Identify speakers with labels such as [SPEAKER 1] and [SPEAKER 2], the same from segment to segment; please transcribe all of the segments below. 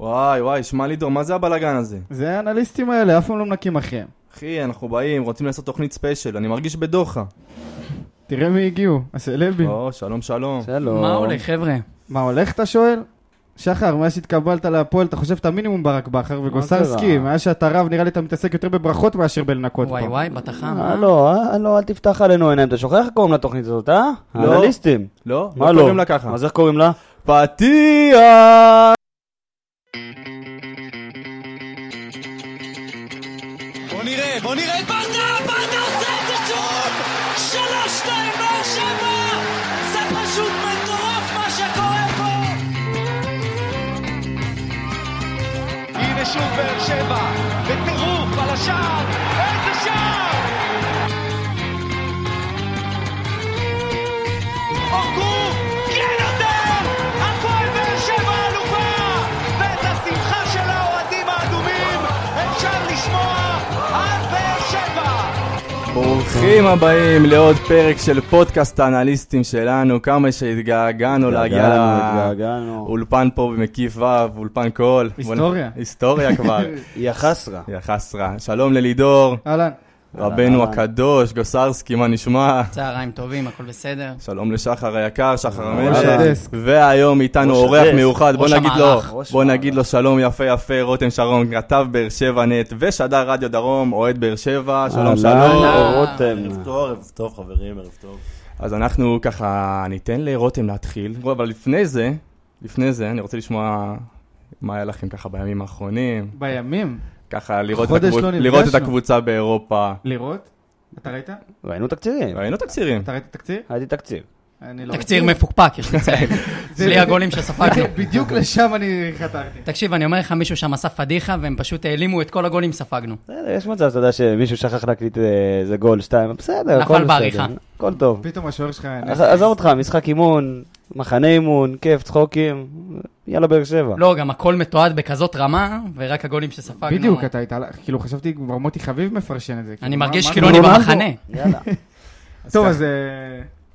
[SPEAKER 1] וואי, וואי, שמע לידור, מה זה הבלגן הזה?
[SPEAKER 2] זה האנליסטים האלה, אף פעם לא מנקים אחריהם.
[SPEAKER 1] אחי, אנחנו באים, רוצים לעשות תוכנית ספיישל, אני מרגיש בדוחה.
[SPEAKER 2] תראה מי הגיעו, הסלבים.
[SPEAKER 1] או, שלום, שלום.
[SPEAKER 3] שלום.
[SPEAKER 4] מה הולך, חבר'ה?
[SPEAKER 2] מה הולך, אתה שואל? שחר, מאז שהתקבלת להפועל, אתה חושב את המינימום ברק בכר וגוסרסקי,
[SPEAKER 3] קרה?
[SPEAKER 2] מאז שאתה רב, נראה לי אתה מתעסק יותר בברכות מאשר בלנקות
[SPEAKER 4] וואי
[SPEAKER 2] פה.
[SPEAKER 4] וואי, בתחם.
[SPEAKER 3] אה, לא, אה, לא, אל תפתח עלינו עיניים, אתה שוכח איך קוראים לתוכנית הזאת, אה?
[SPEAKER 1] לא.
[SPEAKER 3] אנליסטים.
[SPEAKER 1] לא?
[SPEAKER 3] מה לא?
[SPEAKER 1] קוראים לה ככה.
[SPEAKER 3] אז איך קוראים לה?
[SPEAKER 1] פתיח!
[SPEAKER 5] בוא נראה, בוא נראה את ברדה, ברדה עושה את זה שוב! שלוש, שתיים, באר שבע! זה פשוט מטורף מה שקורה פה!
[SPEAKER 6] הנה שוב באר שבע, בטירוף על השער, איזה שער! הוגו, כן יותר! הפועל באר שבע אלופה! ואת השמחה של האוהדים האדומים אפשר לשמוע על באר שבע!
[SPEAKER 1] ברוכים הבאים לעוד פרק של פודקאסט האנליסטים שלנו, כמה שהתגעגענו להגיע
[SPEAKER 3] התגעגענו.
[SPEAKER 1] לאולפן פה במקיף ו', אולפן קול.
[SPEAKER 2] היסטוריה.
[SPEAKER 1] היסטוריה כבר.
[SPEAKER 3] היא החסרה.
[SPEAKER 1] יא חסרה. שלום ללידור,
[SPEAKER 2] אהלן.
[SPEAKER 1] רבנו
[SPEAKER 3] אהלן.
[SPEAKER 1] הקדוש, גוסרסקי, מה נשמע?
[SPEAKER 4] צהריים טובים, הכל בסדר.
[SPEAKER 1] שלום לשחר היקר, שחר
[SPEAKER 2] ראש
[SPEAKER 1] המלך,
[SPEAKER 2] הדסק.
[SPEAKER 1] והיום איתנו
[SPEAKER 3] ראש
[SPEAKER 1] אורח
[SPEAKER 3] הדסק.
[SPEAKER 1] מיוחד, בוא
[SPEAKER 4] ראש
[SPEAKER 1] נגיד לו,
[SPEAKER 4] המערך,
[SPEAKER 3] ראש
[SPEAKER 1] בוא
[SPEAKER 3] המערך.
[SPEAKER 1] נגיד לו שלום יפה יפה, רותם שרון, כתב באר שבע נט, ושדר רדיו דרום, אוהד באר שבע, שלום
[SPEAKER 3] אה,
[SPEAKER 1] שלום. אה,
[SPEAKER 3] אהלן, רותם.
[SPEAKER 7] ערב טוב חברים, ערב טוב.
[SPEAKER 1] אז אנחנו ככה ניתן לרותם להתחיל, אבל לפני זה, לפני זה, אני רוצה לשמוע מה היה לכם ככה בימים האחרונים,
[SPEAKER 2] בימים,
[SPEAKER 1] ככה לראות את
[SPEAKER 2] חודש
[SPEAKER 1] הקבוצ-
[SPEAKER 2] לא
[SPEAKER 1] לראות את
[SPEAKER 2] נפגשנו.
[SPEAKER 1] הקבוצה באירופה.
[SPEAKER 2] לראות? אתה ראית?
[SPEAKER 3] ראינו תקצירים.
[SPEAKER 1] ראינו תקצירים.
[SPEAKER 2] אתה ראית תקציר?
[SPEAKER 3] הייתי תקציר.
[SPEAKER 2] אני לא...
[SPEAKER 4] תקציר מפוקפק, יש לציין. בלי הגולים שספגנו.
[SPEAKER 2] בדיוק לשם אני חתרתי.
[SPEAKER 4] תקשיב, אני אומר לך, מישהו שם עשה פדיחה, והם פשוט העלימו את כל הגולים שספגנו.
[SPEAKER 2] אה.
[SPEAKER 3] בסדר, יש מצב, אתה יודע שמישהו שכח להקליט אה, איזה גול, שתיים, בסדר,
[SPEAKER 4] נפל
[SPEAKER 3] הכל בסדר.
[SPEAKER 4] בעריכה.
[SPEAKER 3] הכל טוב.
[SPEAKER 2] פתאום השוער שלך...
[SPEAKER 3] אז- עזוב אותך, משחק אימון, מחנה אימון, כיף, צחוקים, יאללה באר שבע.
[SPEAKER 4] לא, גם הכל מתועד בכזאת רמה, ורק הגולים שספגנו. אה.
[SPEAKER 2] בדיוק, אתה היית... כאילו, חשבתי, כבר מוטי חביב מפרשן את זה.
[SPEAKER 4] אני
[SPEAKER 2] כאילו, מה-
[SPEAKER 4] מרגיש
[SPEAKER 2] מה-
[SPEAKER 4] כאילו אני
[SPEAKER 3] רונלדו?
[SPEAKER 4] במחנה.
[SPEAKER 3] יאללה.
[SPEAKER 2] טוב,
[SPEAKER 1] ככה.
[SPEAKER 2] אז... אה,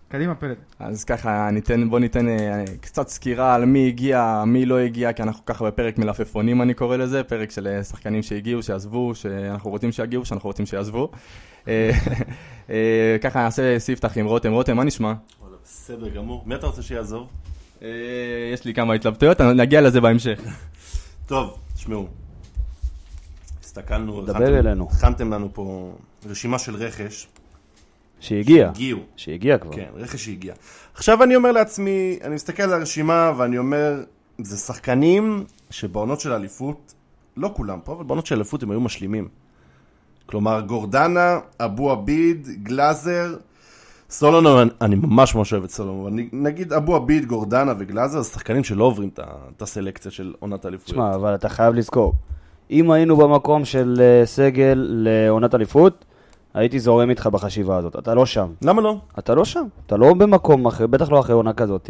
[SPEAKER 2] קדימה, פלד.
[SPEAKER 1] אז ככה, ניתן, בוא ניתן אה, קצת סקירה על מי הגיע, מי לא הגיע, כי אנחנו ככה בפרק מלפפונים, אני קורא לזה, פרק של אה, שחקנים שהגיעו, שעזבו, שאנחנו רוצים שיגיעו, שאנחנו רוצים שיעזבו. אה, אה, ככה נעשה ספתח עם רותם. רותם, מה נשמע?
[SPEAKER 7] וואלה, בסדר גמור. מי אתה רוצה שיעזוב?
[SPEAKER 1] אה, יש לי כמה התלבטויות, נגיע לזה בהמשך.
[SPEAKER 7] טוב, תשמעו. הסתכלנו,
[SPEAKER 3] דבר
[SPEAKER 7] הכנתם-
[SPEAKER 3] אלינו. כן.
[SPEAKER 7] הכנתם לנו פה רשימה של רכש.
[SPEAKER 3] שהגיע,
[SPEAKER 7] הגיעו.
[SPEAKER 3] שהגיע כבר.
[SPEAKER 7] כן, רכש שהגיע. עכשיו אני אומר לעצמי, אני מסתכל על הרשימה ואני אומר, זה שחקנים שבעונות של אליפות, לא כולם פה, אבל בעונות של אליפות הם היו משלימים. כלומר, גורדנה, אבו עביד, גלאזר, סולומון, אני ממש ממש אוהב את סולומון, אני- נגיד אבו עביד, גורדנה וגלאזר, זה שחקנים שלא עוברים את ה- את הסלקציה של עונת אליפות.
[SPEAKER 3] תשמע, אבל אתה חייב לזכור, אם היינו במקום של אה, סגל לעונת אליפות, הייתי זורם איתך בחשיבה הזאת. אתה לא שם.
[SPEAKER 7] למה לא?
[SPEAKER 3] אתה לא שם. אתה לא במקום אחר, בטח לא אחרי עונה כזאת.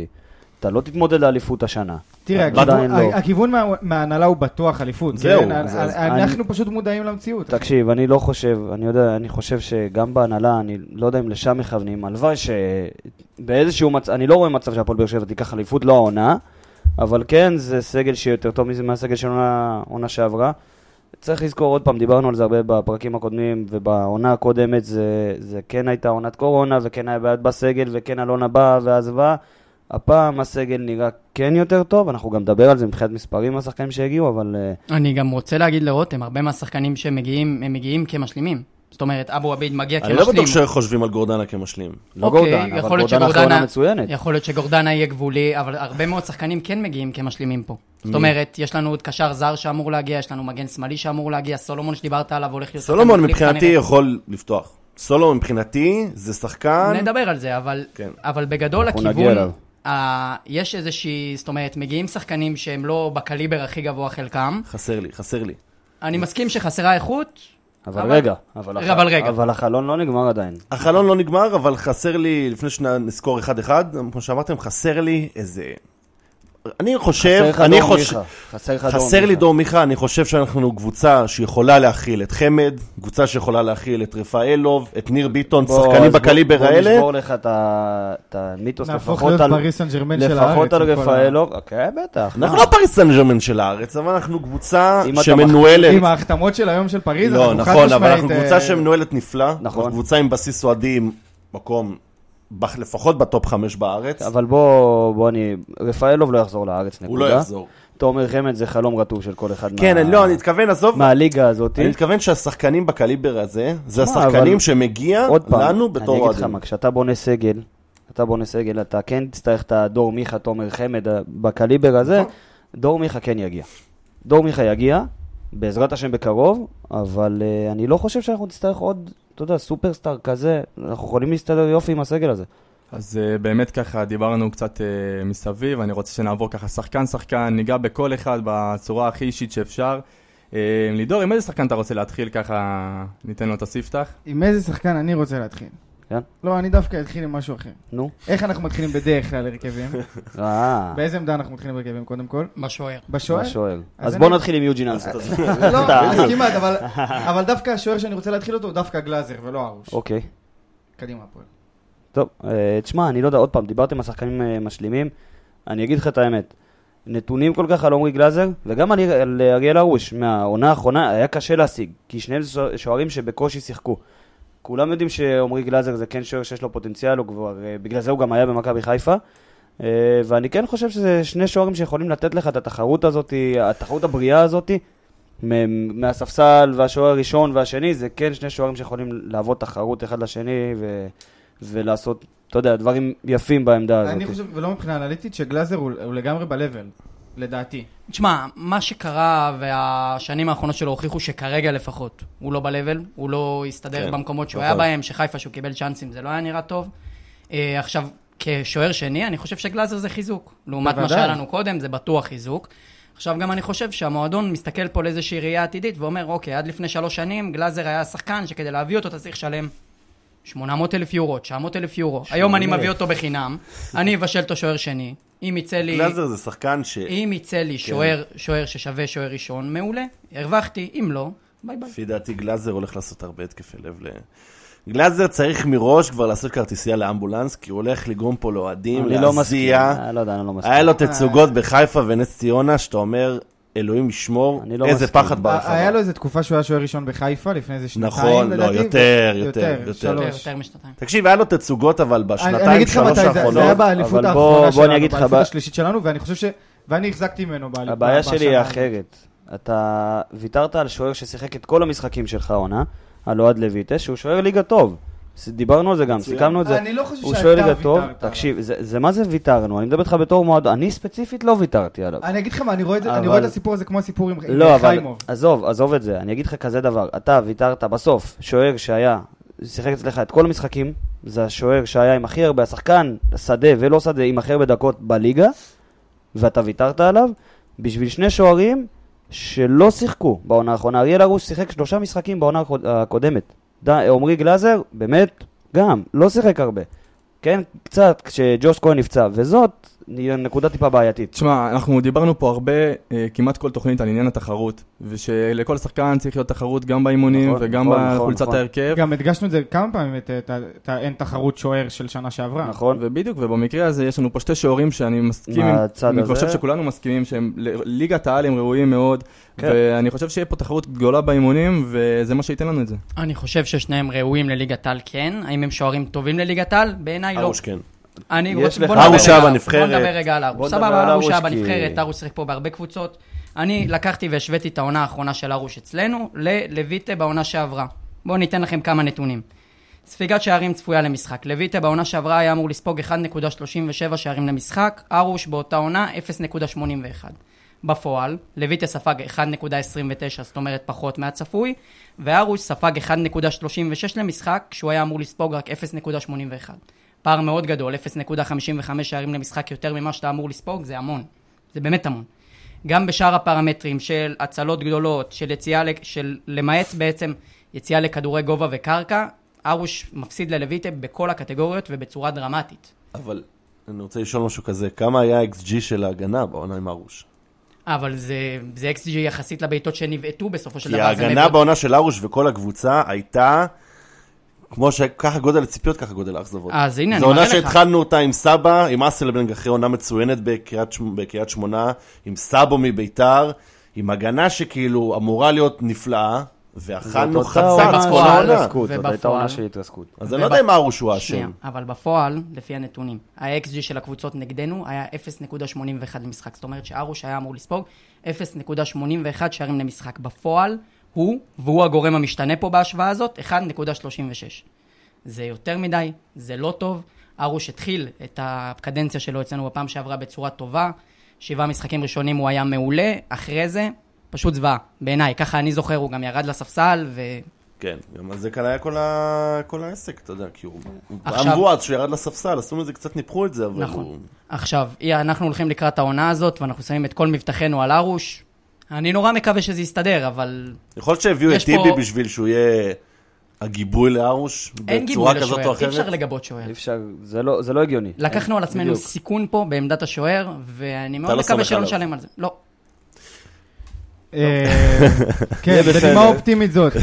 [SPEAKER 3] אתה לא תתמודד לאליפות השנה.
[SPEAKER 2] תראה,
[SPEAKER 3] עדיין
[SPEAKER 2] הכיוון-
[SPEAKER 3] לא.
[SPEAKER 2] הכיוון מה- מההנהלה הוא בטוח אליפות.
[SPEAKER 7] זהו,
[SPEAKER 2] כן?
[SPEAKER 7] אז- אז
[SPEAKER 2] אנחנו פשוט מודעים למציאות.
[SPEAKER 3] תקשיב, אני לא חושב, אני יודע, אני חושב שגם בהנהלה, אני לא יודע אם לשם מכוונים, הלוואי שבאיזשהו מצב, אני לא רואה מצב שהפועל באר שבע תיקח אליפות, לא העונה, אבל כן, זה סגל שיותר טוב מזה מהסגל של עונה- עונה שעברה. צריך לזכור עוד פעם, דיברנו על זה הרבה בפרקים הקודמים, ובעונה הקודמת זה, זה כן הייתה עונת קורונה, וכן היה בעד בסגל, וכן אלונה באה ועזבה. הפעם הסגל נראה כן יותר טוב, אנחנו גם נדבר על זה מבחינת מספרים השחקנים שהגיעו, אבל... אה,
[SPEAKER 4] אני גם רוצה להגיד לרותם, הרבה מהשחקנים שמגיעים, הם מגיעים כמשלימים. זאת אומרת, אבו עביד מגיע
[SPEAKER 7] אני לא
[SPEAKER 4] כמשלים.
[SPEAKER 7] בטוח שחושבים על גורדנה כמשלים.
[SPEAKER 3] לא
[SPEAKER 4] אוקיי,
[SPEAKER 3] גורדן,
[SPEAKER 4] יכול
[SPEAKER 3] אבל
[SPEAKER 4] להיות
[SPEAKER 3] גורדן אחרי
[SPEAKER 4] שגורדנה-
[SPEAKER 3] עונה מצוינת.
[SPEAKER 4] יכול להיות שגורדנה יהיה גבולי, אבל הרבה מאוד שחקנים כן מגיעים כמשלימים פה. זאת אומרת, יש לנו עוד קשר זר שאמור להגיע, יש לנו מגן שמאלי שאמור להגיע, סולומון שדיברת עליו הולך להיות... שחקן
[SPEAKER 7] סולומון
[SPEAKER 4] מחליף
[SPEAKER 7] מבחינתי
[SPEAKER 4] כנראה.
[SPEAKER 7] יכול לפתוח. סולומון מבחינתי זה שחקן...
[SPEAKER 4] נדבר על זה, אבל,
[SPEAKER 7] כן.
[SPEAKER 4] אבל בגדול
[SPEAKER 3] אנחנו נגיע
[SPEAKER 4] הכיוון,
[SPEAKER 3] אליו.
[SPEAKER 4] ה... יש איזושהי, זאת אומרת, מגיעים שחקנים שהם לא בקליבר הכי גבוה חלקם.
[SPEAKER 7] חסר לי, חסר לי.
[SPEAKER 4] אני מסכים שחסרה איכות,
[SPEAKER 3] אבל,
[SPEAKER 4] אבל-
[SPEAKER 3] רגע, אבל, הח...
[SPEAKER 4] אבל רגע.
[SPEAKER 3] אבל החלון לא נגמר עדיין.
[SPEAKER 7] החלון לא נגמר, אבל חסר לי, לפני שנזכור אחד-אחד, כמו שאמרתם, חסר לי איזה אני חושב,
[SPEAKER 3] חסר לך
[SPEAKER 7] אני
[SPEAKER 3] דור
[SPEAKER 7] חושב,
[SPEAKER 3] מיכה. חסר לך דור
[SPEAKER 7] חסר לי
[SPEAKER 3] מיכה.
[SPEAKER 7] דור מיכה, אני חושב שאנחנו קבוצה שיכולה להכיל את חמד, קבוצה שיכולה להכיל את רפאלוב, את ניר ביטון,
[SPEAKER 3] בוא,
[SPEAKER 7] שחקנים
[SPEAKER 3] אז בוא-
[SPEAKER 7] בקליבר
[SPEAKER 3] בוא
[SPEAKER 7] האלה.
[SPEAKER 3] נשבור לך את ה- את המיתוס,
[SPEAKER 2] נהפוך
[SPEAKER 3] לפחות
[SPEAKER 2] להיות
[SPEAKER 3] על...
[SPEAKER 2] פריס סן ג'רמן של הארץ.
[SPEAKER 3] לפחות על
[SPEAKER 2] עם כל ה-
[SPEAKER 3] רפאלוב. כן, בטח.
[SPEAKER 7] אנחנו לא פריס סן ג'רמן של הארץ, אבל אנחנו קבוצה
[SPEAKER 3] אם אתה מח-
[SPEAKER 7] שמנוהלת.
[SPEAKER 2] עם ההחתמות של היום של פריז,
[SPEAKER 7] לא,
[SPEAKER 2] אנחנו
[SPEAKER 7] נכון, אבל
[SPEAKER 2] חד-משמעית,
[SPEAKER 7] אנחנו
[SPEAKER 2] אה,
[SPEAKER 7] קבוצה שמנוהלת נפלא. אנחנו
[SPEAKER 3] נכון.
[SPEAKER 7] קבוצה עם בסיס אוהדים, מקום, בח- לפחות בטופ חמש בארץ.
[SPEAKER 3] אבל בוא, בוא אני... רפאלוב לא יחזור לארץ, נקודה.
[SPEAKER 7] הוא לא יחזור.
[SPEAKER 3] תומר חמד זה חלום רטוב של כל אחד
[SPEAKER 7] כן,
[SPEAKER 3] מה-
[SPEAKER 7] אני- לא, אני מתכוון, עזוב,
[SPEAKER 3] מהליגה הזאת.
[SPEAKER 7] אני מתכוון שהשחקנים בקליבר הזה, זה
[SPEAKER 3] שמע,
[SPEAKER 7] השחקנים
[SPEAKER 3] אבל-
[SPEAKER 7] שמגיע
[SPEAKER 3] עוד פעם,
[SPEAKER 7] לנו בתור
[SPEAKER 3] אני אגיד לך
[SPEAKER 7] אוהדים.
[SPEAKER 3] מה, כשאתה בונה סגל, אתה בונה סגל, אתה כן תצטרך את הדור מיכה, תומר חמד, ה- בקליבר הזה, דור מיכה כן יגיע. דור מיכה יגיע, בעזרת השם בקרוב, אבל אה, אני לא חושב שאנחנו נצטרך עוד, אתה יודע, סופרסטאר כזה, אנחנו יכולים להסתדר יופי עם הסגל הזה.
[SPEAKER 1] אז אה, באמת ככה דיברנו קצת אה, מסביב, אני רוצה שנעבור ככה שחקן-שחקן, ניגע בכל אחד בצורה הכי אישית שאפשר. אה, לידור, עם איזה שחקן אתה רוצה להתחיל ככה, ניתן לו את הספתח?
[SPEAKER 2] עם איזה שחקן אני רוצה להתחיל?
[SPEAKER 3] כן?
[SPEAKER 2] לא, אני דווקא אתחיל עם משהו אחר.
[SPEAKER 3] נו.
[SPEAKER 2] איך אנחנו מתחילים בדרך כלל הרכבים?
[SPEAKER 3] אה,
[SPEAKER 2] באיזה עמדה אנחנו מתחילים הרכבים קודם כל?
[SPEAKER 4] בשוער.
[SPEAKER 2] בשוער?
[SPEAKER 3] השוער.
[SPEAKER 2] אז
[SPEAKER 3] אז בוא
[SPEAKER 2] אני-
[SPEAKER 3] נתחיל עם יוג'ין אלסט.
[SPEAKER 2] לא,
[SPEAKER 3] סתם.
[SPEAKER 2] אז כמעט, אבל- אבל דווקא השוער שאני רוצה להתחיל אותו הוא דווקא גלאזר ולא ארוש.
[SPEAKER 3] אוקיי.
[SPEAKER 2] קדימה הפועל.
[SPEAKER 3] טוב, אה, תשמע, אני לא יודע, עוד פעם, דיברתם על שחקנים אה, משלימים, אני אגיד לך את האמת. נתונים כל כך על עמרי גלאזר, וגם על על אריאל הרוש, מהעונה האחרונה היה קשה להשיג, כי שניהם זה שוע- שוערים שבקושי שיחקו. כולם יודעים שעמרי גלאזר זה כן שוער שיש לו פוטנציאל, הוא כבר, אה, בגלל זה הוא גם היה במכבי חיפה. אה, ואני כן חושב שזה שני שוערים שיכולים לתת לך את התחרות הזאת, התחרות הבריאה הזאת, מ- מהספסל והשוער הראשון והשני, זה כן שני שוערים שיכולים להוות תחרות אחד לשני ו... ולעשות, אתה יודע, דברים יפים בעמדה הזאת.
[SPEAKER 2] אני חושב, ולא מבחינה אנליטית, שגלאזר הוא הוא לגמרי ב-level, לדעתי.
[SPEAKER 4] תשמע, מה שקרה והשנים האחרונות שלו הוכיחו שכרגע לפחות הוא לא ב-level, הוא לא הסתדר
[SPEAKER 7] כן,
[SPEAKER 4] כן, במקומות שהוא
[SPEAKER 7] נכון.
[SPEAKER 4] היה בהם, שחיפה שהוא קיבל צ'אנסים זה לא היה נראה טוב. אה, עכשיו, כשוער שני, אני חושב שגלאזר זה חיזוק. לעומת מה
[SPEAKER 2] בוודאי.
[SPEAKER 4] שהיה לנו קודם, זה בטוח חיזוק. עכשיו גם אני חושב שהמועדון מסתכל פה לאיזושהי ראייה עתידית ואומר, אוקיי, עד לפני שלוש שנים גלאזר היה שחקן שכדי להביא אותו אתה צריך לשלם 800 אלף יורו, 900 אלף יורו. היום אני מביא אותו בחינם, אני אבשל אותו שוער שני. אם יצא לי...
[SPEAKER 7] גלאזר זה שחקן ש...
[SPEAKER 4] אם יצא לי שוער, שוער ששווה שוער ראשון, מעולה, הרווחתי, אם לא, ביי ביי.
[SPEAKER 7] לפי דעתי גלאזר הולך לעשות הרבה התקפי לב ל... גלאזר צריך מראש כבר לעשות כרטיסייה לאמבולנס, כי הוא הולך לגרום פה לאוהדים,
[SPEAKER 3] אני לא מסכים.
[SPEAKER 7] להזיע.
[SPEAKER 3] אה, לא יודע, אני לא מסכים.
[SPEAKER 7] היה לו תצוגות
[SPEAKER 2] אה.
[SPEAKER 7] בחיפה ונס ציונה, שאתה אומר, אלוהים ישמור,
[SPEAKER 3] אני לא
[SPEAKER 7] איזה
[SPEAKER 3] מסכים.
[SPEAKER 7] פחד
[SPEAKER 2] אה, היה לו
[SPEAKER 7] ברחבה.
[SPEAKER 2] איזה תקופה שהוא היה שוער ראשון בחיפה, לפני איזה שנתיים,
[SPEAKER 7] נכון, לא,
[SPEAKER 2] לדעתי,
[SPEAKER 7] יותר,
[SPEAKER 2] ו-
[SPEAKER 7] יותר, יותר.
[SPEAKER 4] יותר,
[SPEAKER 2] שלוש.
[SPEAKER 4] יותר משנתיים.
[SPEAKER 7] תקשיב, היה לו תצוגות, אבל
[SPEAKER 2] אני אני
[SPEAKER 7] בשנתיים,
[SPEAKER 2] אגיד לך
[SPEAKER 7] שלוש
[SPEAKER 2] מתי, זה- זה היה
[SPEAKER 7] האחרונות,
[SPEAKER 2] באליפות
[SPEAKER 3] אבל
[SPEAKER 2] האחרונה
[SPEAKER 3] בוא- בוא
[SPEAKER 2] שלנו,
[SPEAKER 3] אני אגיד לך,
[SPEAKER 2] באליפות
[SPEAKER 3] ב-
[SPEAKER 2] השלישית שלנו, ואני חושב ש... ואני החזקתי ממנו באליפות.
[SPEAKER 3] הבעיה שלי היא
[SPEAKER 2] בשנה.
[SPEAKER 3] אחרת. אתה ויתרת על שוער ששיחק את כל המשחקים שלך העונה, על אוהד לויטה, שהוא שוער ליגה טוב. ס- דיברנו על זה גם, סיכמנו את זה.
[SPEAKER 2] אני לא חושב
[SPEAKER 3] הוא
[SPEAKER 2] שאתה
[SPEAKER 3] שוער ליגה טוב.
[SPEAKER 2] ויתרת.
[SPEAKER 3] תקשיב, זה- זה מה זה ויתרנו? אני מדבר איתך בתור מועדון. אני ספציפית לא ויתרתי עליו.
[SPEAKER 2] אני אגיד לך מה, אני רואה את זה- אני
[SPEAKER 3] אבל-
[SPEAKER 2] רואה את הסיפור הזה כמו הסיפור עם עם
[SPEAKER 3] לא, אבל
[SPEAKER 2] חיימוב.
[SPEAKER 3] עזוב, עזוב את זה. אני אגיד לך כזה דבר. אתה ויתרת בסוף, שוער שהיה, שיחק אצלך את כל המשחקים, זה השוער שהיה עם הכי הרבה, השחקן, שדה ולא שדה, עם הכי הרבה דקות בליגה, ואתה ויתרת עליו, בשביל שני שוערים שלא שיחקו בעונה האחרונה. אריאל הרוש שיחק שלושה משחקים בעונה הקוד- הקודמת. ד- עמרי גלאזר, באמת, גם, לא שיחק הרבה. כן, קצת, כשג'וש כהן נפצע, וזאת נקודה טיפה בעייתית.
[SPEAKER 1] תשמע, אנחנו דיברנו פה הרבה, אה, כמעט כל תוכנית, על עניין התחרות, ושלכל שחקן צריך להיות תחרות גם באימונים
[SPEAKER 3] נכון,
[SPEAKER 1] וגם
[SPEAKER 3] נכון, נכון,
[SPEAKER 1] בחולצת
[SPEAKER 3] נכון.
[SPEAKER 1] ההרכב.
[SPEAKER 2] גם הדגשנו את זה כמה פעמים, את- את ה- את האין תחרות שוער של שנה שעברה.
[SPEAKER 3] נכון?
[SPEAKER 1] ובדיוק, ובמקרה הזה יש לנו פה שתי שוערים שאני מסכים, עם-
[SPEAKER 3] מהצד
[SPEAKER 1] אני
[SPEAKER 3] הזה.
[SPEAKER 1] חושב שכולנו מסכימים שהם, ל- ליגת העל הם ראויים מאוד,
[SPEAKER 3] כן.
[SPEAKER 1] ואני חושב שיהיה פה תחרות גדולה באימונים, וזה מה שייתן לנו את זה.
[SPEAKER 4] אני חושב ששניהם ראויים לליגת על כן, האם הם שוערים טובים לליגת על? בעיניי לא.
[SPEAKER 7] ארוש כן.
[SPEAKER 4] אני
[SPEAKER 3] יש
[SPEAKER 4] רוצה, בוא
[SPEAKER 3] לך-
[SPEAKER 4] נדבר
[SPEAKER 7] ארוש
[SPEAKER 4] רגע
[SPEAKER 7] היה
[SPEAKER 4] עליו.
[SPEAKER 7] בנבחרת.
[SPEAKER 4] בוא נדבר רגע על
[SPEAKER 3] בוא
[SPEAKER 4] ארוש.
[SPEAKER 3] נדבר על
[SPEAKER 4] סבבה, ארוש היה
[SPEAKER 3] ארוש, כי-
[SPEAKER 4] בנבחרת, ארוש שיחק פה בהרבה קבוצות. אני לקחתי והשוויתי את העונה האחרונה של ארוש אצלנו ללויטה בעונה שעברה. בואו ניתן לכם כמה נתונים. ספיגת שערים צפויה למשחק. לויטה בעונה שעברה היה אמור לספוג 1.37 שערים למשחק, ארוש באותה עונה 0.81. בפועל, לויטה ספג 1.29, זאת אומרת פחות מהצפוי, וארוש ספג 1.36 למשחק, כשהוא היה אמור לספוג רק 0.81. פער מאוד גדול, 0.55 שערים למשחק יותר ממה שאתה אמור לספוג, זה המון. זה באמת המון. גם בשאר הפרמטרים של הצלות גדולות, של יציאה, לק- של למעט בעצם יציאה לכדורי גובה וקרקע, ארוש מפסיד ללויטה בכל הקטגוריות ובצורה דרמטית.
[SPEAKER 7] אבל אני רוצה לשאול משהו כזה, כמה היה ה-XG של ההגנה בעונה עם ארוש?
[SPEAKER 4] אבל זה, זה XG יחסית לבעיטות שנבעטו בסופו של
[SPEAKER 7] כי
[SPEAKER 4] דבר. זה
[SPEAKER 7] ההגנה
[SPEAKER 4] מבעיט-
[SPEAKER 7] בעונה של ארוש וכל הקבוצה הייתה, כמו שככה גודל הציפיות, ככה גודל האכזבות.
[SPEAKER 4] אז הנה, אני
[SPEAKER 7] זו עונה
[SPEAKER 4] מראה לך.
[SPEAKER 7] שהתחלנו אותה עם סבא, עם אסלבנג אחרי עונה מצוינת בקריית, ש- בקריית שמונה, עם סאבו מביתר, עם הגנה שכאילו אמורה להיות נפלאה, ואכלנו חצץ כל
[SPEAKER 4] עונה.
[SPEAKER 7] העונה.
[SPEAKER 3] ההתרסקות, זאת הייתה
[SPEAKER 4] ובפועל-
[SPEAKER 3] עונה של התרסקות.
[SPEAKER 7] אז אני לא יודע אם ארוש הוא
[SPEAKER 4] שנייה,
[SPEAKER 7] האשם.
[SPEAKER 4] אבל בפועל, לפי הנתונים, ה-XG של הקבוצות נגדנו היה 0.81 למשחק. זאת אומרת שארוש היה אמור לספוג 0.81 שערים למשחק. בפועל, הוא, והוא הגורם המשתנה פה בהשוואה הזאת, 1.36. זה יותר מדי, זה לא טוב. ארוש התחיל את הקדנציה שלו אצלנו בפעם שעברה בצורה טובה. שבעה משחקים ראשונים הוא היה מעולה, אחרי זה, פשוט זוועה, בעיניי. ככה אני זוכר, הוא גם ירד לספסל, ו...
[SPEAKER 7] כן, גם על זה כאן היה כל ה- כל העסק, אתה יודע, כי הוא... הוא-
[SPEAKER 4] עכשיו-
[SPEAKER 7] אמרו אז שהוא ירד לספסל, עשו מזה קצת ניפחו את זה, אבל
[SPEAKER 4] נכון.
[SPEAKER 7] הוא...
[SPEAKER 4] עכשיו, אי, אנחנו הולכים לקראת העונה הזאת, ואנחנו שמים את כל מבטחנו על ארוש. אני נורא מקווה שזה יסתדר, אבל
[SPEAKER 7] יכול להיות שהביאו את
[SPEAKER 4] יש
[SPEAKER 7] טיבי
[SPEAKER 4] פה-
[SPEAKER 7] בשביל שהוא יהיה הגיבוי לארוש,
[SPEAKER 4] אין
[SPEAKER 7] בצורה
[SPEAKER 4] גיבוי
[SPEAKER 7] כזאת
[SPEAKER 4] לשוער,
[SPEAKER 7] או
[SPEAKER 4] אי אפשר
[SPEAKER 7] אחרת.
[SPEAKER 4] לגבות שוער.
[SPEAKER 3] אי אפשר, זה לא- זה לא הגיוני.
[SPEAKER 4] לקחנו על עצמנו
[SPEAKER 3] בדיוק.
[SPEAKER 4] סיכון פה בעמדת השוער, ואני מאוד
[SPEAKER 7] לא
[SPEAKER 4] מקווה
[SPEAKER 7] סומך
[SPEAKER 4] שלא
[SPEAKER 7] עליו.
[SPEAKER 4] נשלם על זה. לא.
[SPEAKER 2] אה, כן,
[SPEAKER 3] זה בסדר.
[SPEAKER 2] בנימה אופטימית זאת.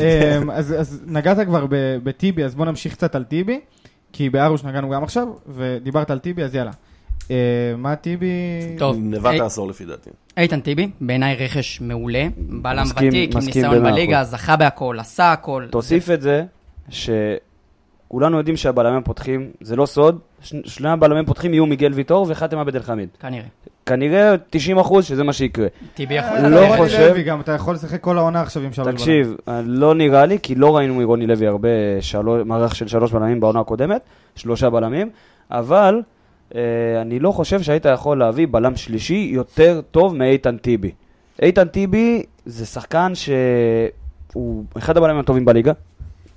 [SPEAKER 2] אה, אז אז נגעת כבר ב- בטיבי, אז בוא נמשיך קצת על טיבי, כי בארוש נגענו גם עכשיו, ודיברת על טיבי, אז יאללה. אה, מה טיבי...
[SPEAKER 4] טוב,
[SPEAKER 7] נבט
[SPEAKER 3] אה,
[SPEAKER 4] אי-
[SPEAKER 7] העשור לפי דעתי.
[SPEAKER 4] איתן טיבי, בעיניי רכש מעולה. בלם
[SPEAKER 3] מסכים-
[SPEAKER 4] ותיק, עם
[SPEAKER 3] מסכים
[SPEAKER 4] ניסיון
[SPEAKER 3] במאה
[SPEAKER 4] בליגה,
[SPEAKER 3] אחוז.
[SPEAKER 4] זכה בהכל, עשה הכל.
[SPEAKER 3] תוסיף את זה, שכולנו יודעים שהבלמים הפותחים, זה לא סוד, ש- שני הבלמים הפותחים יהיו מיגל ויטור וחתם עבד אל חמיד.
[SPEAKER 4] כנראה.
[SPEAKER 3] כנראה 90% שזה מה שיקרה.
[SPEAKER 4] טיבי יכול...
[SPEAKER 2] אתה
[SPEAKER 3] לא
[SPEAKER 2] רוני
[SPEAKER 3] חושב-
[SPEAKER 2] אה, לוי גם, אתה יכול לשחק כל העונה עכשיו עם שלוש
[SPEAKER 3] תקשיב, לא נראה לי, כי לא ראינו מרוני לוי הרבה שלו- מערך של שלוש בלמים בעונה הקודמת, שלושה בלמים, אבל אה, אני לא חושב שהיית יכול להביא בלם שלישי יותר טוב מאיתן טיבי. איתן טיבי זה שחקן שהוא אחד הבלמים הטובים בליגה.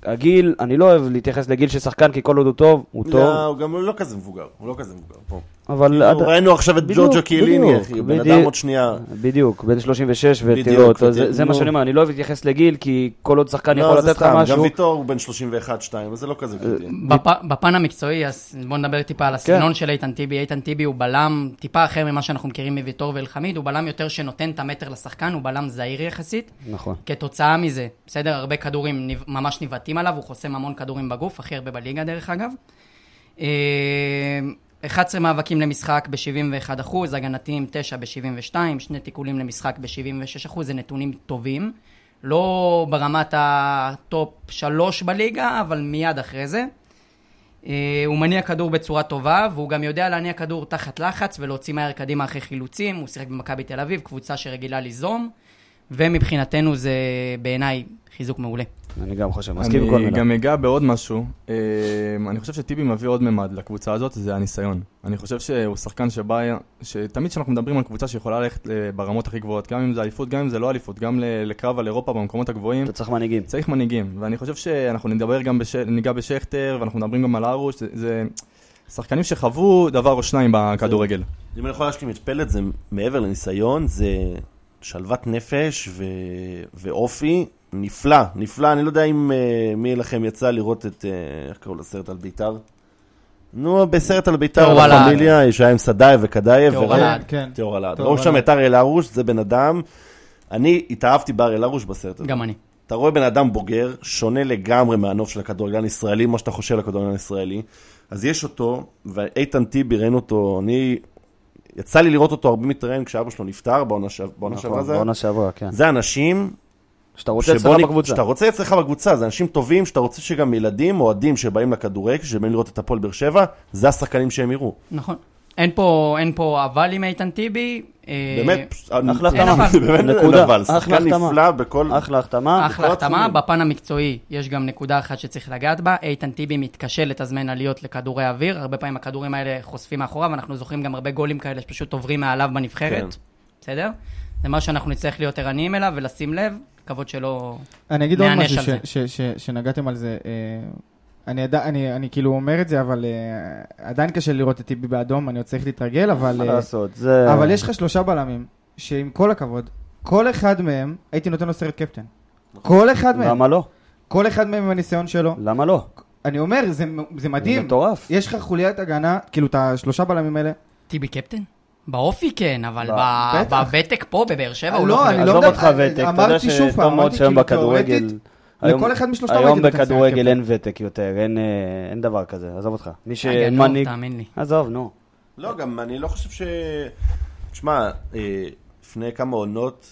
[SPEAKER 3] הגיל, אני לא אוהב להתייחס לגיל של שחקן, כי כל עוד הוא טוב, הוא
[SPEAKER 7] לא,
[SPEAKER 3] טוב,
[SPEAKER 7] הוא גם לא כזה מבוגר, הוא לא כזה מבוגר. פה.
[SPEAKER 3] אבל... עד-
[SPEAKER 7] כאילו, ראינו עכשיו את
[SPEAKER 3] בדיוק,
[SPEAKER 7] ג'ורג'ו קיליני,
[SPEAKER 3] בדיוק,
[SPEAKER 7] אחי, בן
[SPEAKER 3] בדיוק.
[SPEAKER 7] אדם עוד שנייה.
[SPEAKER 3] בדיוק, בן 36
[SPEAKER 7] בדיוק,
[SPEAKER 3] ותראו אותו, זה
[SPEAKER 7] בדיוק,
[SPEAKER 3] זה מה
[SPEAKER 7] נו.
[SPEAKER 3] שאני אומר, אני לא אוהב להתייחס לגיל, כי כל עוד שחקן יכול
[SPEAKER 7] לא, זה
[SPEAKER 3] לתת לך
[SPEAKER 7] סתם, גם
[SPEAKER 3] משהו, אה,
[SPEAKER 7] ויטור הוא בן 31-2, אז זה לא כזה גדול.
[SPEAKER 4] בפ- בפן המקצועי, אז בואו נדבר טיפה על הסגנון של איתן טיבי. איתן טיבי הוא בלם טיפה אחר ממה שאנחנו מכירים מוויטור ואלחמיד, הוא בלם יותר שנותן את המטר לשחקן, הוא בלם זעיר יחסית.
[SPEAKER 3] נכון.
[SPEAKER 4] כתוצאה מזה, בסדר, הרבה כדורים ניב- ממש ניבטים עליו, הוא חוסם המון כדורים בגוף, הכי הרבה בליגה דרך אגב. אה, 11 מאבקים למשחק ב-71 אחוז, הגנתיים 9 ב-72, שני תיקולים למשחק ב-76 אחוז, זה נתונים טובים. לא ברמת הטופ 3 בליגה, אבל מיד אחרי זה. אה, הוא מניע כדור בצורה טובה, והוא גם יודע להניע כדור תחת לחץ ולהוציא מהר קדימה אחרי חילוצים. הוא שיחק במכבי תל אביב, קבוצה שרגילה ליזום, ומבחינתנו זה בעיניי חיזוק מעולה.
[SPEAKER 3] אני גם חושב, מסכים עם כל
[SPEAKER 1] אני
[SPEAKER 3] מילה.
[SPEAKER 1] גם אגע בעוד משהו. אה, אני חושב שטיבי מביא עוד ממד לקבוצה הזאת, זה הניסיון. אני חושב שהוא שחקן שבא, שתמיד כשאנחנו מדברים על קבוצה שיכולה ללכת אה, ברמות הכי גבוהות, גם אם זה אליפות, גם אם זה לא אליפות, גם ל- לקרב על אירופה במקומות הגבוהים,
[SPEAKER 3] אתה צריך מנהיגים.
[SPEAKER 1] צריך מנהיגים. ואני חושב שאנחנו נדבר גם, בש... ניגע בשכטר, ואנחנו מדברים גם על ארוש, זה, זה שחקנים שחוו דבר או שניים בכדורגל.
[SPEAKER 7] אם אני יכול להשלים את פלט, זה מעבר לניסיון, זה שלוות נפש ו... ואופי נפלא, נפלא. אני לא יודע אם uh, מי לכם יצא לראות את, uh, איך קראו לסרט על בית"ר? נו, בסרט על בית"ר,
[SPEAKER 4] טהור
[SPEAKER 7] לה
[SPEAKER 4] הלעד.
[SPEAKER 7] פמיליה, שהיה עם סדאייב וקדאייב.
[SPEAKER 4] טהור
[SPEAKER 7] וראה-
[SPEAKER 4] הלעד.
[SPEAKER 2] בלמים. כן,
[SPEAKER 7] טהור הלעד.
[SPEAKER 2] טהור
[SPEAKER 7] ראו שם
[SPEAKER 2] הלעד.
[SPEAKER 7] את אריאל הרוש, זה בן אדם. אני התאהבתי באריאל הרוש בסרט הזה.
[SPEAKER 4] גם אני.
[SPEAKER 7] אתה רואה בן אדם בוגר, שונה לגמרי מהנוף של הכדורגלן הישראלי, מה שאתה חושב על הכדורגלן הישראלי. אז יש אותו, ואיתן טיבי, ראינו אותו, אני... יצא לי לראות אותו הרבה מתראיין כשאבא שלו נפטר, בעונה שעב- בעונה שעברה
[SPEAKER 3] נכון,
[SPEAKER 7] זה...
[SPEAKER 3] בעונה שעברה, כן.
[SPEAKER 7] זה אנשים
[SPEAKER 3] שאתה רוצה אצלך
[SPEAKER 7] שבוא נ-
[SPEAKER 3] בקבוצה.
[SPEAKER 7] שאתה רוצה אצלך בקבוצה, זה אנשים טובים, שאתה רוצה שגם ילדים, אוהדים שבאים לכדורגל, שבאים לראות את הפועל באר שבע, זה השחקנים שהם יראו.
[SPEAKER 4] נכון. אין פה, אין פה אבל עם איתן טיבי. אה,
[SPEAKER 7] באמת,
[SPEAKER 3] אחלה
[SPEAKER 7] אני-
[SPEAKER 4] החתמה.
[SPEAKER 7] באמת, אין
[SPEAKER 3] נקודה.
[SPEAKER 7] אבל,
[SPEAKER 3] אחלה
[SPEAKER 7] שחקן
[SPEAKER 3] החתמה.
[SPEAKER 7] נפלא בכל...
[SPEAKER 3] אחלה החתמה.
[SPEAKER 4] אחלה
[SPEAKER 7] בכל
[SPEAKER 4] החתמה,
[SPEAKER 7] התחומים.
[SPEAKER 4] בפן המקצועי יש גם נקודה אחת שצריך לגעת בה, איתן טיבי מתקשה לתזמן עליות לכדורי אוויר, הרבה פעמים הכדורים האלה חושפים מאחוריו, אנחנו זוכרים גם הרבה גולים כאלה שפשוט עוברים מעליו בנבחרת,
[SPEAKER 7] כן.
[SPEAKER 4] בסדר? זה מה שאנחנו נצטרך להיות ערניים אליו ולשים לב, לקוות שלא...
[SPEAKER 2] כן. אני אגיד עוד
[SPEAKER 4] נענש
[SPEAKER 2] משהו
[SPEAKER 4] על
[SPEAKER 2] ש-
[SPEAKER 4] זה.
[SPEAKER 2] ש- ש- שנגעתם על זה. אה, אני עדיין- אני אני כאילו אומר את זה, אבל אה, עדיין קשה לראות את טיבי באדום, אני עוד צריך להתרגל, אבל...
[SPEAKER 3] מה
[SPEAKER 2] אה,
[SPEAKER 3] לעשות, זה...
[SPEAKER 2] אבל יש לך שלושה בלמים, שעם כל הכבוד, כל אחד מהם, הייתי נותן לו סרט קפטן. כל אחד מהם.
[SPEAKER 3] נכון. למה לא?
[SPEAKER 2] כל אחד מהם עם הניסיון שלו.
[SPEAKER 3] למה לא?
[SPEAKER 2] אני אומר, זה, זה מדהים.
[SPEAKER 3] מטורף.
[SPEAKER 2] יש לך חוליית הגנה, כאילו, את השלושה בלמים האלה.
[SPEAKER 4] טיבי קפטן? באופי כן, אבל
[SPEAKER 3] ב-
[SPEAKER 4] ב-
[SPEAKER 2] בטח.
[SPEAKER 4] בוותק פה בבאר שבע הוא
[SPEAKER 2] לא,
[SPEAKER 4] לא...
[SPEAKER 2] אני
[SPEAKER 4] חייב.
[SPEAKER 2] לא
[SPEAKER 3] עזוב
[SPEAKER 2] מדבר-
[SPEAKER 3] אותך ותק, אתה יודע
[SPEAKER 2] אמרתי שוב פעם,
[SPEAKER 3] שטוב מאוד
[SPEAKER 2] אמרתי
[SPEAKER 3] שהיום
[SPEAKER 2] כאילו
[SPEAKER 3] בכדולל...
[SPEAKER 2] תיאורטית,
[SPEAKER 3] היום-
[SPEAKER 2] לכל אחד משלושתם
[SPEAKER 3] היום
[SPEAKER 2] הייתי מתעסק,
[SPEAKER 3] בכדורגל
[SPEAKER 2] כן.
[SPEAKER 3] אין ותק יותר, אין, אה, אין דבר כזה, עזוב אותך. מי
[SPEAKER 4] גנוב,
[SPEAKER 3] שמנהיג...
[SPEAKER 4] תאמין לי.
[SPEAKER 3] עזוב, נו.
[SPEAKER 7] לא, גם אני לא חושב ש... תשמע, אה, לפני כמה עונות,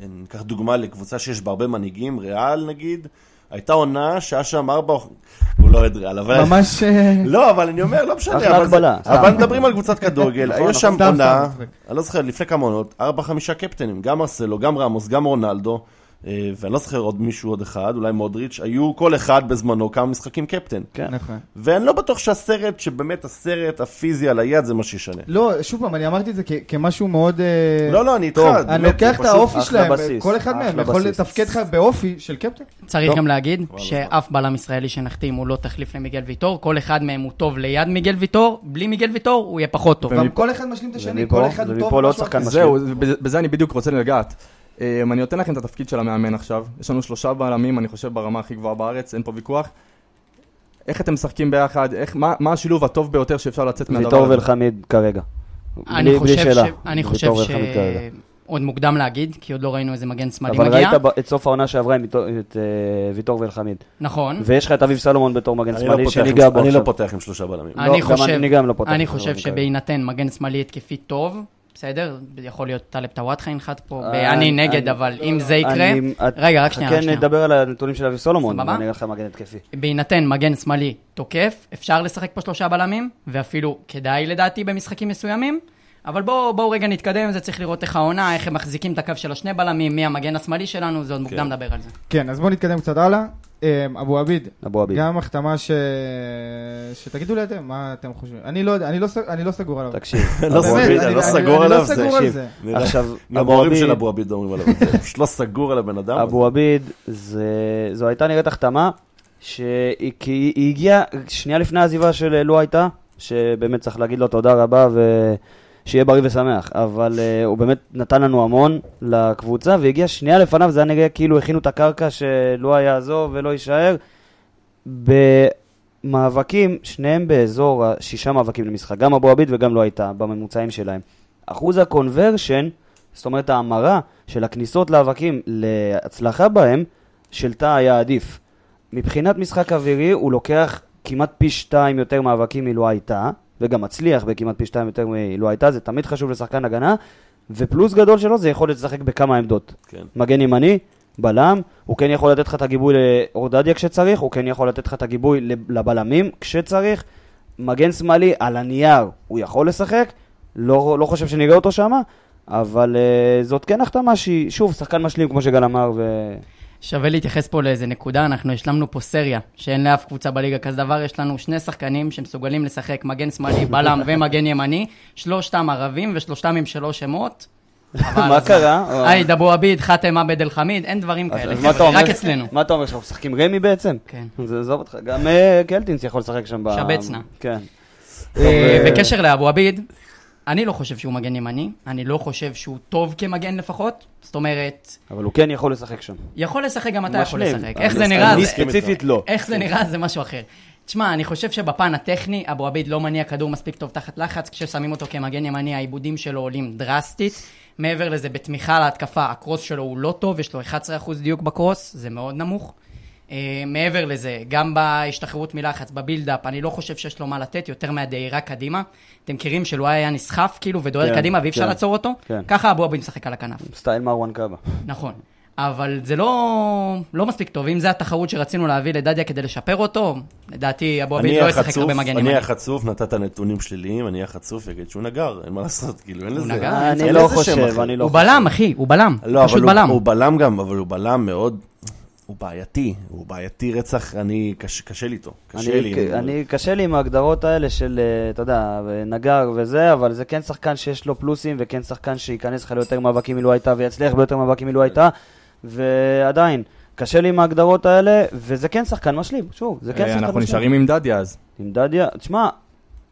[SPEAKER 7] אה, ניקח דוגמה לקבוצה שיש בה הרבה מנהיגים, ריאל נגיד, הייתה עונה שהיה שם ארבע... הוא לא אוהד ריאל, אבל...
[SPEAKER 2] ממש... אה,
[SPEAKER 7] לא, אבל אני אומר, לא משנה,
[SPEAKER 3] אחלה
[SPEAKER 7] אבל, זה,
[SPEAKER 3] הקבלה, סתם.
[SPEAKER 7] אבל מדברים על קבוצת כדורגל,
[SPEAKER 2] נכון,
[SPEAKER 7] היו
[SPEAKER 2] נכון,
[SPEAKER 7] שם
[SPEAKER 2] סתם,
[SPEAKER 7] עונה,
[SPEAKER 2] סתם, מצחיק.
[SPEAKER 7] אני לא זוכר, לפני כמה עונות, ארבע, חמישה קפטנים, גם מרסלו, גם רמוס, גם רונלדו, אה, ואני לא זוכר עוד מישהו, עוד אחד, אולי מודריץ', היו כל אחד בזמנו כמה משחקים קפטן.
[SPEAKER 2] נכון.
[SPEAKER 7] ואני לא בטוח שהסרט, שבאמת הסרט הפיזי על היד זה מה שישנה.
[SPEAKER 2] לא, שוב פעם, אני אמרתי את זה כ- כמשהו מאוד... אה,
[SPEAKER 7] לא, לא, אני איתך.
[SPEAKER 3] טוב,
[SPEAKER 7] באמת,
[SPEAKER 2] אני
[SPEAKER 7] זה
[SPEAKER 2] לוקח את
[SPEAKER 7] פשוט-
[SPEAKER 2] האופי
[SPEAKER 3] אחלה
[SPEAKER 2] שלהם,
[SPEAKER 3] בסיס,
[SPEAKER 2] כל אחד
[SPEAKER 3] אחלה
[SPEAKER 2] מהם יכול
[SPEAKER 3] בסיס.
[SPEAKER 2] לתפקד לך באופי של קפטן.
[SPEAKER 3] לא.
[SPEAKER 4] צריך גם להגיד
[SPEAKER 7] וואלה,
[SPEAKER 4] שאף בלם ישראלי שנחתים הוא לא תחליף למיגל ויטור, כל אחד מהם הוא טוב ליד מיגל ויטור, בלי מיגל ויטור הוא יהיה פחות טוב.
[SPEAKER 2] גם כל אחד משלים את השני, כל
[SPEAKER 3] ומפה-
[SPEAKER 2] אחד הוא טוב.
[SPEAKER 3] ומפה לא
[SPEAKER 2] במשהו
[SPEAKER 3] שחקן
[SPEAKER 2] אחר.
[SPEAKER 1] זהו, בזה- בזה אני בדיוק רוצה לגעת. אמ, אני נותן לכם את התפקיד של המאמן עכשיו. יש לנו שלושה בלמים, אני חושב, ברמה הכי גבוהה בארץ, אין פה ויכוח. איך אתם משחקים ביחד? איך, מה, מה השילוב הטוב ביותר שאפשר לצאת מהדבר הזה?
[SPEAKER 3] ויטור ולחמיד כרגע.
[SPEAKER 4] אני
[SPEAKER 3] בלי- בלי
[SPEAKER 4] חושב ש...
[SPEAKER 3] שאלה.
[SPEAKER 4] אני חושב
[SPEAKER 3] ויטור
[SPEAKER 4] ש...
[SPEAKER 3] ולחמיד כרגע.
[SPEAKER 4] עוד מוקדם להגיד, כי עוד לא ראינו איזה מגן שמאלי
[SPEAKER 3] אבל
[SPEAKER 4] מגיע.
[SPEAKER 3] ראית ב- את סוף העונה שעברה עם ויטור- את אה, ויטור ואלחמיד.
[SPEAKER 4] נכון.
[SPEAKER 3] ויש לך את אביב סלומון בתור מגן
[SPEAKER 7] אני לא
[SPEAKER 3] שמאלי
[SPEAKER 7] פותח עם-
[SPEAKER 3] שניגע בו עכשיו.
[SPEAKER 7] אני לא פותח עם שלושה בלמים.
[SPEAKER 3] לא, גם אני גם לא פותח
[SPEAKER 4] אני
[SPEAKER 3] את
[SPEAKER 4] חושב
[SPEAKER 3] הדברים
[SPEAKER 4] שבהינתן מגן שמאלי התקפי טוב, בסדר? יכול להיות טלב טוואטחה ינחת פה,
[SPEAKER 3] אה,
[SPEAKER 4] ואני
[SPEAKER 3] אני-
[SPEAKER 4] נגד,
[SPEAKER 3] אני-
[SPEAKER 4] אבל אם זה יקרה...
[SPEAKER 3] אני- את-
[SPEAKER 4] רגע, רק שנייה, רק
[SPEAKER 3] חכה
[SPEAKER 4] שנייה.
[SPEAKER 3] נדבר על הנתונים של אביב סולומון,
[SPEAKER 4] סבבה?
[SPEAKER 3] ואני אראה לך מגן התקפי.
[SPEAKER 4] בהינתן מגן שמאלי תוקף, אפשר לשחק פה שלושה בלמים, ואפילו כדאי לדעתי במשחקים מסוימים, אבל בואו בוא רגע נתקדם, זה צריך לראות איך העונה, איך הם מחזיקים את הקו של השני בלמים, מי המגן השמאלי שלנו, זה עוד מוקדם
[SPEAKER 7] כן.
[SPEAKER 4] לדבר על זה.
[SPEAKER 2] כן, אז בואו נתקדם קצת הלאה. אמ, אבו עביד,
[SPEAKER 3] אבו עביד.
[SPEAKER 2] גם החתמה ש... שתגידו לי אתם, מה אתם חושבים? אני לא יודע, אני לא ס- אני לא סגור עליו.
[SPEAKER 3] תקשיב.
[SPEAKER 7] לא
[SPEAKER 2] באמת,
[SPEAKER 7] סגור,
[SPEAKER 2] אני-
[SPEAKER 7] אני לא
[SPEAKER 2] אני-
[SPEAKER 7] סגור
[SPEAKER 2] אני לא
[SPEAKER 7] עליו, זה
[SPEAKER 2] סגור על
[SPEAKER 7] תקשיב.
[SPEAKER 2] זה.
[SPEAKER 7] נראה-
[SPEAKER 3] עכשיו,
[SPEAKER 7] גם
[SPEAKER 3] אבו
[SPEAKER 7] ההורים
[SPEAKER 3] עביד-
[SPEAKER 7] של אבו עביד אומרים עליו את זה. פשוט לא סגור על הבן אדם.
[SPEAKER 3] אבו עביד, זה- זו הייתה נראית החתמה שהיא כי היא- היא הגיעה שנייה לפני העזיבה של אה, לו הייתה, שבאמת צריך להגיד לו תודה רבה ושיהיה בריא ושמח, אבל אה, הוא באמת נתן לנו המון לקבוצה, והגיע שנייה לפניו, זה היה נראה כאילו הכינו את הקרקע שלו יעזוב ולא יישאר. במאבקים, שניהם באזור השישה מאבקים למשחק, גם אבו עביד וגם לא הייתה, בממוצעים שלהם. אחוז הקונברשן, זאת אומרת ההמרה של הכניסות לאבקים להצלחה בהם, של תא היה עדיף. מבחינת משחק אווירי הוא לוקח כמעט פי שתיים יותר מאבקים מלא הייתה, וגם מצליח בכמעט פי שתיים יותר מלא הייתה, זה תמיד חשוב לשחקן הגנה, ופלוס גדול שלו זה יכולת לשחק בכמה עמדות.
[SPEAKER 7] כן.
[SPEAKER 3] מגן ימני, בלם, הוא כן יכול לתת לך את הגיבוי לאורדדיה כשצריך, הוא כן יכול לתת לך את הגיבוי לב- לבלמים כשצריך. מגן שמאלי, על הנייר הוא יכול לשחק, לא, לא חושב שנראה אותו שמה, אבל uh, זאת כן החתמה שהיא, שוב, שחקן משלים כמו שגל אמר, ו...
[SPEAKER 4] שווה להתייחס פה לאיזה נקודה, אנחנו השלמנו פה סריה, שאין לאף קבוצה בליגה כזה דבר, יש לנו שני שחקנים שמסוגלים לשחק מגן שמאלי, בלם ומגן ימני, שלושתם ערבים ושלושתם עם שלוש שמות. אבל
[SPEAKER 3] מה
[SPEAKER 4] אז
[SPEAKER 3] קרה? אה,
[SPEAKER 4] עאיד אבו עביד, חאתם עבד אל חמיד, אין דברים
[SPEAKER 3] אז-
[SPEAKER 4] כאלה,
[SPEAKER 3] אז מה אתה
[SPEAKER 4] חבר'ה,
[SPEAKER 3] אומר?
[SPEAKER 4] רק אצלנו.
[SPEAKER 3] מה אתה אומר, שאנחנו משחקים רמי בעצם?
[SPEAKER 4] כן.
[SPEAKER 3] זה עזוב אותך, גם אה, קלטינס יכול לשחק שם ב...
[SPEAKER 4] שבצנה.
[SPEAKER 3] כן.
[SPEAKER 4] אה, בקשר לאבו עביד, אני לא חושב שהוא מגן ימני, אני לא חושב שהוא טוב כמגן לפחות, זאת אומרת,
[SPEAKER 3] אבל הוא כן יכול לשחק שם.
[SPEAKER 4] יכול לשחק גם אתה יכול
[SPEAKER 3] משלים.
[SPEAKER 4] לשחק,
[SPEAKER 3] אני-
[SPEAKER 4] איך זה נראה?
[SPEAKER 3] אני
[SPEAKER 4] זה-
[SPEAKER 3] ספציפית לא.
[SPEAKER 4] איך זה נראה זה משהו אחר. תשמע, אני חושב שבפן הטכני, אבו עביד לא מניע כדור מספיק טוב תחת לחץ, כששמים אותו כמגן ימני, העיבודים שלו עולים דרסטית. מעבר לזה, בתמיכה להתקפה, הקרוס שלו הוא לא טוב, יש לו 11% דיוק בקרוס, זה מאוד נמוך. אה, מעבר לזה, גם בהשתחררות מלחץ, בבילדאפ, אני לא חושב שיש לו מה לתת יותר מהדהירה קדימה. אתם מכירים שלואי היה נסחף כאילו ודוהר
[SPEAKER 3] כן,
[SPEAKER 4] קדימה ואי אפשר
[SPEAKER 3] כן,
[SPEAKER 4] לעצור אותו?
[SPEAKER 3] כן.
[SPEAKER 4] ככה אבו עביד משחק על הכנף.
[SPEAKER 3] סטייל מרואן קאבה.
[SPEAKER 4] נכון. אבל זה לא, לא מספיק טוב. אם זה התחרות שרצינו להביא לדדיה כדי לשפר אותו, לדעתי אבו עביד
[SPEAKER 7] אני
[SPEAKER 4] לא
[SPEAKER 7] אהיה
[SPEAKER 4] ישחק
[SPEAKER 7] חצוף,
[SPEAKER 4] הרבה מגן
[SPEAKER 7] אני
[SPEAKER 4] ימני.
[SPEAKER 7] אהיה חצוף, נתת נתונים שליליים, אני אהיה חצוף, יגיד שהוא נגר, אין מה לעשות, כאילו, אין לזה.
[SPEAKER 4] נגר,
[SPEAKER 7] אין
[SPEAKER 3] אני
[SPEAKER 7] לזה
[SPEAKER 3] לא
[SPEAKER 7] שם
[SPEAKER 3] חושב,
[SPEAKER 7] אחר.
[SPEAKER 3] אני לא
[SPEAKER 4] הוא
[SPEAKER 3] חושב.
[SPEAKER 4] בלם, אחי, הוא בלם.
[SPEAKER 7] לא,
[SPEAKER 4] פשוט
[SPEAKER 7] אבל
[SPEAKER 4] בלם.
[SPEAKER 7] הוא, הוא בלם גם, אבל הוא בלם מאוד, הוא בעייתי, הוא בעייתי רצח, אני, קשה, קשה לי איתו, קשה
[SPEAKER 3] אני,
[SPEAKER 7] לי.
[SPEAKER 3] כ- אני קשה לי עם ההגדרות האלה של, אה, אתה יודע, נגר וזה, אבל זה כן שחקן שיש לו פלוסים, וכן שחקן שייכנס לך ליותר מאבקים מלא הייתה, ויצליח ביותר מאבקים מלא הייתה, ועדיין, קשה לי עם ההגדרות האלה, וזה כן שחקן משלים, שוב, זה כן
[SPEAKER 1] אה,
[SPEAKER 3] שחקן
[SPEAKER 1] אנחנו
[SPEAKER 3] משלים.
[SPEAKER 1] נשארים עם דדיה אז.
[SPEAKER 3] עם דדיה, תשמע,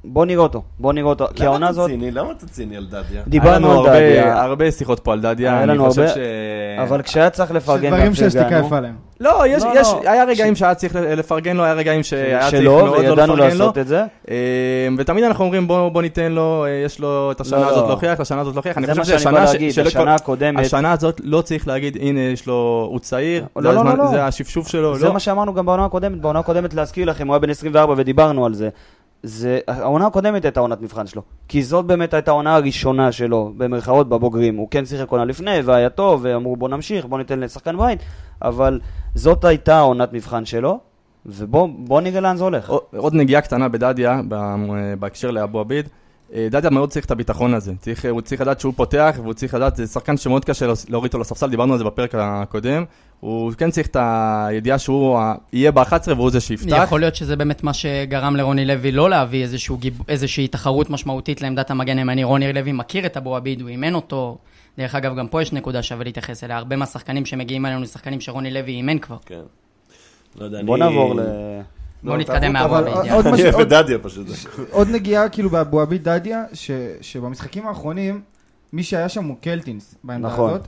[SPEAKER 3] בוא נראה אותו, בוא נראה אותו, כי העונה
[SPEAKER 7] למה אתה
[SPEAKER 3] הזאת,
[SPEAKER 7] ציני? למה אתה ציני על דדיה?
[SPEAKER 3] דיברנו
[SPEAKER 1] היה לנו
[SPEAKER 3] על
[SPEAKER 1] הרבה-
[SPEAKER 3] דדיה,
[SPEAKER 1] הרבה שיחות פה על
[SPEAKER 3] היה
[SPEAKER 1] דדיה, אני
[SPEAKER 3] לנו
[SPEAKER 1] חושב
[SPEAKER 3] הרבה-
[SPEAKER 1] ש...
[SPEAKER 3] אבל כשהיה צריך לפרגן,
[SPEAKER 2] דברים
[SPEAKER 3] דווקא
[SPEAKER 2] שהשתיקה
[SPEAKER 3] הגענו.
[SPEAKER 2] יפה להם.
[SPEAKER 1] לא, יש,
[SPEAKER 3] לא,
[SPEAKER 1] יש,
[SPEAKER 3] לא.
[SPEAKER 1] היה רגעים שהיה צריך לפרגן לו, היה רגעים שהיה צריך
[SPEAKER 3] שלא,
[SPEAKER 1] מאוד לא
[SPEAKER 3] וידענו
[SPEAKER 1] לפרגן לו.
[SPEAKER 3] לעשות את זה.
[SPEAKER 1] אה, ותמיד אנחנו אומרים בוא, בוא ניתן לו, אה, יש לו את השנה
[SPEAKER 3] לא,
[SPEAKER 1] הזאת
[SPEAKER 3] לא.
[SPEAKER 1] להוכיח, את השנה הזאת להוכיח. אני
[SPEAKER 3] זה
[SPEAKER 1] חושב
[SPEAKER 3] מה שאני
[SPEAKER 1] שהשנה
[SPEAKER 3] בא
[SPEAKER 1] ש-
[SPEAKER 3] להגיד,
[SPEAKER 1] שלא
[SPEAKER 3] השנה
[SPEAKER 1] כבר-
[SPEAKER 3] הקודמת,
[SPEAKER 1] השנה הזאת לא צריך להגיד הנה יש לו, הוא צעיר,
[SPEAKER 3] לא,
[SPEAKER 1] זה
[SPEAKER 3] לא,
[SPEAKER 1] הזמן-
[SPEAKER 3] לא, לא.
[SPEAKER 1] זה השפשוף שלו,
[SPEAKER 3] זה
[SPEAKER 1] לא.
[SPEAKER 3] מה שאמרנו גם בעונה הקודמת, בעונה הקודמת להזכיר לכם, הוא היה בן 24 ודיברנו על זה. זה, העונה הקודמת הייתה עונת מבחן שלו, כי זאת באמת הייתה העונה הראשונה שלו, במרכאות, בבוגרים. הוא כן שיחק עונה לפני, והיה טוב, ואמרו בוא נמשיך, בוא ניתן לשחקן בית, אבל זאת הייתה עונת מבחן שלו, ובוא בוא נראה לאן זה הולך.
[SPEAKER 1] עוד- עוד נגיעה קטנה בדדיה, ב- בהקשר לאבו עביד. אה, דדיה מאוד צריך את הביטחון הזה, צריך, הוא צריך לדעת שהוא פותח והוא צריך לדעת, זה שחקן שמאוד קשה להוס- להוריד אותו לספסל, דיברנו על זה בפרק הקודם, הוא כן צריך את הידיעה שהוא ה- יהיה ב-11 והוא זה שיפתח.
[SPEAKER 4] יכול להיות שזה באמת מה שגרם לרוני לוי לא להביא איזשהו גיב... איזושהי תחרות משמעותית לעמדת המגן הימני. רוני לוי מכיר את אבו עביד, הוא אימן אותו. דרך אגב, גם פה יש נקודה שווה להתייחס אליה. הרבה מהשחקנים שמגיעים אלינו זה שחקנים שרוני לוי אימן כבר.
[SPEAKER 7] כן. לא יודע,
[SPEAKER 3] בוא
[SPEAKER 7] אני-
[SPEAKER 3] נעבור ל...
[SPEAKER 7] לא,
[SPEAKER 4] בוא נתקדם
[SPEAKER 7] תעבור-
[SPEAKER 4] מהאבו
[SPEAKER 2] אבל
[SPEAKER 4] עביד.
[SPEAKER 2] עוד משהו-
[SPEAKER 7] אני אוהב
[SPEAKER 2] עוד-
[SPEAKER 7] את דדיה פשוט.
[SPEAKER 2] עוד נגיעה כאילו באבו עביד דדיה, ש- שבמשחקים האחרונים, מי שהיה שם הוא קלטינס בעמדה
[SPEAKER 3] נכון.
[SPEAKER 2] הזאת,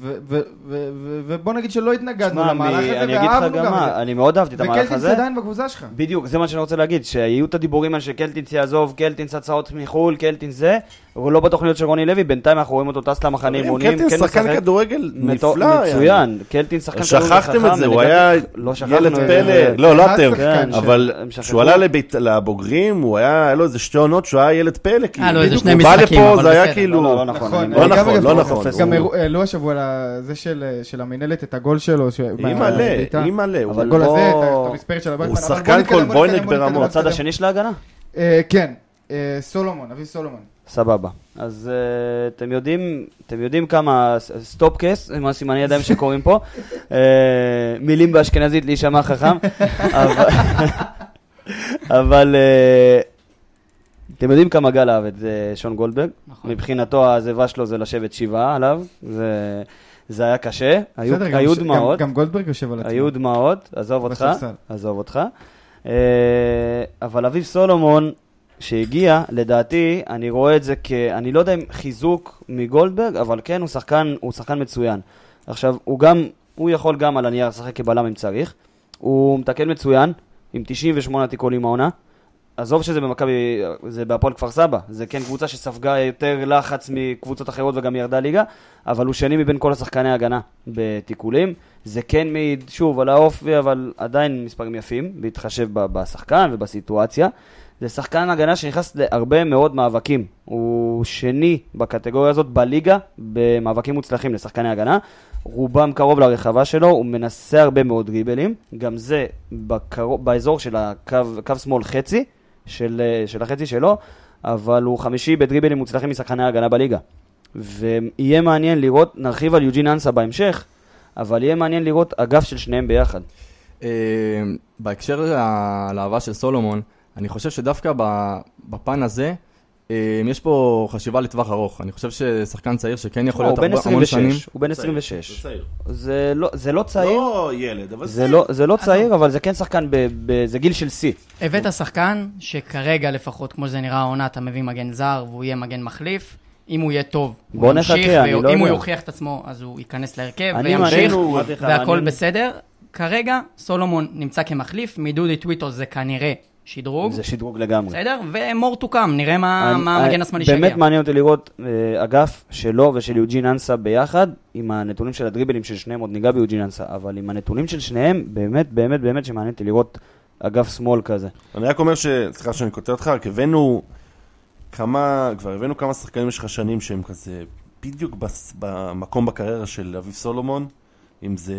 [SPEAKER 2] ו- ו- ו- ו- ובוא נגיד שלא התנגדנו
[SPEAKER 3] שמע,
[SPEAKER 2] למהלך
[SPEAKER 3] אני-
[SPEAKER 2] הזה,
[SPEAKER 3] אני אגיד לך
[SPEAKER 2] ואהבנו
[SPEAKER 3] גם
[SPEAKER 2] גם את
[SPEAKER 3] מה,
[SPEAKER 2] זה.
[SPEAKER 3] אני מאוד אהבתי את המהלך
[SPEAKER 2] וקלטינס
[SPEAKER 3] הזה. נכון,
[SPEAKER 2] עדיין בקבוצה שלך.
[SPEAKER 3] בדיוק, זה מה שאני רוצה להגיד, שהיו את הדיבורים על שקלטינס יעזוב, קלטינס הצעות מחו"ל, קלטינס זה, הוא לא בתוכניות של רוני לוי, בינתיים אנחנו רואים אותו טס למחנה אימונים,
[SPEAKER 7] קלטין שחקן כדורגל נפלא. היה.
[SPEAKER 3] כן מצוין, קלטינס שחקן כדורגל
[SPEAKER 7] שכחתם
[SPEAKER 3] חכם,
[SPEAKER 7] את זה, הוא
[SPEAKER 3] אני
[SPEAKER 7] היה
[SPEAKER 3] גם- לא שכחנו
[SPEAKER 7] ילד
[SPEAKER 3] את זה.
[SPEAKER 7] פלא. לא, לא
[SPEAKER 2] אחד
[SPEAKER 7] אתם.
[SPEAKER 2] שחקן
[SPEAKER 3] כן,
[SPEAKER 7] אבל
[SPEAKER 3] הם שכחו.
[SPEAKER 7] כשהוא עלה לבית- לבוגרים, הוא היה, היה לו איזה שתי עונות שהוא היה ילד פלא. כאילו.
[SPEAKER 4] אה, לא, איזה
[SPEAKER 7] בדיוק,
[SPEAKER 4] שני
[SPEAKER 7] הוא בא
[SPEAKER 4] משחקים,
[SPEAKER 7] לפה,
[SPEAKER 4] אבל
[SPEAKER 7] זה היה
[SPEAKER 4] בסדר.
[SPEAKER 7] כאילו...
[SPEAKER 3] לא, לא, לא נכון,
[SPEAKER 2] נכון,
[SPEAKER 3] אני-
[SPEAKER 7] לא
[SPEAKER 2] גם
[SPEAKER 7] נכון,
[SPEAKER 2] אגב,
[SPEAKER 7] לא
[SPEAKER 2] הוא
[SPEAKER 7] נכון.
[SPEAKER 3] תופס.
[SPEAKER 2] גם אה, לא
[SPEAKER 7] הוא-
[SPEAKER 2] הראו- העלו השבוע לזה של אה, של המינהלת, את הגול שלו. ש-
[SPEAKER 7] אימא'לה,
[SPEAKER 2] בבעיטה.
[SPEAKER 7] אימא'לה. לא
[SPEAKER 3] אבל לא-
[SPEAKER 2] הגול
[SPEAKER 3] בוא-
[SPEAKER 2] הזה, את ה- את המספרת של הבית.
[SPEAKER 7] הוא
[SPEAKER 2] אבל
[SPEAKER 7] שחקן
[SPEAKER 2] בוא נתקדם, בוא
[SPEAKER 7] קולבויניק
[SPEAKER 2] נתקדם, בוא נתקדם,
[SPEAKER 7] ברמות.
[SPEAKER 2] בוא
[SPEAKER 3] לא, הצד
[SPEAKER 2] נתקדם.
[SPEAKER 3] השני של ההגנה?
[SPEAKER 2] אה, כן, אה, סולומון, אביב סולומון.
[SPEAKER 3] סבבה. אז אה, אתם יודעים, אתם יודעים כמה סטופקס, עם הסימני ידיים שקוראים פה, אה, מילים באשכנזית להישמע חכם, אבל- אבל אה, אתם יודעים כמה גל אהב את זה שון גולדברג,
[SPEAKER 4] נכון.
[SPEAKER 3] מבחינתו העזיבה שלו זה לשבת שבעה עליו, זה- זה היה קשה, היו
[SPEAKER 2] בסדר, גם
[SPEAKER 3] היו
[SPEAKER 2] ש- גם-
[SPEAKER 3] דמעות.
[SPEAKER 2] גם גולדברג יושב על עצמו.
[SPEAKER 3] היו דמעות, עזוב אותך,
[SPEAKER 2] בספסל.
[SPEAKER 3] עזוב אותך. אה, אבל אביב סולומון, שהגיע, לדעתי, אני רואה את זה כ... אני לא יודע אם חיזוק מגולדברג, אבל כן, הוא שחקן, הוא שחקן מצוין. עכשיו, הוא גם, הוא יכול גם על הנייר לשחק כבלם אם צריך. הוא מתקן מצוין, עם 98 תיקולים העונה. עזוב שזה במכבי, זה בהפועל כפר סבא, זה כן קבוצה שספגה יותר לחץ מקבוצות אחרות וגם ירדה ליגה, אבל הוא שני מבין כל השחקני ההגנה בתיקולים. זה כן מעיד, שוב, על האופי, אבל עדיין מספרים יפים, בהתחשב ב- בשחקן ובסיטואציה. זה שחקן הגנה שנכנס להרבה מאוד מאבקים. הוא שני בקטגוריה הזאת בליגה במאבקים מוצלחים לשחקני הגנה. רובם קרוב לרחבה שלו, הוא מנסה הרבה מאוד דריבלים. גם זה בקרו, באזור של הקו קו שמאל חצי, של, אה, של החצי שלו, אבל הוא חמישי בדריבלים מוצלחים משחקני ההגנה בליגה. ויהיה מעניין לראות, נרחיב על יוג'ין אנסה בהמשך, אבל יהיה מעניין לראות אגף של שניהם ביחד.
[SPEAKER 1] אה, בהקשר לה- לאהבה של סולומון, אני חושב שדווקא ב- בפן הזה, אה, יש פה חשיבה לטווח ארוך. אני חושב ששחקן צעיר שכן יכול
[SPEAKER 3] הוא
[SPEAKER 1] להיות
[SPEAKER 3] בן
[SPEAKER 1] הרבה- המון שנים.
[SPEAKER 3] 26, הוא בן 26.
[SPEAKER 7] צעיר.
[SPEAKER 3] זה לא, זה לא צעיר,
[SPEAKER 7] לא ילד, אבל
[SPEAKER 3] זה לא, זה לא צעיר, אבל זה כן שחקן, ב, ב, זה גיל של שיא.
[SPEAKER 4] הבאת שחקן שכרגע לפחות, כמו שזה נראה העונה, אתה מביא מגן זר והוא יהיה מגן מחליף. אם הוא יהיה טוב, הוא
[SPEAKER 3] בוא
[SPEAKER 4] ימשיך,
[SPEAKER 3] נחכה, אני
[SPEAKER 4] והוא-
[SPEAKER 3] לא
[SPEAKER 4] אם הוא
[SPEAKER 3] יודע.
[SPEAKER 4] יוכיח את עצמו, אז הוא ייכנס להרכב
[SPEAKER 3] אני מעניין,
[SPEAKER 4] וימשיך,
[SPEAKER 3] הוא- אמרתי לך,
[SPEAKER 4] והכל
[SPEAKER 3] מעניין.
[SPEAKER 4] בסדר. כרגע סולומון נמצא כמחליף, מדודי טוויטו זה כנראה שדרוג,
[SPEAKER 3] זה שדרוג לגמרי.
[SPEAKER 4] בסדר? ומור תוקם, נראה מה
[SPEAKER 3] אני-
[SPEAKER 4] מה
[SPEAKER 3] אני-
[SPEAKER 4] המגן השמאלי שיגיע.
[SPEAKER 3] באמת מעניין אותי לראות אה, אגף שלו ושל יוג'ין אנסה ביחד, עם הנתונים של הדריבלים של שניהם, עוד ניגע ביוג'ין אנסה, אבל עם הנתונים של שניהם, באמת, באמת, באמת שמעניין אותי לראות אגף שמאל כזה.
[SPEAKER 7] אני רק אומר ש... סליחה שאני קוטע אותך, רק הבאנו כמה... כבר הבאנו כמה שחקנים במשך השנים שהם כזה בדיוק בס... במקום בקריירה של אביב סולומון, אם זה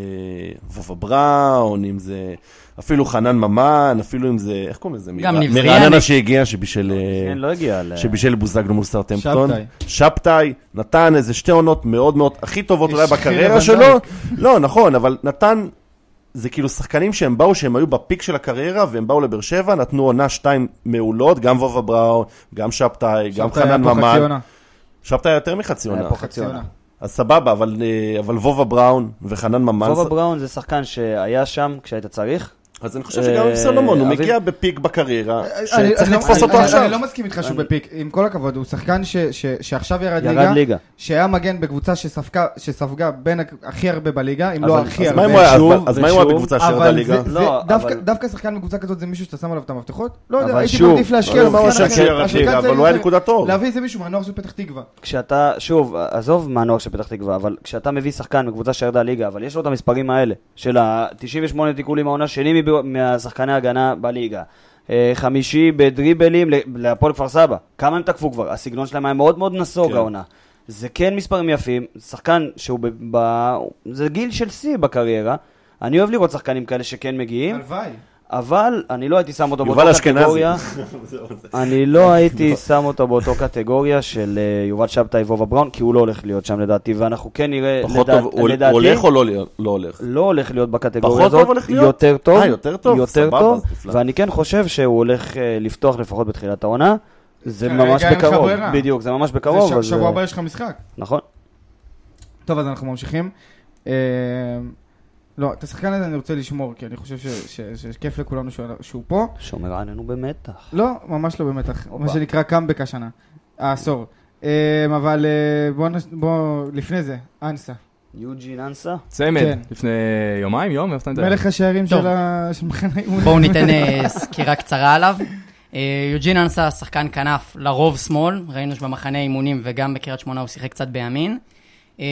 [SPEAKER 7] וובה בראון, אם זה אפילו חנן ממן, אפילו אם זה... איך קוראים לזה?
[SPEAKER 4] גם
[SPEAKER 7] מרע-
[SPEAKER 4] נבריאני.
[SPEAKER 7] מרעננה שהגיע, שבישל... אה,
[SPEAKER 3] כן, לא הגיע ל...
[SPEAKER 7] שבישל בוזגלו מול סאוטהמפטון.
[SPEAKER 2] שבתאי.
[SPEAKER 7] שבתאי, נתן איזה שתי עונות מאוד מאוד, הכי טובות אולי
[SPEAKER 2] השחיר
[SPEAKER 7] בקריירה
[SPEAKER 2] לבן
[SPEAKER 7] שלו.
[SPEAKER 2] דייק.
[SPEAKER 7] לא, נכון, אבל נתן, זה כאילו שחקנים שהם באו, שהם היו בפיק של הקריירה, והם באו לבאר שבע, נתנו עונה שתיים מעולות, גם וובה בראון, גם שבתאי, גם
[SPEAKER 2] שבתאי היה
[SPEAKER 7] חנן
[SPEAKER 2] פה חצי
[SPEAKER 7] ממן.
[SPEAKER 2] עונה.
[SPEAKER 7] שבתאי היה יותר מחצי
[SPEAKER 3] היה
[SPEAKER 7] עונה.
[SPEAKER 3] פה חצי
[SPEAKER 2] חצי
[SPEAKER 3] עונה.
[SPEAKER 2] עונה.
[SPEAKER 7] אז סבבה, אבל אה, אבל וובה בראון וחנן ממן,
[SPEAKER 3] וובה בראון זה שחקן שהיה שם כשהיית צריך,
[SPEAKER 7] אז אני חושב
[SPEAKER 2] אה,
[SPEAKER 7] שגם עם סולומון, הוא
[SPEAKER 3] אבל-
[SPEAKER 7] מגיע בפיק בקריירה,
[SPEAKER 2] אני-
[SPEAKER 7] שצריך
[SPEAKER 2] אני לא-
[SPEAKER 7] לתפוס
[SPEAKER 2] אני-
[SPEAKER 7] אותו
[SPEAKER 2] אני-
[SPEAKER 7] עכשיו.
[SPEAKER 2] אני לא מסכים איתך שהוא בפיק, עם כל הכבוד, הוא שחקן ש- ש- שעכשיו ירד
[SPEAKER 3] ירד
[SPEAKER 2] ליגה,
[SPEAKER 3] ליגה.
[SPEAKER 2] שהיה מגן בקבוצה שספגה- שספגה בין הכ- הכי הרבה בליגה, אם לא
[SPEAKER 3] אבל-
[SPEAKER 2] הכי
[SPEAKER 7] אז מה אם
[SPEAKER 2] הרבה.
[SPEAKER 7] הוא היה-
[SPEAKER 3] ושוב,
[SPEAKER 7] אבל- אז מה אם הוא היה
[SPEAKER 3] ושוב,
[SPEAKER 7] בקבוצה שירדה
[SPEAKER 2] אבל
[SPEAKER 7] ליגה?
[SPEAKER 2] זה- זה-
[SPEAKER 3] לא,
[SPEAKER 2] דווקא-
[SPEAKER 3] אבל-
[SPEAKER 2] דווקא שחקן מקבוצה כזאת זה מישהו שאתה שם עליו את המפתחות? לא יודע,
[SPEAKER 3] אבל
[SPEAKER 2] הייתי
[SPEAKER 3] שוב,
[SPEAKER 2] מעדיף
[SPEAKER 7] לא,
[SPEAKER 2] להשקיע
[SPEAKER 7] לא, מה הוא
[SPEAKER 2] בשחקן
[SPEAKER 7] עשה
[SPEAKER 2] אחר.
[SPEAKER 7] שירד
[SPEAKER 2] השחקן
[SPEAKER 7] ליגה, אבל
[SPEAKER 2] צעיר
[SPEAKER 7] הוא היה
[SPEAKER 2] יותר.
[SPEAKER 7] נקודה טוב.
[SPEAKER 2] להביא איזה מישהו מהנוער של פתח תקווה.
[SPEAKER 3] כשאתה, שוב, עזוב מהנוער של פתח תקווה, אבל כשאתה מביא שחקן מקבוצה שירדה ליגה, אבל יש לו את המספרים האלה, של ה-98 תיקולים העונה, שני מב- מהשחקני הגנה בליגה. אה, חמישי בדריבלים ל- להפועל כפר סבא. כמה הם תקפו כבר? הסגנון שלהם היה מאוד מאוד נסוג
[SPEAKER 7] כן.
[SPEAKER 3] העונה. זה כן מספרים יפים, שחקן שהוא ב... ב... זה גיל של שיא בקריירה. אני אוהב לראות שחקנים כאלה שכן מגיעים,
[SPEAKER 2] הלוואי.
[SPEAKER 3] אבל אני לא הייתי שם אותו
[SPEAKER 7] יובל
[SPEAKER 3] באותה
[SPEAKER 7] אשכנזי.
[SPEAKER 3] קטגוריה. אני לא הייתי שם אותו באותו קטגוריה של אה, יובל שבתאי וובה בראון, כי הוא לא הולך להיות שם לדעתי, ואנחנו כן נראה,
[SPEAKER 7] פחות
[SPEAKER 3] לדעת-
[SPEAKER 7] טוב, הוא
[SPEAKER 3] לדעתי,
[SPEAKER 7] הולך או לא לא הולך?
[SPEAKER 3] לא הולך להיות בקטגוריה
[SPEAKER 7] פחות טוב
[SPEAKER 3] הזאת,
[SPEAKER 7] הולך להיות?
[SPEAKER 3] יותר טוב,
[SPEAKER 7] אה, יותר טוב?
[SPEAKER 3] יותר
[SPEAKER 7] סבבה,
[SPEAKER 3] טוב,
[SPEAKER 7] אז נפלא.
[SPEAKER 3] ואני כן חושב שהוא הולך אה, לפתוח לפחות בתחילת העונה, זה
[SPEAKER 2] כרגע
[SPEAKER 3] ממש
[SPEAKER 2] אה, אין לך
[SPEAKER 3] בקרוב,
[SPEAKER 2] ברירה.
[SPEAKER 3] בדיוק, זה ממש
[SPEAKER 2] זה
[SPEAKER 3] בקרוב,
[SPEAKER 2] ש-
[SPEAKER 3] אז,
[SPEAKER 2] שבוע
[SPEAKER 3] אה,
[SPEAKER 2] הבא יש לך משחק.
[SPEAKER 3] נכון,
[SPEAKER 2] טוב, אז אנחנו ממשיכים. אמ, לא, את השחקן הזה אני רוצה לשמור, כי אני חושב ש- ש- שכיף לכולנו שהוא- שהוא פה.
[SPEAKER 3] שומר עלינו במתח.
[SPEAKER 2] לא, ממש לא במתח.
[SPEAKER 3] הופה.
[SPEAKER 2] מה שנקרא קאמבק השנה. העשור. אמ, אבל אה, בוא נש- בוא, לפני זה, אנסה.
[SPEAKER 3] יוג'ין אנסה?
[SPEAKER 1] צמד,
[SPEAKER 2] כן.
[SPEAKER 1] לפני יומיים, יום, איפה אתה יודע?
[SPEAKER 2] מלך השערים
[SPEAKER 4] טוב.
[SPEAKER 2] של ה- של מחנה אימון.
[SPEAKER 4] בואו ניתן אה, סקירה קצרה עליו. אה, יוג'ין אנסה, שחקן כנף, לרוב שמאל, ראינו שבמחנה אימונים וגם בקריית שמונה הוא שיחק קצת בימין. אה,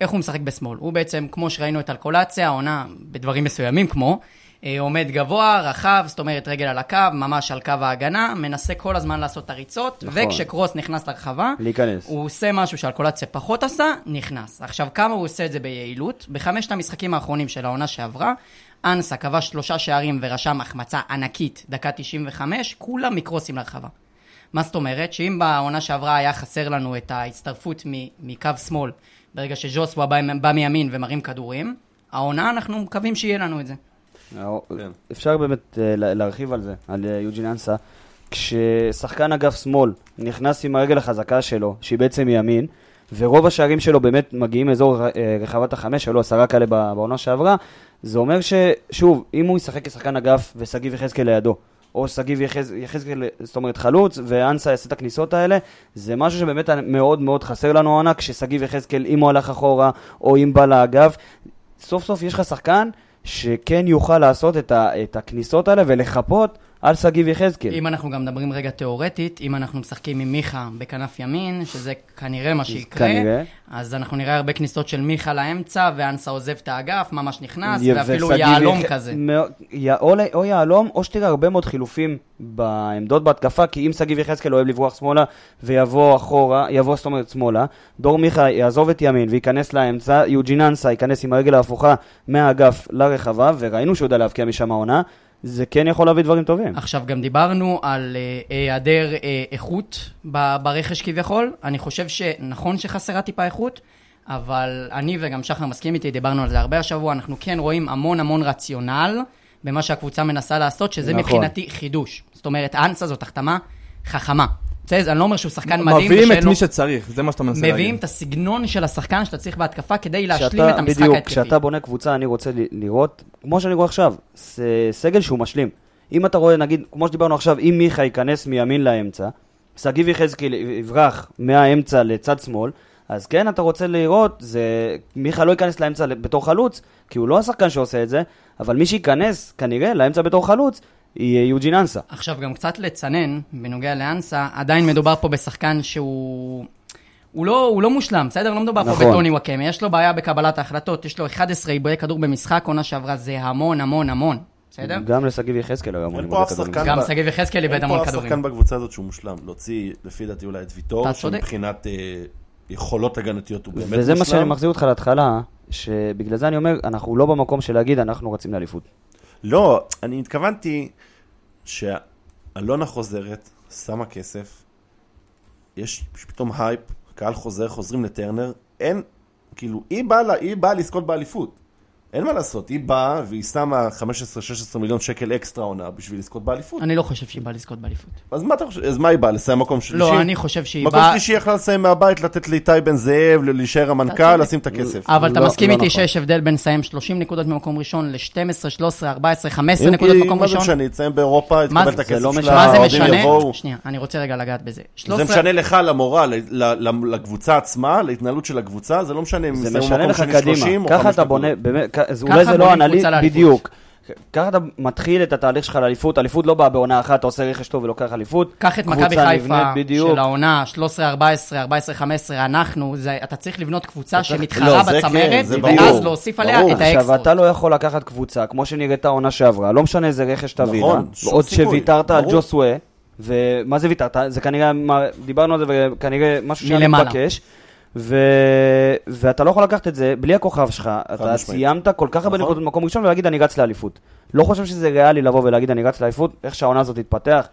[SPEAKER 4] איך הוא משחק בשמאל? הוא בעצם, כמו שראינו את אלקולציה, העונה בדברים מסוימים כמו, אה, עומד גבוה, רחב, זאת אומרת רגל על הקו, ממש על קו ההגנה, מנסה כל הזמן לעשות את הריצות,
[SPEAKER 3] נכון.
[SPEAKER 4] וכשקרוס נכנס לרחבה,
[SPEAKER 3] להיכנס.
[SPEAKER 4] הוא עושה משהו שאלקולציה פחות עשה, נכנס. עכשיו, כמה הוא עושה את זה ביעילות? בחמשת המשחקים האחרונים של העונה שעברה, אנסה כבש שלושה שערים ורשם החמצה ענקית, דקה 95, כולם מקרוסים לרחבה. מה זאת אומרת? שאם בעונה שעברה היה חסר לנו את ההצטרפות מ- מקו שמאל, ברגע שז'וסווה בא, בא מימין ומרים כדורים, העונה אנחנו מקווים שיהיה לנו את זה.
[SPEAKER 7] כן.
[SPEAKER 3] אפשר באמת אה, לה- להרחיב על זה, על אה, יוג'ין אנסה. כששחקן אגף שמאל נכנס עם הרגל החזקה שלו, שהיא בעצם ימין, ורוב השערים שלו באמת מגיעים מאזור אה, רחבת החמש, היו לו עשרה כאלה ב- בעונה שעברה, זה אומר ששוב, אם הוא ישחק כשחקן אגף ושגיב יחזקאל לידו, או שגיב יחז- יחזקאל, זאת אומרת חלוץ, ואנסה יעשה את הכניסות האלה, זה משהו שבאמת מאוד מאוד חסר לנו העונה, כששגיב יחזקאל, אם הוא הלך אחורה, או אם בא לאגף, סוף סוף יש לך שחקן שכן יוכל לעשות את, ה, את הכניסות האלה ולחפות על שגיב יחזקאל.
[SPEAKER 4] אם אנחנו גם מדברים רגע תיאורטית, אם אנחנו משחקים עם מיכה בכנף ימין, שזה כנראה מה שיקרה,
[SPEAKER 3] כנראה.
[SPEAKER 4] אז אנחנו נראה הרבה כניסות של מיכה לאמצע, ואנסה עוזב את האגף, ממש נכנס,
[SPEAKER 3] יב-
[SPEAKER 4] ואפילו
[SPEAKER 3] ושגיב
[SPEAKER 4] אה, יהלום
[SPEAKER 3] יח-
[SPEAKER 4] כזה.
[SPEAKER 3] מאוד- יה- או ל- או יהלום, או שתראה הרבה מאוד חילופים בעמדות בהתקפה, כי אם שגיב יחזקאל אוהב לברוח שמאלה ויבוא אחורה, יבוא זאת אומרת שמאלה, דור מיכה יעזוב את ימין וייכנס לאמצע, יוג'ין אנסה ייכנס עם הרגל ההפוכה מהאגף לרחבה, וראינו שהוא יודע להבקיע משם העונה, זה כן יכול להביא דברים טובים.
[SPEAKER 4] עכשיו, גם דיברנו על אה, היעדר אה, איכות ב- ברכש כביכול. אני חושב שנכון שחסרה טיפה איכות, אבל אני וגם שחר מסכים איתי, דיברנו על זה הרבה השבוע, אנחנו כן רואים המון המון רציונל במה שהקבוצה מנסה לעשות, שזה
[SPEAKER 3] נכון.
[SPEAKER 4] מבחינתי חידוש. זאת אומרת, אנסה זאת החתמה חכמה. בסדר, אני לא אומר שהוא שחקן מדהים
[SPEAKER 1] מביאים את
[SPEAKER 4] ושאין לו-
[SPEAKER 1] מי שצריך, זה מה שאתה מנסה להגיד.
[SPEAKER 4] מביאים את הסגנון של השחקן שאתה צריך בהתקפה כדי להשלים
[SPEAKER 3] כשאתה-
[SPEAKER 4] את המשחק
[SPEAKER 3] בדיוק,
[SPEAKER 4] ההתקפי.
[SPEAKER 3] כשאתה בונה קבוצה, אני רוצה ל- לראות, כמו שאני רואה עכשיו, ס- סגל שהוא משלים. אם אתה רואה, נגיד, כמו שדיברנו עכשיו, אם מיכה ייכנס מימין לאמצע, שגיב יחזקאל יברח מהאמצע לצד שמאל, אז כן, אתה רוצה לראות, זה... מיכה לא ייכנס לאמצע ל- בתור חלוץ, כי הוא לא השחקן שעושה את זה, אבל מי שייכנס, כנראה, לאמצע בתור חלוץ, יהיה יוג'ין אנסה.
[SPEAKER 4] עכשיו, גם קצת לצנן, בנוגע לאנסה, עדיין מדובר פה בשחקן שהוא... הוא לא, הוא לא מושלם, בסדר? לא מדובר
[SPEAKER 3] נכון.
[SPEAKER 4] פה בטוני וואקמה, יש לו בעיה בקבלת ההחלטות, יש לו 11 עיבויי כדור במשחק, עונה שעברה זה המון המון המון, בסדר?
[SPEAKER 3] גם לשגיב יחזקאל היום.
[SPEAKER 7] אין פה אף שחקן
[SPEAKER 4] גם
[SPEAKER 7] ב-
[SPEAKER 4] שגיב יחזקאל איבד
[SPEAKER 7] אין פה
[SPEAKER 4] המון
[SPEAKER 7] אף
[SPEAKER 4] כדורים.
[SPEAKER 7] שחקן בקבוצה הזאת שהוא מושלם. להוציא, לפי דעתי, אולי את ויטור,
[SPEAKER 4] אתה צודק.
[SPEAKER 7] שמבחינת אה, יכולות הגנתיות הוא באמת מושלם.
[SPEAKER 3] וזה מה שאני מחזיר אותך להתחלה, שבגלל זה אני אומר, אנחנו לא במקום של להגיד, אנחנו רצים לאליפות.
[SPEAKER 7] לא, אני התכוונתי שאלונה חוזרת, שמה כסף, יש פתאום הייפ, הקהל חוזר, חוזרים לטרנר, אין, כאילו, היא באה, לה- היא באה לזכות באליפות. אין מה לעשות, היא באה והיא שמה 15-16 מיליון שקל אקסטרה עונה בשביל לזכות באליפות.
[SPEAKER 4] אני לא חושב שהיא באה לזכות באליפות.
[SPEAKER 7] אז מה אתה חושב, אז מה היא באה, לסיים מקום שלישי?
[SPEAKER 4] לא, אני חושב שהיא
[SPEAKER 7] מקום
[SPEAKER 4] באה...
[SPEAKER 7] שלישי יכלה לסיים מהבית, לתת לאיתי בן זאב, ל- להישאר המנכ"ל, לשים את הכסף.
[SPEAKER 4] אבל אתה
[SPEAKER 3] לא-
[SPEAKER 4] מסכים
[SPEAKER 3] לא
[SPEAKER 4] איתי
[SPEAKER 3] נכון.
[SPEAKER 4] שיש הבדל בין לסיים 30 נקודות ממקום ראשון ל-12, 13, 14, 15
[SPEAKER 7] אם
[SPEAKER 4] נקודות
[SPEAKER 7] כי,
[SPEAKER 4] ממקום
[SPEAKER 7] מה זה
[SPEAKER 4] ראשון?
[SPEAKER 7] משנה, היא תסיים באירופה, היא
[SPEAKER 4] מה
[SPEAKER 7] תקבל
[SPEAKER 4] זה-
[SPEAKER 7] את
[SPEAKER 4] זה
[SPEAKER 7] הכסף
[SPEAKER 3] לא משנה.
[SPEAKER 7] שלה,
[SPEAKER 4] מה זה
[SPEAKER 7] האוהדים
[SPEAKER 4] משנה?
[SPEAKER 7] יבואו.
[SPEAKER 4] שנייה, אני רוצה רגע לגעת בזה.
[SPEAKER 7] זה
[SPEAKER 4] 13
[SPEAKER 7] משנה לך למורה, ל- ל- ל- לקבוצה עצמה, להתנהלות של הקבוצה, זה לא משנה אם
[SPEAKER 3] זה
[SPEAKER 7] יסיימו
[SPEAKER 3] משנה
[SPEAKER 7] מקום
[SPEAKER 3] לך
[SPEAKER 7] שני
[SPEAKER 3] קדימה.
[SPEAKER 7] 30 או 5
[SPEAKER 3] ככה אתה בונה, באמת, כ- זה-
[SPEAKER 4] ככה
[SPEAKER 3] אולי זה לא
[SPEAKER 4] בונים
[SPEAKER 3] אנליט,
[SPEAKER 4] קבוצה לאליפות.
[SPEAKER 3] בדיוק. ככה אתה מתחיל את התהליך שלך לאליפות, אליפות לא באה בעונה אחת, אתה עושה רכש טוב ולוקח אליפות.
[SPEAKER 4] קח את
[SPEAKER 3] קבוצה
[SPEAKER 4] מכבי
[SPEAKER 3] נבנית,
[SPEAKER 4] חיפה
[SPEAKER 3] בדיוק.
[SPEAKER 4] של העונה 13, 14, 14, 15, אנחנו, זה- אתה צריך לבנות קבוצה
[SPEAKER 7] לא,
[SPEAKER 4] שמתחרה
[SPEAKER 7] זה כן,
[SPEAKER 4] בצמרת,
[SPEAKER 7] זה
[SPEAKER 4] ואז
[SPEAKER 7] ברור.
[SPEAKER 4] להוסיף עליה
[SPEAKER 7] ברור.
[SPEAKER 4] את
[SPEAKER 3] עכשיו,
[SPEAKER 4] האקסטרות.
[SPEAKER 3] אתה לא יכול לקחת קבוצה, כמו שנראית העונה שעברה, לא משנה איזה רכש תביא לה,
[SPEAKER 7] נכון, שום
[SPEAKER 3] עוד
[SPEAKER 7] סיכוי,
[SPEAKER 3] שוויתרת על
[SPEAKER 7] ברור.
[SPEAKER 3] ג'וסווה, ומה זה ויתרת? זה כנראה, מה- דיברנו על זה, וכנראה משהו שהיה
[SPEAKER 4] מלמעלה.
[SPEAKER 3] מתבקש, ו... ואתה לא יכול לקחת את זה בלי הכוכב שלך, אתה
[SPEAKER 7] משמעית.
[SPEAKER 3] סיימת כל כך הרבה
[SPEAKER 7] נכון.
[SPEAKER 3] נקודות במקום ראשון ולהגיד אני רץ לאליפות. לא חושב שזה ריאלי לבוא ולהגיד אני רץ לאליפות, איך שהעונה הזאת תתפתח.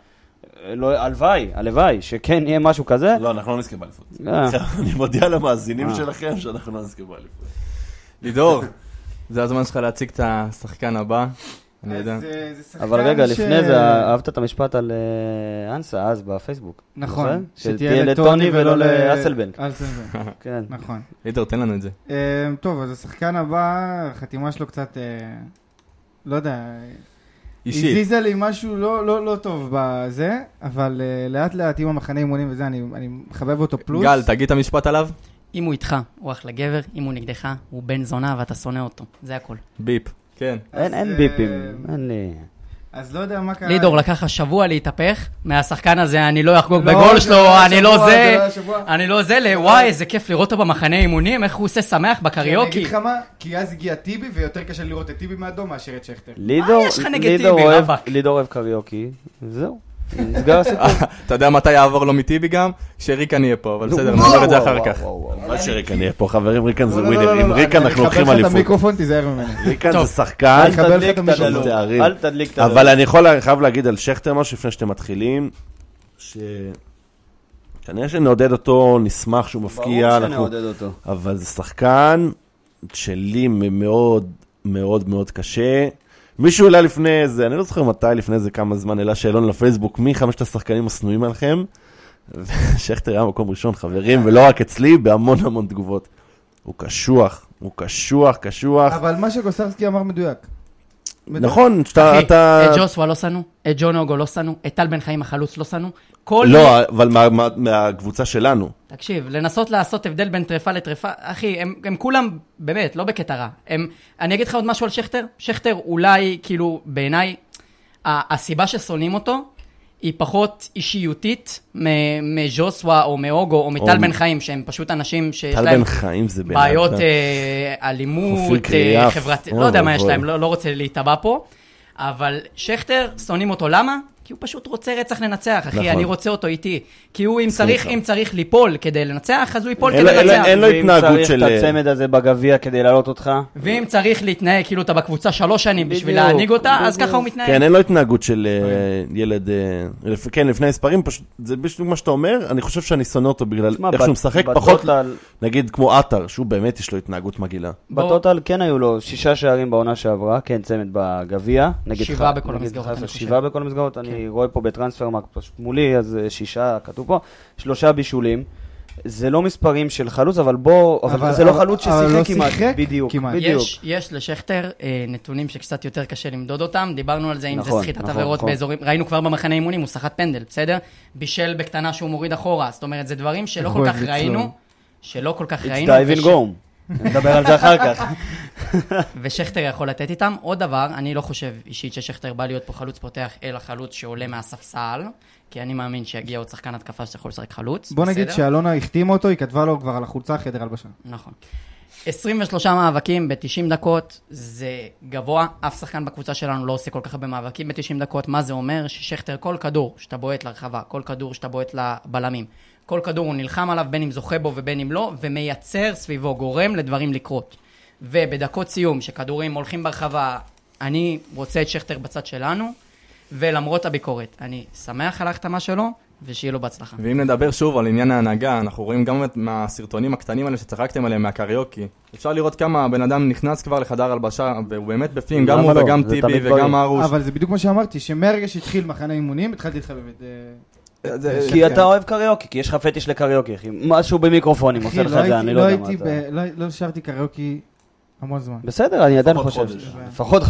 [SPEAKER 3] לא, הלוואי, הלוואי, שכן יהיה משהו כזה.
[SPEAKER 7] לא, אנחנו לא נזכה באליפות.
[SPEAKER 3] אה.
[SPEAKER 7] אני מודיע למאזינים שלכם שאנחנו לא נזכה באליפות.
[SPEAKER 1] לידור, זה הזמן שלך להציג את השחקן הבא. אני יודע.
[SPEAKER 2] אז, אה, זה שחקן
[SPEAKER 3] אבל רגע,
[SPEAKER 2] ש-
[SPEAKER 3] לפני זה, אהבת את המשפט על אה, אנסה אז בפייסבוק.
[SPEAKER 2] נכון,
[SPEAKER 3] זוכר? שתהיה לטוני ולא לאסלבנק.
[SPEAKER 2] לאסלבנק,
[SPEAKER 3] כן.
[SPEAKER 2] נכון.
[SPEAKER 1] לידור, תן לנו את זה.
[SPEAKER 2] אה, טוב, אז השחקן הבא, החתימה שלו קצת, אה, לא יודע,
[SPEAKER 1] אישית.
[SPEAKER 2] הזיזה לי משהו לא, לא, לא טוב בזה, אבל אה, לאט לאט עם המחנה אימונים וזה, אני, אני מחבב אותו פלוס.
[SPEAKER 1] גל, תגיד את המשפט עליו.
[SPEAKER 4] אם הוא איתך, הוא אחלה גבר, אם הוא נגדך, הוא בן זונה ואתה שונא אותו. זה הכל.
[SPEAKER 1] ביפ. כן.
[SPEAKER 2] אז,
[SPEAKER 3] אין, אין
[SPEAKER 2] אה,
[SPEAKER 3] ביפים, אין לי...
[SPEAKER 2] אז לא יודע מה קרה.
[SPEAKER 4] לידור לקח לך שבוע להתהפך, מהשחקן הזה אני לא אחגוג
[SPEAKER 2] לא,
[SPEAKER 4] בגול
[SPEAKER 2] זה
[SPEAKER 4] שלו,
[SPEAKER 2] לא היה
[SPEAKER 4] אני
[SPEAKER 2] שבוע,
[SPEAKER 4] לא זה,
[SPEAKER 2] זה לא היה שבוע.
[SPEAKER 4] אני לא זה, ל- וואי, איזה כיף לראות אותו במחנה אימונים, איך הוא עושה שמח
[SPEAKER 2] אני אגיד כן,
[SPEAKER 4] בקריוקי.
[SPEAKER 2] לך מה, כי אז הגיע טיבי, ויותר קשה לראות את טיבי מאדום מאשר את שכטר.
[SPEAKER 3] לידור,
[SPEAKER 4] יש לך נגד
[SPEAKER 3] לידור
[SPEAKER 4] טיבי,
[SPEAKER 3] אוהב-
[SPEAKER 4] רווק?
[SPEAKER 3] לידור אוהב קריוקי, זהו. נסגר
[SPEAKER 7] אה,
[SPEAKER 3] הסיפור.
[SPEAKER 1] אתה יודע מתי יעבור לו מטיבי גם? כשריקן יהיה פה, אבל
[SPEAKER 2] לא,
[SPEAKER 1] בסדר, נעבור את זה אחר כך.
[SPEAKER 7] מה שריקן יהיה פה, חברים, ריקן זה
[SPEAKER 2] לא, לא, לא,
[SPEAKER 7] ווינר.
[SPEAKER 2] לא,
[SPEAKER 7] עם
[SPEAKER 2] לא,
[SPEAKER 7] ריקן
[SPEAKER 2] אני אכבד
[SPEAKER 7] אנחנו לוקחים
[SPEAKER 2] לך את
[SPEAKER 7] אליפות.
[SPEAKER 2] המיקרופון, תיזהר ממני.
[SPEAKER 7] ריקן
[SPEAKER 4] טוב.
[SPEAKER 7] זה שחקן.
[SPEAKER 2] אל תקבל לך את המשלוח.
[SPEAKER 7] תארים.
[SPEAKER 3] אל תדליק את הדלוק.
[SPEAKER 7] אבל אני יכול, חייב להגיד על שכטר משהו לפני שאתם מתחילים, ש... כנראה שנעודד אותו, נשמח שהוא מפקיע,
[SPEAKER 3] ברור
[SPEAKER 7] אנחנו...
[SPEAKER 3] שנעודד אותו.
[SPEAKER 7] אבל זה שחקן שלי מאוד מאוד מאוד קשה. מישהו העלה לפני איזה, אני לא זוכר מתי, לפני איזה כמה זמן, העלה שאלון לפייסבוק, מי חמשת השחקנים השנואים עליכם? ושכטר היה מקום ראשון, חברים, ולא רק אצלי, בהמון המון תגובות. הוא קשוח, הוא קשוח, קשוח.
[SPEAKER 2] אבל מה שגוסרסקי אמר מדויק.
[SPEAKER 7] נכון, שאתה...
[SPEAKER 4] אחי,
[SPEAKER 7] אתה-
[SPEAKER 4] את ג'וסווה לא שנוא, את ג'ון אוגו לא שנוא, את טל בן חיים החלוץ לא שנוא. כל...
[SPEAKER 7] לא, אבל מה- מה- מהקבוצה שלנו.
[SPEAKER 4] תקשיב, לנסות לעשות הבדל בין טרפה לטרפה, אחי, הם, הם כולם, באמת, לא בקטע רע. הם, אני אגיד לך עוד משהו על שכטר. שכטר אולי, כאילו, בעיניי, ה- הסיבה ששונאים אותו, היא פחות אישיותית מ- מז'וסווה או מאוגו או מטל
[SPEAKER 7] או-
[SPEAKER 4] בן חיים, שהם פשוט אנשים שיש
[SPEAKER 7] טל
[SPEAKER 4] להם
[SPEAKER 7] בן חיים זה בן
[SPEAKER 4] בעיות
[SPEAKER 7] אדם.
[SPEAKER 4] אה,
[SPEAKER 7] חופרים
[SPEAKER 4] אלימות,
[SPEAKER 7] קריאף.
[SPEAKER 4] חברתית,
[SPEAKER 7] אוי
[SPEAKER 4] לא יודע מה
[SPEAKER 7] ואבוי.
[SPEAKER 4] יש להם, לא לא רוצה להיטבע פה, אבל שכטר, שונאים אותו, למה? כי הוא פשוט רוצה רצח לנצח, אחי,
[SPEAKER 7] נכון.
[SPEAKER 4] אני רוצה אותו איתי. כי הוא, אם צריך-
[SPEAKER 7] סליחה.
[SPEAKER 4] אם צריך ליפול כדי לנצח, אז הוא ייפול
[SPEAKER 7] אין לו-
[SPEAKER 4] כדי
[SPEAKER 7] אין לו-
[SPEAKER 4] לנצח.
[SPEAKER 7] אין לו התנהגות של...
[SPEAKER 3] ואם צריך את הצמד הזה בגביע כדי להעלות אותך,
[SPEAKER 4] ואם צריך להתנהג כאילו אתה בקבוצה שלוש שנים בשביל
[SPEAKER 3] בדיוק,
[SPEAKER 4] להנהיג אותה, אז
[SPEAKER 3] בדיוק.
[SPEAKER 4] ככה הוא מתנהג.
[SPEAKER 7] כן, אין לו התנהגות של אה, ילד, אה, לפ- כן, לפני הספרים, פשוט, זה בדיוק מה שאתה אומר, אני חושב שאני שונא אותו בגלל
[SPEAKER 3] תשמע,
[SPEAKER 7] איך
[SPEAKER 3] בת-
[SPEAKER 7] שהוא משחק,
[SPEAKER 3] בטוטל-
[SPEAKER 7] פחות, נגיד, כמו עטר, שהוא באמת יש לו התנהגות מגעילה.
[SPEAKER 4] בוא.
[SPEAKER 3] בטוטל כן היו לו שישה שערים בעונה שעברה, כן, צמד בגביע. נגד
[SPEAKER 4] שבעה
[SPEAKER 3] ח-
[SPEAKER 4] בכל
[SPEAKER 3] נגד
[SPEAKER 4] המסגרות,
[SPEAKER 3] חיפה,
[SPEAKER 4] אני חושב.
[SPEAKER 3] שבעה בכל המסגרות, אני רואה פה בטרנספרמרק פשוט מולי, אז אה, שישה, כתוב פה, שלושה בישולים. זה לא מספרים של חלוץ, אבל בוא, אבל
[SPEAKER 2] אבל-
[SPEAKER 3] זה לא
[SPEAKER 2] אבל-
[SPEAKER 3] חלוץ
[SPEAKER 2] אבל לא
[SPEAKER 3] ששיחק כמעט,
[SPEAKER 2] שיחק
[SPEAKER 3] בדיוק,
[SPEAKER 2] כמעט.
[SPEAKER 3] בדיוק.
[SPEAKER 4] יש, יש לשכטר אה, נתונים שקצת יותר קשה למדוד אותם, דיברנו על זה, אם
[SPEAKER 3] נכון,
[SPEAKER 4] זה סחיטת
[SPEAKER 3] נכון,
[SPEAKER 4] עבירות
[SPEAKER 3] נכון.
[SPEAKER 4] באזורים, ראינו כבר במחנה אימונים, הוא סחט פנדל, בסדר? בישל בקטנה שהוא מוריד אחורה, זאת אומרת, זה דברים שלא כל
[SPEAKER 2] נכון,
[SPEAKER 4] כך
[SPEAKER 2] זה צלול.
[SPEAKER 4] ראינו, שלא כל כך
[SPEAKER 3] It's
[SPEAKER 4] ראינו,
[SPEAKER 3] diving
[SPEAKER 4] וש-
[SPEAKER 3] home. נדבר על זה אחר כך.
[SPEAKER 4] ושכטר יכול לתת איתם. עוד דבר, אני לא חושב אישית ששכטר בא להיות פה חלוץ פותח, אלא חלוץ שעולה מהספסל, כי אני מאמין שיגיע עוד שחקן התקפה שיכול לשחק חלוץ.
[SPEAKER 2] בוא נגיד
[SPEAKER 4] בסדר?
[SPEAKER 2] שאלונה החתימה אותו, היא כתבה לו כבר על החולצה חדר הלבשה.
[SPEAKER 4] נכון. 23 מאבקים ב-90 דקות, זה גבוה, אף שחקן בקבוצה שלנו לא עושה כל כך הרבה מאבקים ב-90 דקות, מה זה אומר? ששכטר כל כדור שאתה בועט לרחבה, כל כדור שאתה בועט לבלמים, כל כדור הוא נלחם עליו, בין אם זוכה בו ובין אם לא, ומייצר סביבו, גורם לדברים לקרות. ובדקות סיום, שכדורים הולכים ברחבה, אני רוצה את שכטר בצד שלנו, ולמרות הביקורת, אני שמח על ההחתמה שלו, ושיהיה לו בהצלחה.
[SPEAKER 1] ואם נדבר שוב על עניין ההנהגה, אנחנו רואים גם את- מהסרטונים הקטנים האלה שצחקתם עליהם מהקריוקי. אפשר לראות כמה הבן אדם נכנס כבר לחדר הלבשה, והוא באמת בפנים, גם
[SPEAKER 3] למה
[SPEAKER 1] הוא
[SPEAKER 3] לא?
[SPEAKER 1] וגם
[SPEAKER 3] זה
[SPEAKER 1] טיבי
[SPEAKER 3] תמיד
[SPEAKER 1] וגם
[SPEAKER 3] דברים.
[SPEAKER 1] הרוש.
[SPEAKER 2] אבל זה בדיוק מה שאמרתי, שמהרגע שהתחיל מחנה אימונים, התחלתי להתחבב את אה, זה.
[SPEAKER 1] זה-
[SPEAKER 3] כי אתה אוהב קריוקי, כי יש לך פטיש לקריוקי, אחי. משהו במיקרופונים עושה
[SPEAKER 2] אחי,
[SPEAKER 3] לך
[SPEAKER 2] לא
[SPEAKER 3] את זה,
[SPEAKER 2] הייתי-
[SPEAKER 3] אני לא יודע מה
[SPEAKER 2] הייתי
[SPEAKER 3] אתה...
[SPEAKER 2] ב- לא- לא שרתי קריוקי המון זמן.
[SPEAKER 3] בסדר, אני עדיין
[SPEAKER 7] לפחות
[SPEAKER 3] חושב...
[SPEAKER 7] חודש.
[SPEAKER 3] לפחות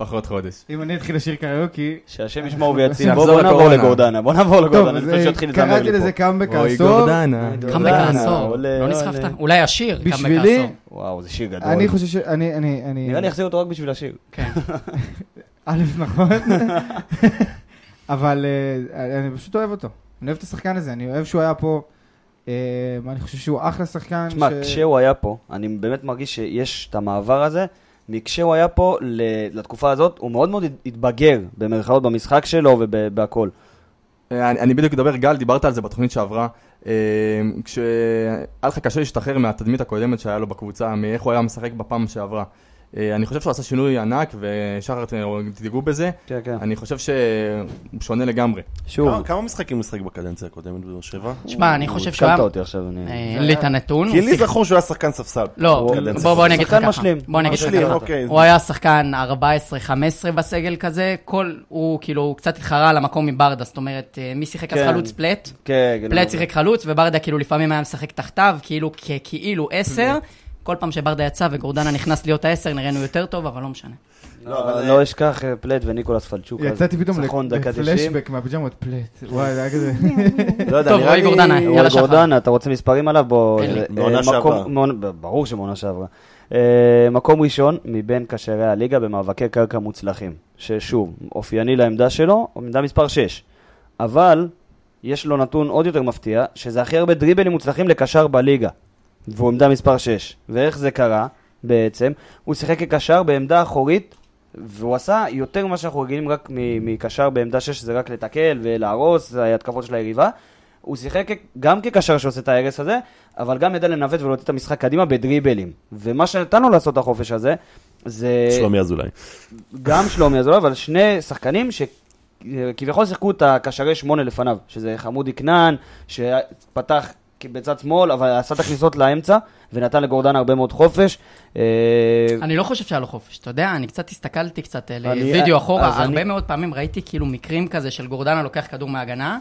[SPEAKER 1] לפחות חודש.
[SPEAKER 2] אם אני אתחיל לשיר קריוקי...
[SPEAKER 3] שהשם ישמור ויציל.
[SPEAKER 1] נחזור
[SPEAKER 3] בואו נעבור
[SPEAKER 1] לקורונה.
[SPEAKER 3] לגורדנה, בואו נעבור
[SPEAKER 2] טוב,
[SPEAKER 3] לגורדנה,
[SPEAKER 2] אז
[SPEAKER 3] לפני שיתחיל לזמר לי פה.
[SPEAKER 2] קראתי לזה קאמבק
[SPEAKER 1] אוי
[SPEAKER 2] העשור.
[SPEAKER 1] גורדנה.
[SPEAKER 4] קאמבק
[SPEAKER 3] עולה,
[SPEAKER 4] העשור,
[SPEAKER 3] עולה,
[SPEAKER 4] לא
[SPEAKER 3] עולה.
[SPEAKER 4] נסחפת? אולי השיר, קאמבק
[SPEAKER 2] בשבילי,
[SPEAKER 4] העשור.
[SPEAKER 3] וואו, זה שיר גדול.
[SPEAKER 2] אני חושב ש... אני, אני, אני...
[SPEAKER 3] נראה לי יחזיר אותו רק בשביל השיר.
[SPEAKER 4] כן.
[SPEAKER 2] א', נכון. אבל אה, אני פשוט אוהב אותו. אני אוהב את השחקן הזה, אני אוהב שהוא היה פה. אה, אני חושב שהוא אחלה שחקן.
[SPEAKER 3] תשמע,
[SPEAKER 2] ש-
[SPEAKER 3] כשהוא היה פה, אני באמת מרגיש שיש את המעבר הזה. מכשהוא היה פה ל- לתקופה הזאת, הוא מאוד מאוד התבגר, במרכאות, במשחק שלו ובהכל.
[SPEAKER 1] אה, אני, אני בדיוק אדבר, גל, דיברת על זה בתוכנית שעברה. אה, כשהיה לך קשה להשתחרר מהתדמית הקודמת שהיה לו בקבוצה, מאיך הוא היה משחק בפעם שעברה. אה, אני חושב שהוא עשה שינוי ענק, ושחר, ת- תיגעו בזה.
[SPEAKER 3] כן, כן.
[SPEAKER 1] אני חושב שהוא שונה לגמרי.
[SPEAKER 3] שוב,
[SPEAKER 7] כמה- כמה משחקים הוא משחק בקדנציה הקודמת בבאר שבע?
[SPEAKER 4] תשמע, אני חושב שהוא היה...
[SPEAKER 3] קמת אותי עכשיו, אני...
[SPEAKER 4] אה, אין לי את הנתון.
[SPEAKER 7] כי
[SPEAKER 4] הוא
[SPEAKER 7] לי
[SPEAKER 4] שיחק-
[SPEAKER 7] זכור שהוא היה שחקן ספסל.
[SPEAKER 4] לא,
[SPEAKER 3] הוא-
[SPEAKER 4] בוא בוא אני אגיד לך
[SPEAKER 3] שחקן
[SPEAKER 4] ככה.
[SPEAKER 3] משלים.
[SPEAKER 4] בוא אני אגיד לך
[SPEAKER 7] משלים,
[SPEAKER 4] ככה.
[SPEAKER 7] אוקיי.
[SPEAKER 4] הוא היה שחקן 14-15 בסגל כזה, כל... הוא כאילו הוא קצת התחרה על המקום עם ברדה, זאת אומרת, אה, מי שיחק אז
[SPEAKER 3] כן.
[SPEAKER 4] חלוץ פלט?
[SPEAKER 3] כן, כן.
[SPEAKER 4] פלט שיחק חלוץ, וברדה כאילו לפעמים היה משחק תחתיו, כאילו כ- כאילו עשר.
[SPEAKER 3] כן.
[SPEAKER 4] כל פעם שברדה יצא וגורדנה נכנס להיות העשר, נראינו יותר טוב, אבל לא משנה.
[SPEAKER 7] לא, אבל,
[SPEAKER 3] לא אשכח אה, פלט וניקולס פלצ'וק. אז
[SPEAKER 2] יצאתי פתאום
[SPEAKER 3] ניצחון דקה 90.
[SPEAKER 2] לפלשבק מהפיג'מות פלט. וואי, זה היה כזה...
[SPEAKER 7] לא יודע,
[SPEAKER 4] טוב,
[SPEAKER 7] נראה
[SPEAKER 4] רועי
[SPEAKER 7] לי-
[SPEAKER 4] גורדנה, יאללה.
[SPEAKER 3] יאללה
[SPEAKER 4] שחר. כן.
[SPEAKER 3] גורדן, אתה רוצה מספרים עליו? בוא...
[SPEAKER 4] אין לי.
[SPEAKER 3] אה,
[SPEAKER 7] מעונה
[SPEAKER 3] אה,
[SPEAKER 7] שעברה.
[SPEAKER 3] מקום- מעונה- ב- ברור שמעונה שעברה. אה, מקום ראשון מבין קשרי הליגה במאבקי קרקע מוצלחים, ששוב, אופייני לעמדה שלו, עמדה מספר 6. אבל יש לו נתון עוד יותר מפתיע, שזה הכי הרבה דריבלים מוצלחים לקשר בליגה, והוא עמדה מספר 6. ואיך זה קרה בעצם? הוא שיחק כקשר בעמדה אחורית, והוא עשה יותר ממה שאנחנו רגילים רק מ- מקשר בעמדה 6, זה רק לתקל ולהרוס, זה התקפות של היריבה. הוא שיחק כ- גם כקשר שעושה את ההרס הזה, אבל גם ידע לנווט ולהוציא את המשחק קדימה בדריבלים. ומה שנתן לו לעשות את החופש הזה, זה...
[SPEAKER 7] שלומי אזולאי.
[SPEAKER 3] גם שלומי אזולאי, אבל שני שחקנים שכביכול שיחקו את הקשרי שמונה לפניו, שזה חמודי כנען, שפתח בצד שמאל, אבל עשה את הכניסות לאמצע, ונתן לגורדן הרבה מאוד חופש. אה,
[SPEAKER 4] אני לא חושב שהיה לו חופש, אתה יודע, אני קצת הסתכלתי קצת על
[SPEAKER 3] אני-
[SPEAKER 4] וידאו
[SPEAKER 3] אז
[SPEAKER 4] אחורה,
[SPEAKER 3] אני-
[SPEAKER 4] הרבה מאוד פעמים ראיתי כאילו מקרים כזה של גורדנה לוקח כדור מהגנה,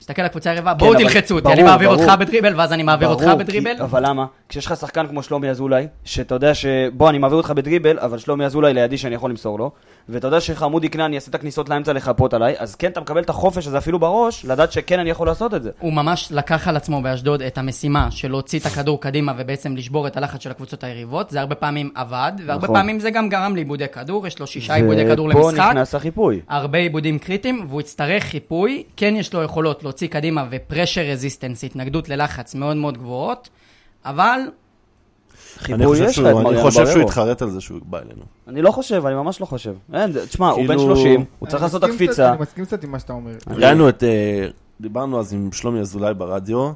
[SPEAKER 4] מסתכל על הקבוצה היריבה, בואו
[SPEAKER 3] כן, אבל
[SPEAKER 4] תלחצו אותי,
[SPEAKER 3] ברור,
[SPEAKER 4] אני מעביר
[SPEAKER 3] ברור.
[SPEAKER 4] אותך בדריבל, ואז אני מעביר אותך
[SPEAKER 3] ברור,
[SPEAKER 4] בדריבל.
[SPEAKER 3] כי- אבל למה? כשיש לך שחקן כמו שלומי אזולאי, שאתה יודע ש... בוא, אני מעביר אותך בדריבל, אבל שלומי אזולאי לידי שאני יכול למסור לו, ואתה יודע שחמודי כנען יעשה את הכניסות לאמצע לחפות עליי, אז כן, אתה מקבל את החופש הזה אפילו בראש, לדעת שכן, אני יכול לעשות את זה.
[SPEAKER 4] הוא ממש לקח על עצמו באשדוד את המשימה של להוציא את הכדור קדימה ובעצם לשבור את הלחץ של הקבוצות היריבות, זה הרבה פעמים עבד, והרבה
[SPEAKER 3] נכון.
[SPEAKER 4] פעמים זה גם גרם לאיבודי כדור, יש לו שישה עיבודי כדור
[SPEAKER 3] ופה
[SPEAKER 4] למשחק,
[SPEAKER 3] נכנס החיפוי.
[SPEAKER 4] הרבה עיבודים קריטיים, והוא יצטרך חיפוי. כן יש לו יכולות להוציא קדימה ופרשר רזיסטנס, התנגדות ללחץ מאוד מאוד גבוהות, אבל
[SPEAKER 7] אני
[SPEAKER 3] חיפוי
[SPEAKER 7] חושב
[SPEAKER 3] יש
[SPEAKER 7] שהוא-
[SPEAKER 3] לך את מריאן
[SPEAKER 7] אני חושב שהוא
[SPEAKER 3] בררו.
[SPEAKER 7] התחרט על זה שהוא בא אלינו.
[SPEAKER 3] אני לא חושב, אני ממש לא חושב. אין, זה- תשמע, הוא בן
[SPEAKER 7] כאילו-
[SPEAKER 3] 30, הוא
[SPEAKER 2] אני
[SPEAKER 3] צריך לעשות את
[SPEAKER 2] מסכים קצת-
[SPEAKER 3] הקפיצה.
[SPEAKER 2] אני מסכים קצת עם מה שאתה אומר.
[SPEAKER 7] ראינו את... אה, דיברנו אז עם שלומי אזולאי ברדיו,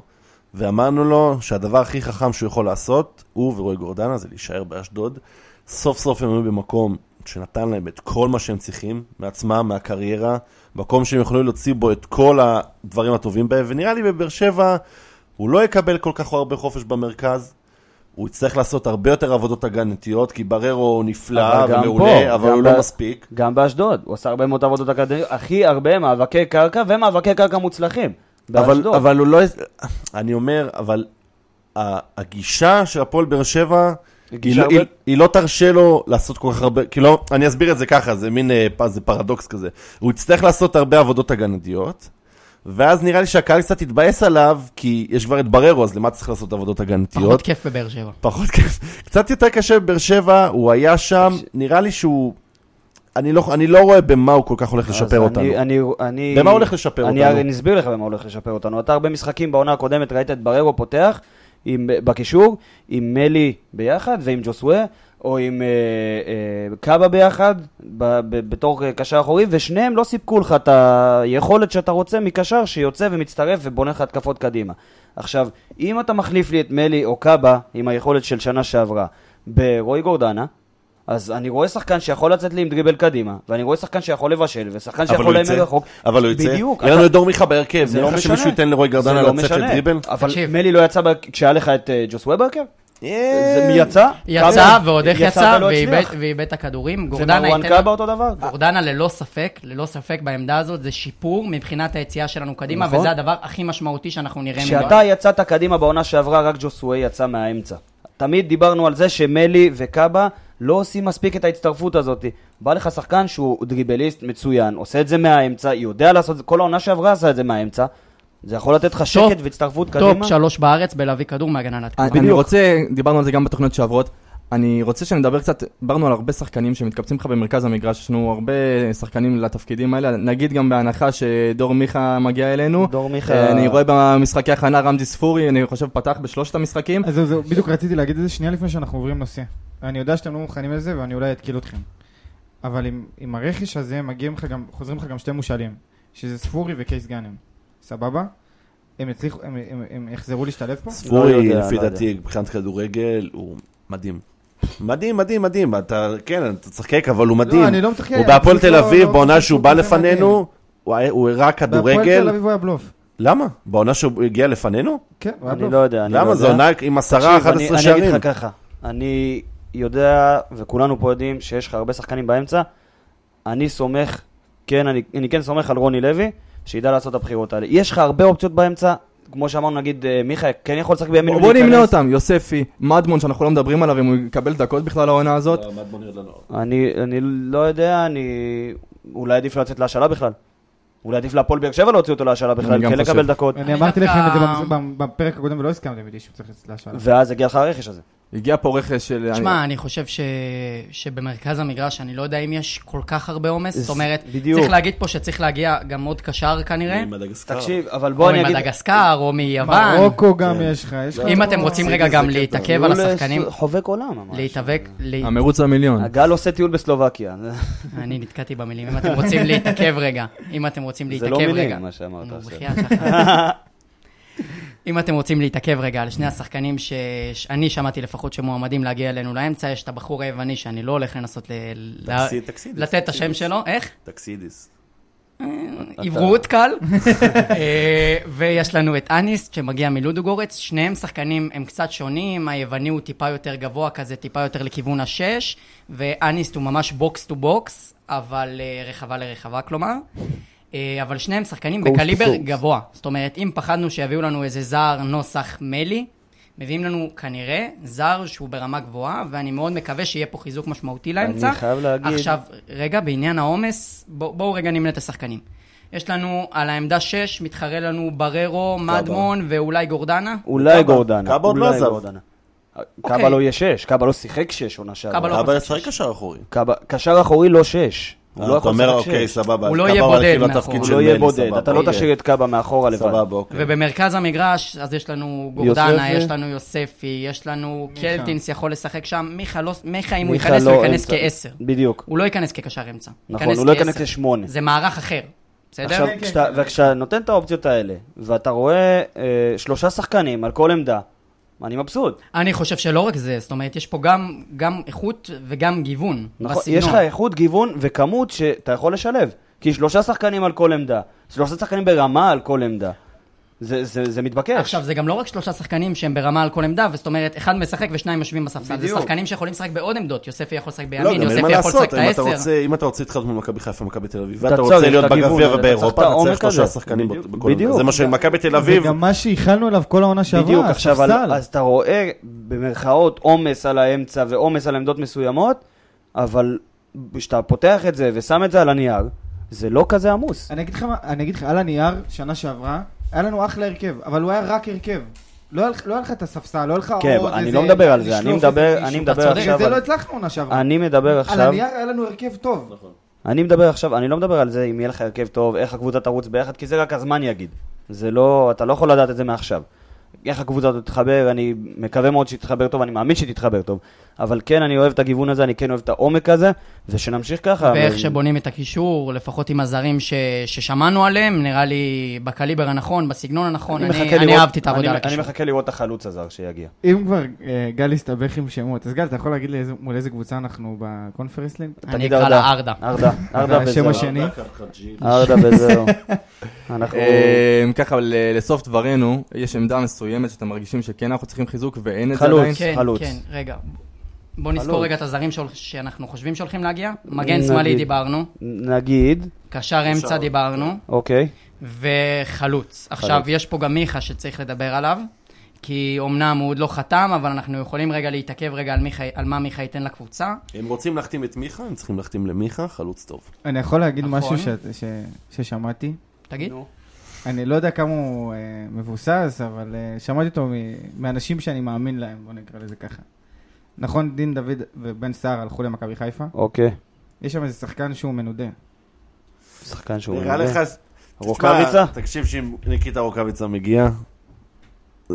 [SPEAKER 7] ואמרנו לו שהדבר הכי חכם שהוא יכול לעשות, הוא ורועי גורדנה, זה להישאר באשדוד. סוף סוף הם היו במקום שנתן להם את כל מה שהם צריכים, מעצמם, מהקריירה, מקום שהם יכולים להוציא בו את כל הדברים הטובים בהם, ונראה לי בבאר שבע הוא לא יקבל כל כך הרבה חופש במרכז. הוא יצטרך לעשות הרבה יותר עבודות הגנתיות, כי בררו הוא נפלא
[SPEAKER 3] אבל גם
[SPEAKER 7] ומעולה,
[SPEAKER 3] פה,
[SPEAKER 7] אבל
[SPEAKER 3] גם
[SPEAKER 7] הוא
[SPEAKER 3] ב-
[SPEAKER 7] לא מספיק.
[SPEAKER 3] גם באשדוד, הוא עשה הרבה מאוד עבודות אקדמיות, הכי הרבה מאבקי קרקע ומאבקי קרקע מוצלחים.
[SPEAKER 7] אבל,
[SPEAKER 3] באשדוד.
[SPEAKER 7] אבל הוא לא... אני אומר, אבל ה- הגישה של הפועל באר שבע, היא,
[SPEAKER 3] גישה
[SPEAKER 7] לא- היא,
[SPEAKER 3] הרבה-
[SPEAKER 7] היא לא תרשה לו לעשות כל כך הרבה, כאילו, אני אסביר את זה ככה, זה מין אה, פ- זה פרדוקס כזה. הוא יצטרך לעשות הרבה עבודות הגנתיות, ואז נראה לי שהקהל קצת יתבאס עליו, כי יש כבר את בררו, אז למה צריך לעשות עבודות
[SPEAKER 4] פחות
[SPEAKER 7] הגנתיות?
[SPEAKER 4] כיף בבאר שבע.
[SPEAKER 7] פחות כיף. קצת יותר קשה בבאר-שבע, הוא היה שם, נראה לי שהוא... אני לא, אני לא רואה במה הוא כל כך הולך
[SPEAKER 3] אז אני-
[SPEAKER 7] לשפר אותנו.
[SPEAKER 3] אני, אני,
[SPEAKER 7] במה הוא הולך לשפר
[SPEAKER 3] אני,
[SPEAKER 7] אותנו?
[SPEAKER 3] אני אסביר לך במה הוא הולך לשפר אותנו. אתה הרבה משחקים בעונה הקודמת, ראית את בררו פותח עם, בקישור, עם מלי ביחד ועם ג'וסווה, או עם אה, אה, קאבה ביחד, ב, ב, בתור אה, קשר אחורי, ושניהם לא סיפקו לך את היכולת שאתה רוצה מקשר שיוצא ומצטרף ובונה לך התקפות קדימה. עכשיו, אם אתה מחליף לי את מלי או קאבה עם היכולת של שנה שעברה ברועי גורדנה, אז אני רואה שחקן שיכול לצאת לי עם דריבל קדימה, ואני רואה שחקן שיכול לבשל, ושחקן שיכול
[SPEAKER 7] הוא
[SPEAKER 3] להימר
[SPEAKER 7] יצא.
[SPEAKER 3] רחוק.
[SPEAKER 7] אבל הוא יצא.
[SPEAKER 3] בדיוק.
[SPEAKER 7] יהיה
[SPEAKER 3] אתה-
[SPEAKER 7] לנו את דור מיכה בהרכב,
[SPEAKER 3] זה
[SPEAKER 7] נראה
[SPEAKER 3] לא
[SPEAKER 7] לך שמישהו
[SPEAKER 3] משנה.
[SPEAKER 7] ייתן לרועי גרדנה
[SPEAKER 3] זה לא
[SPEAKER 7] לצאת
[SPEAKER 3] משנה.
[SPEAKER 7] לדריבל?
[SPEAKER 3] אבל
[SPEAKER 4] תקשיב.
[SPEAKER 3] מלי לא יצא ב- כשהיה לך את אה, ג'וסווה בהרכב? זה מי יצא?
[SPEAKER 4] אה, יצא,
[SPEAKER 3] כבל.
[SPEAKER 4] ועוד איך יצא,
[SPEAKER 3] ולא
[SPEAKER 4] ואיבד-
[SPEAKER 3] לא הצליח.
[SPEAKER 4] ואיבד את הכדורים. גורדנה
[SPEAKER 3] ומרואן
[SPEAKER 4] ייתן...
[SPEAKER 3] קאבה אותו דבר?
[SPEAKER 4] גורדנה ללא ספק, ללא ספק בעמדה הזאת, זה שיפור מבחינת היציאה שלנו קדימה,
[SPEAKER 3] נכון.
[SPEAKER 4] וזה הדבר הכי משמעותי שאנחנו נראה
[SPEAKER 3] כשאתה יצאת קדימה בעונה שעברה, רק ג'וסווה יצא מהאמצע. תמיד דיברנו על זה שמלי וקאבה לא עושים מספיק את ההצטרפות הזאת. בא לך שחקן שהוא דריבליסט מצוין, עושה את זה מהאמצע, יודע לעשות את זה, כל העונה שעברה עשה את זה מהאמצע. זה יכול לתת לך
[SPEAKER 4] טופ,
[SPEAKER 3] שקט והצטרפות
[SPEAKER 4] טופ
[SPEAKER 3] קדימה.
[SPEAKER 4] שלוש בארץ בלהביא כדור מהגנה להתקפה.
[SPEAKER 1] אני אני רוצה, דיברנו על זה גם בתוכניות שעברות, אני רוצה שנדבר קצת, דיברנו על הרבה שחקנים שמתקבצים לך במרכז המגרש, יש לנו הרבה שחקנים לתפקידים האלה, נגיד גם בהנחה שדור מיכה מגיע אלינו.
[SPEAKER 3] דור מיכה-
[SPEAKER 1] אה, אני רואה במשחקי הכנה רמזי ספורי, אני חושב פתח בשלושת המשחקים.
[SPEAKER 2] אז זהו, זהו, בדיוק רציתי להגיד את זה שנייה לפני שאנחנו עוברים נושא. אני יודע שאתם לא מוכנים לזה ואני אולי אתקיל אתכם. אבל עם, עם הרכש הזה מגיעים לך גם, חוזרים לך גם שתי מושאלים, שזה ספורי וקייס גאנם. סבבה? הם יצליחו, הם, הם, הם יחזרו להשתלב פה?
[SPEAKER 3] לא
[SPEAKER 7] ספורי,
[SPEAKER 3] יודע,
[SPEAKER 7] לפי
[SPEAKER 3] לא יודע.
[SPEAKER 7] דעתי, מבחינת כדורגל, הוא מדהים. מדהים, מדהים, מדהים. אתה, כן, אתה צחקק, אבל הוא מדהים.
[SPEAKER 2] לא, אני לא מתחכה.
[SPEAKER 7] הוא בהפועל
[SPEAKER 2] פשוט
[SPEAKER 7] תל
[SPEAKER 2] לא-
[SPEAKER 7] אביב,
[SPEAKER 2] לא-
[SPEAKER 7] בעונה
[SPEAKER 2] לא
[SPEAKER 7] שהוא
[SPEAKER 2] חושב
[SPEAKER 7] בא
[SPEAKER 2] שזה מדהים.
[SPEAKER 7] לפנינו, הוא היה- הוא הראה
[SPEAKER 2] בהפועל תל
[SPEAKER 7] כדורגל.
[SPEAKER 2] אביב הוא היה בלוף.
[SPEAKER 7] למה? בעונה שהוא הגיע לפנינו?
[SPEAKER 2] כן, הוא היה
[SPEAKER 3] אני
[SPEAKER 2] בלוף.
[SPEAKER 3] לא יודע, אני לא
[SPEAKER 7] למה?
[SPEAKER 3] יודע.
[SPEAKER 7] זה עונה עם עשרה,
[SPEAKER 3] תקשיב,
[SPEAKER 7] אחת
[SPEAKER 3] אני-
[SPEAKER 7] עשרה
[SPEAKER 3] אני
[SPEAKER 7] שערים.
[SPEAKER 3] אגיד לך ככה, אני יודע, וכולנו פה יודעים, שיש לך הרבה שחקנים באמצע. אני סומך, כן, אני, אני כן סומך על רוני לוי, שידע לעשות את הבחירות האלה. יש לך הרבה אופציות באמצע, כמו שאמרנו, נגיד, אה, מיכה כן יכול לשחק בימין
[SPEAKER 1] בוא נמנה אותם, יוספי, מדמון שאנחנו לא מדברים עליו, אם הוא יקבל דקות בכלל העונה הזאת.
[SPEAKER 3] אני, אני לא יודע, אני... אולי עדיף לצאת להשאלה בכלל. אולי עדיף להפועל באר שבע להוציא אותו להשאלה בכלל,
[SPEAKER 1] גם
[SPEAKER 3] כן
[SPEAKER 1] חושב.
[SPEAKER 3] לקבל דקות.
[SPEAKER 2] אני
[SPEAKER 4] אני
[SPEAKER 2] אמרתי
[SPEAKER 4] דווקא-
[SPEAKER 2] לכם את זה במס- בפרק הקודם ולא הסכמתם איתי שהוא צריך לצאת להשאלה.
[SPEAKER 3] ואז הגיע לך הרכש הזה.
[SPEAKER 1] הגיע פה רכש של...
[SPEAKER 4] תשמע, אני חושב ש... שבמרכז המגרש, אני לא יודע אם יש כל כך הרבה עומס. זאת אומרת,
[SPEAKER 3] בדיוק.
[SPEAKER 4] צריך להגיד פה שצריך להגיע גם עוד קשר כנראה,
[SPEAKER 3] תקשיב, אבל
[SPEAKER 4] או
[SPEAKER 3] בוא אני אגיד...
[SPEAKER 4] ממדגסקר, או מיוון.
[SPEAKER 2] מרוקו גם
[SPEAKER 3] כן.
[SPEAKER 2] יש לך, יש לך...
[SPEAKER 4] אם אתם רוצים רגע גם להתעכב על
[SPEAKER 3] הוא
[SPEAKER 4] השחקנים,
[SPEAKER 3] חובק עולם ממש.
[SPEAKER 4] להתאבק, להת-
[SPEAKER 1] המרוץ למיליון.
[SPEAKER 3] הגל עושה טיול בסלובקיה.
[SPEAKER 4] אני נתקעתי במילים, אם אתם רוצים להתעכב רגע, אם אתם רוצים
[SPEAKER 3] זה
[SPEAKER 4] להתעכב
[SPEAKER 3] לא
[SPEAKER 4] רגע.
[SPEAKER 3] מילים, מה שאמרת
[SPEAKER 4] נו,
[SPEAKER 3] עכשיו.
[SPEAKER 4] בחייאת, אחי. אם אתם רוצים להתעכב רגע על שני השחקנים ש- שאני שמעתי לפחות שמועמדים להגיע אלינו לאמצע, יש את הבחור היווני שאני לא הולך לנסות ל- ל-
[SPEAKER 7] תקסיד- תקסידיס.
[SPEAKER 4] לתת את השם שלו, איך?
[SPEAKER 7] טקסידיס.
[SPEAKER 4] עברות קל. אה, ויש לנו את אניס, שמגיע מלודוגורץ, שניהם שחקנים הם קצת שונים, היווני הוא טיפה יותר גבוה כזה, טיפה יותר לכיוון השש, ואניס הוא ממש בוקס טו בוקס, אבל אה, רחבה לרחבה כלומר. אה, אבל שניהם שחקנים בקליבר גבוה. זאת אומרת, אם פחדנו שיביאו לנו איזה זר נוסח מלי, מביאים לנו כנראה זר שהוא ברמה גבוהה, ואני מאוד מקווה שיהיה פה חיזוק משמעותי לאמצע.
[SPEAKER 3] אני חייב להגיד-
[SPEAKER 4] עכשיו, רגע, בעניין העומס, בוא- בואו רגע נמנה את השחקנים. יש לנו על העמדה 6, מתחרה לנו בררו, מדמון ואולי גורדנה.
[SPEAKER 3] אולי
[SPEAKER 7] קאבה.
[SPEAKER 3] גורדנה.
[SPEAKER 7] קאבה עוד לא
[SPEAKER 3] אולי
[SPEAKER 7] עזב.
[SPEAKER 3] גורדנה.
[SPEAKER 4] אוקיי.
[SPEAKER 3] קאבה לא יהיה שש, קאבה לא שיחק שש עונה
[SPEAKER 4] קאבה
[SPEAKER 3] שעברה.
[SPEAKER 4] לא-
[SPEAKER 7] אבל צריך קשר אחורי.
[SPEAKER 3] קאבה, קשר אחורי לא שש. הוא לא
[SPEAKER 7] אתה
[SPEAKER 3] יכול
[SPEAKER 7] אומר,
[SPEAKER 3] לשחק
[SPEAKER 7] אוקיי,
[SPEAKER 3] שש.
[SPEAKER 7] סבבה.
[SPEAKER 4] הוא לא
[SPEAKER 7] אז
[SPEAKER 4] יהיה
[SPEAKER 7] קברה
[SPEAKER 4] בודד
[SPEAKER 7] כאילו
[SPEAKER 4] מאחורה.
[SPEAKER 7] התפקיד
[SPEAKER 3] הוא
[SPEAKER 7] של
[SPEAKER 3] לא יהיה
[SPEAKER 7] מלי,
[SPEAKER 3] בודד,
[SPEAKER 7] סבבה,
[SPEAKER 3] אתה לא
[SPEAKER 7] אוקיי.
[SPEAKER 3] תשאיר את קאבה מאחורה לבד.
[SPEAKER 7] סבבה, אוקיי.
[SPEAKER 4] ובמרכז המגרש, אז יש לנו גורדנה,
[SPEAKER 3] כן. יוספי.
[SPEAKER 4] יש לנו יוספי, יש לנו
[SPEAKER 2] מיכה.
[SPEAKER 4] קלטינס יכול לשחק שם, מיכה, לא, מיכה אם הוא
[SPEAKER 3] מיכה
[SPEAKER 4] ייכנס,
[SPEAKER 3] לא
[SPEAKER 4] הוא ייכנס
[SPEAKER 3] אמצע.
[SPEAKER 4] כעשר.
[SPEAKER 3] בדיוק.
[SPEAKER 4] הוא לא ייכנס כקשר אמצע.
[SPEAKER 3] נכון, הוא לא ייכנס
[SPEAKER 4] כעשר.
[SPEAKER 3] כשמונה.
[SPEAKER 4] זה מערך אחר, בסדר?
[SPEAKER 3] עכשיו,
[SPEAKER 7] כן,
[SPEAKER 3] כשאתה- וכשאתה נותן את האופציות האלה, ואתה רואה אה, שלושה שחקנים על כל עמדה, אני מבסוט.
[SPEAKER 4] אני חושב שלא רק זה, זאת אומרת, יש פה גם, גם איכות וגם גיוון
[SPEAKER 3] נכון,
[SPEAKER 4] בסגנון.
[SPEAKER 3] יש לך איכות, גיוון וכמות שאתה יכול לשלב. כי שלושה שחקנים על כל עמדה, שלושה שחקנים ברמה על כל עמדה. זה- זה זה מתבקש.
[SPEAKER 4] עכשיו, זה גם לא רק שלושה שחקנים שהם ברמה על כל עמדה, וזאת אומרת, אחד משחק ושניים יושבים בספסל. זה
[SPEAKER 3] בדיוק.
[SPEAKER 4] שחקנים שיכולים לשחק בעוד עמדות. יוספי יכול לשחק
[SPEAKER 7] לא,
[SPEAKER 4] בימין,
[SPEAKER 7] גם אין מה
[SPEAKER 4] יוספי יכול לשחק
[SPEAKER 7] לעשות,
[SPEAKER 4] את
[SPEAKER 7] אם אתה
[SPEAKER 4] העשר.
[SPEAKER 7] רוצה- אם אתה רוצה להתחרות מול מכבי חיפה ומכבי תל אביב,
[SPEAKER 3] אתה
[SPEAKER 7] ואתה
[SPEAKER 3] צריך
[SPEAKER 7] רוצה להיות
[SPEAKER 3] את הגיוון הזה,
[SPEAKER 7] בגביע
[SPEAKER 3] אתה צריך
[SPEAKER 7] ובאירופה,
[SPEAKER 3] את
[SPEAKER 7] אתה צריך
[SPEAKER 3] העומק
[SPEAKER 7] שלושה
[SPEAKER 3] הזה.
[SPEAKER 7] שחקנים בכל
[SPEAKER 3] בדיוק.
[SPEAKER 7] עמדה.
[SPEAKER 3] בדיוק.
[SPEAKER 7] זה מה שמכבי תל
[SPEAKER 2] זה
[SPEAKER 7] אביב,
[SPEAKER 2] גם מה שייחלנו אליו כל העונה שעברה,
[SPEAKER 3] בדיוק, עכשיו, על,
[SPEAKER 2] הספסל.
[SPEAKER 3] אז אתה רואה במרכאות עומס על האמצע ועומס על עמדות מסוימות, אבל כשאתה פותח את זה ושם את זה על הנייר, זה לא כזה עמוס.
[SPEAKER 2] אני אגיד לך מה, אני אגיד לך, על הנייר, שנה שעברה, היה לנו אחלה הרכב, אבל הוא היה רק הרכב. לא היה לך- לא היה לך את הספסל, לא היה לך
[SPEAKER 3] כן,
[SPEAKER 2] עוד
[SPEAKER 3] אני
[SPEAKER 2] איזה...
[SPEAKER 3] לא מדבר על זה, אני
[SPEAKER 2] לשלוף איזה
[SPEAKER 3] מדבר-
[SPEAKER 2] מישהו.
[SPEAKER 3] אני
[SPEAKER 2] אתה
[SPEAKER 3] מדבר
[SPEAKER 2] צודק,
[SPEAKER 3] עכשיו
[SPEAKER 2] זה
[SPEAKER 3] על-
[SPEAKER 2] לא הצלחנו עונה שעברה.
[SPEAKER 3] אני מדבר
[SPEAKER 2] על
[SPEAKER 3] עכשיו,
[SPEAKER 2] הנייר היה לנו הרכב טוב.
[SPEAKER 3] אני מדבר עכשיו, אני לא מדבר על זה אם יהיה לך הרכב טוב, איך הקבוצה תרוץ ביחד, כי זה רק הזמן יגיד. זה לא, אתה לא יכול לדעת את זה מעכשיו. איך הקבוצה הזאת תתחבר, אני מקווה מאוד שהיא תתחבר טוב, אני מאמין שהיא תתחבר טוב, אבל כן, אני אוהב את הגיוון הזה, אני כן אוהב את העומק הזה, ושנמשיך ככה.
[SPEAKER 4] ואיך
[SPEAKER 3] ו-
[SPEAKER 4] שבונים את הקישור, לפחות עם הזרים ש... ששמענו עליהם, נראה לי בקליבר הנכון, בסגנון הנכון, אני, אני,
[SPEAKER 3] מחכה
[SPEAKER 4] אני
[SPEAKER 3] לראות-
[SPEAKER 4] אהבתי את העבודה על
[SPEAKER 3] אני-
[SPEAKER 4] הקישור.
[SPEAKER 3] אני מחכה לראות את החלוץ הזר שיגיע.
[SPEAKER 2] אם כבר אה, גל הסתבך עם שמות, אז גל, אתה יכול להגיד לי איזה- מול איזה קבוצה אנחנו בקונפרנס לינג?
[SPEAKER 4] אני
[SPEAKER 3] תגיד
[SPEAKER 4] אקרא
[SPEAKER 3] ארדה.
[SPEAKER 4] לה ארדה.
[SPEAKER 3] ארדה, ארדה
[SPEAKER 2] השם
[SPEAKER 3] וזהו.
[SPEAKER 2] השני.
[SPEAKER 3] ארדה וזהו. אנחנו...
[SPEAKER 1] אה, ככה, ל- לסוף דברינו, יש עמדה מסוימת שאתם מרגישים שכן אנחנו צריכים חיזוק ואין את זה
[SPEAKER 3] חלוץ.
[SPEAKER 1] עדיין?
[SPEAKER 4] כן,
[SPEAKER 3] חלוץ.
[SPEAKER 4] כן, רגע. בוא נזכור
[SPEAKER 3] חלוץ.
[SPEAKER 4] רגע את הזרים שהול- שאנחנו חושבים שהולכים להגיע. מגן
[SPEAKER 3] נגיד.
[SPEAKER 4] שמאלי דיברנו,
[SPEAKER 3] נגיד,
[SPEAKER 4] קשר אמצע דיברנו,
[SPEAKER 3] אוקיי.
[SPEAKER 4] וחלוץ. עכשיו, יש פה גם מיכה שצריך לדבר עליו, כי אמנם הוא עוד לא חתם, אבל אנחנו יכולים רגע להתעכב רגע על, מיכה, על מה מיכה ייתן לקבוצה.
[SPEAKER 7] אם רוצים להחתים את מיכה, הם צריכים להחתים למיכה, חלוץ טוב.
[SPEAKER 2] אני יכול להגיד
[SPEAKER 4] נכון.
[SPEAKER 2] משהו שאת- ש- ששמעתי?
[SPEAKER 4] תגיד.
[SPEAKER 2] אני לא יודע כמה הוא אה, מבוסס, אבל אה, שמעתי אותו מ- מאנשים שאני מאמין להם, בוא נקרא לזה ככה. נכון, דין דוד ובן סער הלכו למכבי חיפה,
[SPEAKER 3] אוקיי.
[SPEAKER 2] יש שם איזה שחקן שהוא מנודה.
[SPEAKER 3] שחקן שהוא...
[SPEAKER 7] נראה
[SPEAKER 3] מעולה.
[SPEAKER 7] לך...
[SPEAKER 3] רוקאביצה?
[SPEAKER 7] תשמע, תקשיב שאם ניקיטה רוקאביצה מגיע,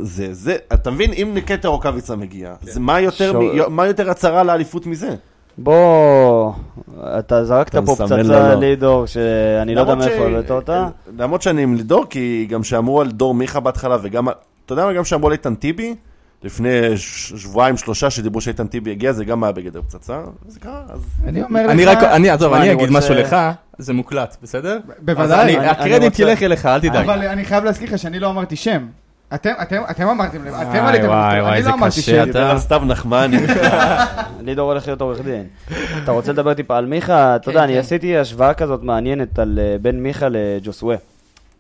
[SPEAKER 7] זה, זה, אתה מבין? אם ניקיטה רוקאביצה מגיע,
[SPEAKER 3] כן.
[SPEAKER 7] זה מה יותר
[SPEAKER 3] שו-
[SPEAKER 7] מ- מה יותר הצהרה לאליפות מזה?
[SPEAKER 3] בוא, אתה זרקת
[SPEAKER 7] אתה
[SPEAKER 3] פה
[SPEAKER 7] מסמן
[SPEAKER 3] פצצה
[SPEAKER 7] לו לא.
[SPEAKER 3] לידור, שאני לא יודע
[SPEAKER 7] למרות
[SPEAKER 3] מאיפה
[SPEAKER 7] ש- אה,
[SPEAKER 3] הבאת אותה.
[SPEAKER 7] למרות שאני עם לידור, כי גם שאמרו על דור מיכה בהתחלה, וגם, על- אתה יודע מה, גם שאמרו על איתן טיבי, לפני ש- שבועיים, שלושה, שדיברו שאיתן טיבי הגיע, זה גם היה בגדר פצצה, זה קרה, אז...
[SPEAKER 2] אני אומר
[SPEAKER 1] אני
[SPEAKER 2] לך,
[SPEAKER 1] רק, אני, עזוב,
[SPEAKER 3] תשמע,
[SPEAKER 1] אני
[SPEAKER 3] אני
[SPEAKER 1] אגיד
[SPEAKER 3] רוצה-
[SPEAKER 1] משהו לך, זה מוקלט, בסדר? אז
[SPEAKER 2] בוודאי,
[SPEAKER 1] אני-
[SPEAKER 3] אני- אני
[SPEAKER 1] הקרדיט
[SPEAKER 3] רוצה-
[SPEAKER 1] ילך אליך, אל תדאג.
[SPEAKER 2] אבל אני חייב להזכיר לך שאני לא אמרתי שם. אתם, אתם, אתם אמרתם, אתם
[SPEAKER 1] וואי,
[SPEAKER 2] עליתם,
[SPEAKER 1] אה, וואי,
[SPEAKER 2] אני
[SPEAKER 1] וואי,
[SPEAKER 2] לא
[SPEAKER 1] זה
[SPEAKER 2] אמרתי
[SPEAKER 1] קשה.
[SPEAKER 2] שם.
[SPEAKER 1] אתה-
[SPEAKER 7] סתיו נחמני.
[SPEAKER 3] לידור הולך להיות עורך דין. אתה רוצה לדבר טיפה על מיכה? אתה יודע,
[SPEAKER 4] כן,
[SPEAKER 3] אני
[SPEAKER 4] כן.
[SPEAKER 3] עשיתי השוואה כזאת מעניינת על אה, בין מיכה לג'וסווה.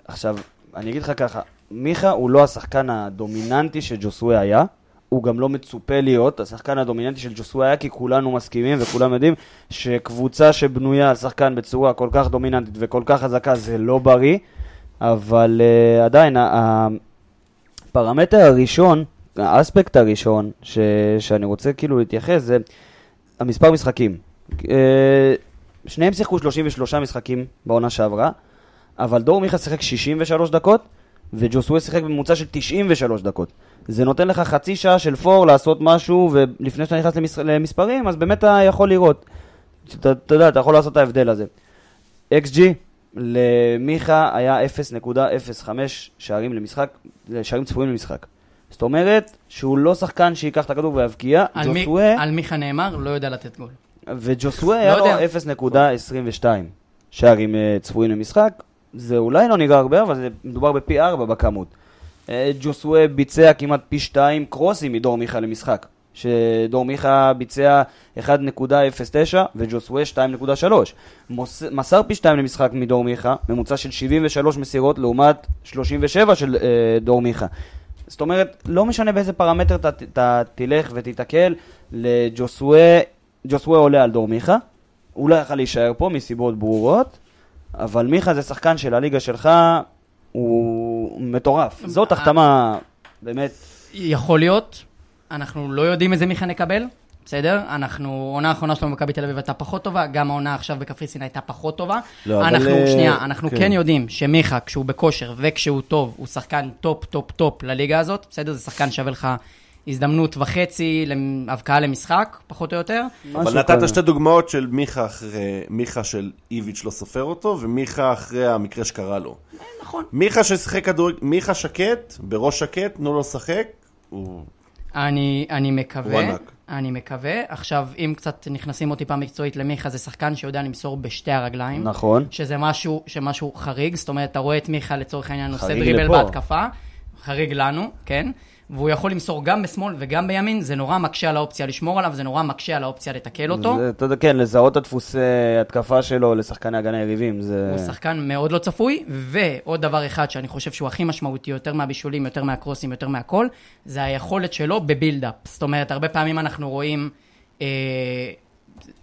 [SPEAKER 3] עכשיו, אני אגיד לך ככה, מיכה הוא לא השחקן הדומיננטי שג'וסווה היה. הוא גם לא מצופה להיות השחקן הדומיננטי של ג'וסווה היה, כי כולנו מסכימים וכולם יודעים שקבוצה שבנויה על שחקן בצורה כל כך דומיננטית וכל כך חזקה זה לא בריא, אבל uh, עדיין, ה- ה- הפרמטר הראשון, האספקט הראשון ש, שאני רוצה כאילו להתייחס זה המספר משחקים. אה, שניהם שיחקו 33 משחקים בעונה שעברה, אבל דור מיכה שיחק 63 דקות, וג'וסווה שיחק בממוצע של 93 דקות. זה נותן לך חצי שעה של פור לעשות משהו, ולפני שאתה נכנס למס... למספרים, אז באמת אתה יכול לראות. אתה, אתה יודע, אתה יכול לעשות את ההבדל הזה. XG למיכה היה 0.05 שערים למשחק, אה, שערים צפויים למשחק. זאת אומרת שהוא לא שחקן שייקח את הכדור ויבקיע.
[SPEAKER 4] על, מי,
[SPEAKER 3] ג'וסווה-
[SPEAKER 4] על מיכה נאמר, לא יודע לתת גול.
[SPEAKER 3] וג'וסווה היה לו
[SPEAKER 4] לא יודע.
[SPEAKER 3] 0.22 שערים אה, צפויים למשחק. זה אולי לא נראה הרבה, אבל זה מדובר בפי 4 בכמות. אה, ג'וסווה ביצע כמעט פי 2 קרוסים מדור מיכה למשחק. שדור מיכה ביצע 1.09 וג'וסווה 2.3. מוס- מסר פי 2 למשחק מדור מיכה, ממוצע של 73 מסירות לעומת 37 של אה, דור מיכה. זאת אומרת, לא משנה באיזה פרמטר אתה ת- אתה תלך ותיתקל, לג'וסווה, ג'וסווה עולה על דור מיכה, הוא לא יכל להישאר פה מסיבות ברורות, אבל מיכה זה שחקן של הליגה שלך, הוא מטורף. זאת
[SPEAKER 4] אה.
[SPEAKER 3] החתמה, באמת,
[SPEAKER 4] יכול להיות, אנחנו לא יודעים איזה מיכה נקבל, בסדר? אנחנו, העונה האחרונה שלנו במכבי תל אביב הייתה פחות טובה, גם העונה עכשיו בקפריסין הייתה פחות טובה.
[SPEAKER 7] לא, אבל,
[SPEAKER 4] אנחנו,
[SPEAKER 7] אה,
[SPEAKER 4] שנייה, אנחנו
[SPEAKER 7] כן.
[SPEAKER 4] כן יודעים שמיכה, כשהוא בכושר וכשהוא טוב, הוא שחקן טופ, טופ, טופ לליגה הזאת, בסדר? זה שחקן שווה לך הזדמנות וחצי למ- הבקעה למשחק, פחות או יותר.
[SPEAKER 7] אבל
[SPEAKER 3] משהו
[SPEAKER 7] נתת
[SPEAKER 3] כזה.
[SPEAKER 7] שתי דוגמאות של מיכה אחרי, מיכה של איביץ' לא סופר אותו, ומיכה אחרי המקרה שקרה לו.
[SPEAKER 4] נכון.
[SPEAKER 7] מיכה ששיחק כדורגל, מיכה שקט, בראש שקט, תנו לו לשחק, הוא...
[SPEAKER 4] אני, אני מקווה,
[SPEAKER 7] הוא ענק.
[SPEAKER 4] אני מקווה. עכשיו, אם קצת נכנסים עוד טיפה מקצועית למיכה, זה שחקן שיודע למסור בשתי הרגליים.
[SPEAKER 3] נכון.
[SPEAKER 4] שזה משהו, שמשהו חריג, זאת אומרת, אתה רואה את מיכה לצורך העניין עושה
[SPEAKER 3] חריג
[SPEAKER 4] דריבל
[SPEAKER 3] לפה.
[SPEAKER 4] בהתקפה, חריג לנו, כן? והוא יכול למסור גם בשמאל וגם בימין, זה נורא מקשה על האופציה לשמור עליו, זה נורא מקשה על האופציה לתקל אותו.
[SPEAKER 3] זה- אתה יודע, כן, לזהות את הדפוסי התקפה שלו לשחקני הגנה יריבים, זה...
[SPEAKER 1] אה.
[SPEAKER 4] הוא שחקן מאוד לא צפוי, ועוד דבר אחד שאני חושב שהוא הכי משמעותי, יותר מהבישולים, יותר מהקרוסים, יותר מהכל, זה היכולת שלו בבילדאפ. זאת אומרת, הרבה פעמים אנחנו רואים אה,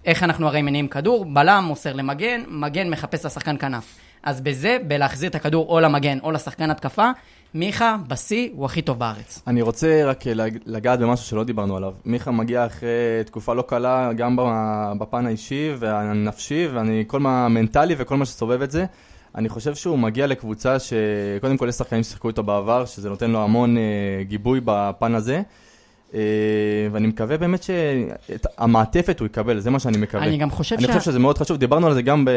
[SPEAKER 4] איך אנחנו הרי מניעים כדור, בלם מוסר למגן, מגן מחפש לשחקן כנף. אז בזה, בלהחזיר את הכדור או למגן או לשחקן התקפה, מיכה, בשיא, הוא הכי טוב בארץ.
[SPEAKER 1] אני רוצה רק אה, לג- לגעת במשהו שלא דיברנו עליו. מיכה מגיע אחרי תקופה לא קלה, גם ב- בפן האישי והנפשי, ואני, כל מה מנטלי וכל מה שסובב את זה. אני חושב שהוא מגיע לקבוצה שקודם כל יש שחקנים ששיחקו איתו בעבר, שזה נותן לו המון אה, גיבוי בפן הזה. אה, ואני מקווה באמת שהמעטפת הוא יקבל, זה מה שאני מקווה.
[SPEAKER 4] אני גם חושב
[SPEAKER 1] אני
[SPEAKER 4] שה-
[SPEAKER 1] חושב שזה מאוד חשוב, דיברנו על זה גם ב...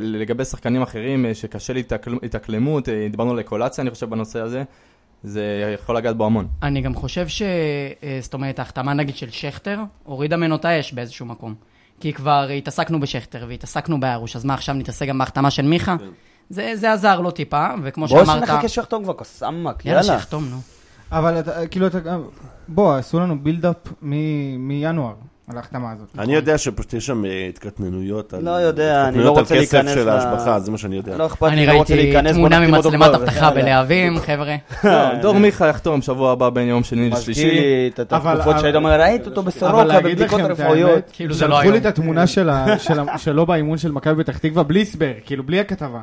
[SPEAKER 1] לגבי שחקנים אחרים אה, שקשה להתאקל... להתאקלמות, אה, דיברנו על קולציה, אני חושב, בנושא הזה. זה יכול לגעת בו המון.
[SPEAKER 4] אני גם חושב ש... אה, זאת אומרת, ההחתמה נגיד של שכטר, הורידה ממנו את האש באיזשהו מקום. כי כבר התעסקנו בשכטר והתעסקנו בארוש, אז מה עכשיו נתעסק גם בהחתמה של מיכה?
[SPEAKER 1] כן.
[SPEAKER 4] זה, זה עזר לו טיפה, וכמו
[SPEAKER 3] בוא
[SPEAKER 4] שאמרת...
[SPEAKER 3] שנחכה שיחתום כבר, קוסאמק,
[SPEAKER 4] יאללה,
[SPEAKER 3] יאללה.
[SPEAKER 4] שיחתום, נו.
[SPEAKER 2] אבל אתה, כאילו, אתה, בוא, עשו לנו בילדאפ מ- מינואר על ההחתמה הזאת.
[SPEAKER 7] אני יודע שפשוט יש שם אה, התקטננויות על...
[SPEAKER 3] נכון. לא יודע, אני לא
[SPEAKER 7] התקטננויות
[SPEAKER 3] רוצה
[SPEAKER 7] על כסף
[SPEAKER 3] להיכנס
[SPEAKER 7] של
[SPEAKER 3] ל-
[SPEAKER 7] ההשבחה, זה מה שאני יודע.
[SPEAKER 3] לא אכפת
[SPEAKER 4] אני
[SPEAKER 3] לי, לא רוצה
[SPEAKER 4] ראיתי
[SPEAKER 3] להיכנס. בוא
[SPEAKER 4] תמונה
[SPEAKER 3] נחתים אותו
[SPEAKER 4] ממצלמת
[SPEAKER 3] כבר,
[SPEAKER 4] אבטחה
[SPEAKER 3] יאללה.
[SPEAKER 4] בלהבים, חבר'ה.
[SPEAKER 1] לא, דור
[SPEAKER 3] אה,
[SPEAKER 1] מיכה יחתום שבוע הבא בין יום שני
[SPEAKER 3] מזכיר
[SPEAKER 1] לשלישי.
[SPEAKER 3] לי את
[SPEAKER 2] אבל-
[SPEAKER 3] התקופות
[SPEAKER 2] אבל-
[SPEAKER 3] שהיית אומר, ראית אותו בסורוקה בבדיקות רפואיות.
[SPEAKER 4] כאילו, זה לא
[SPEAKER 2] שלחו לי
[SPEAKER 4] היום.
[SPEAKER 2] את התמונה של ה- של ה- שלו באימון של מכבי פתח תקווה בלי הסבר, כאילו בלי הכתבה.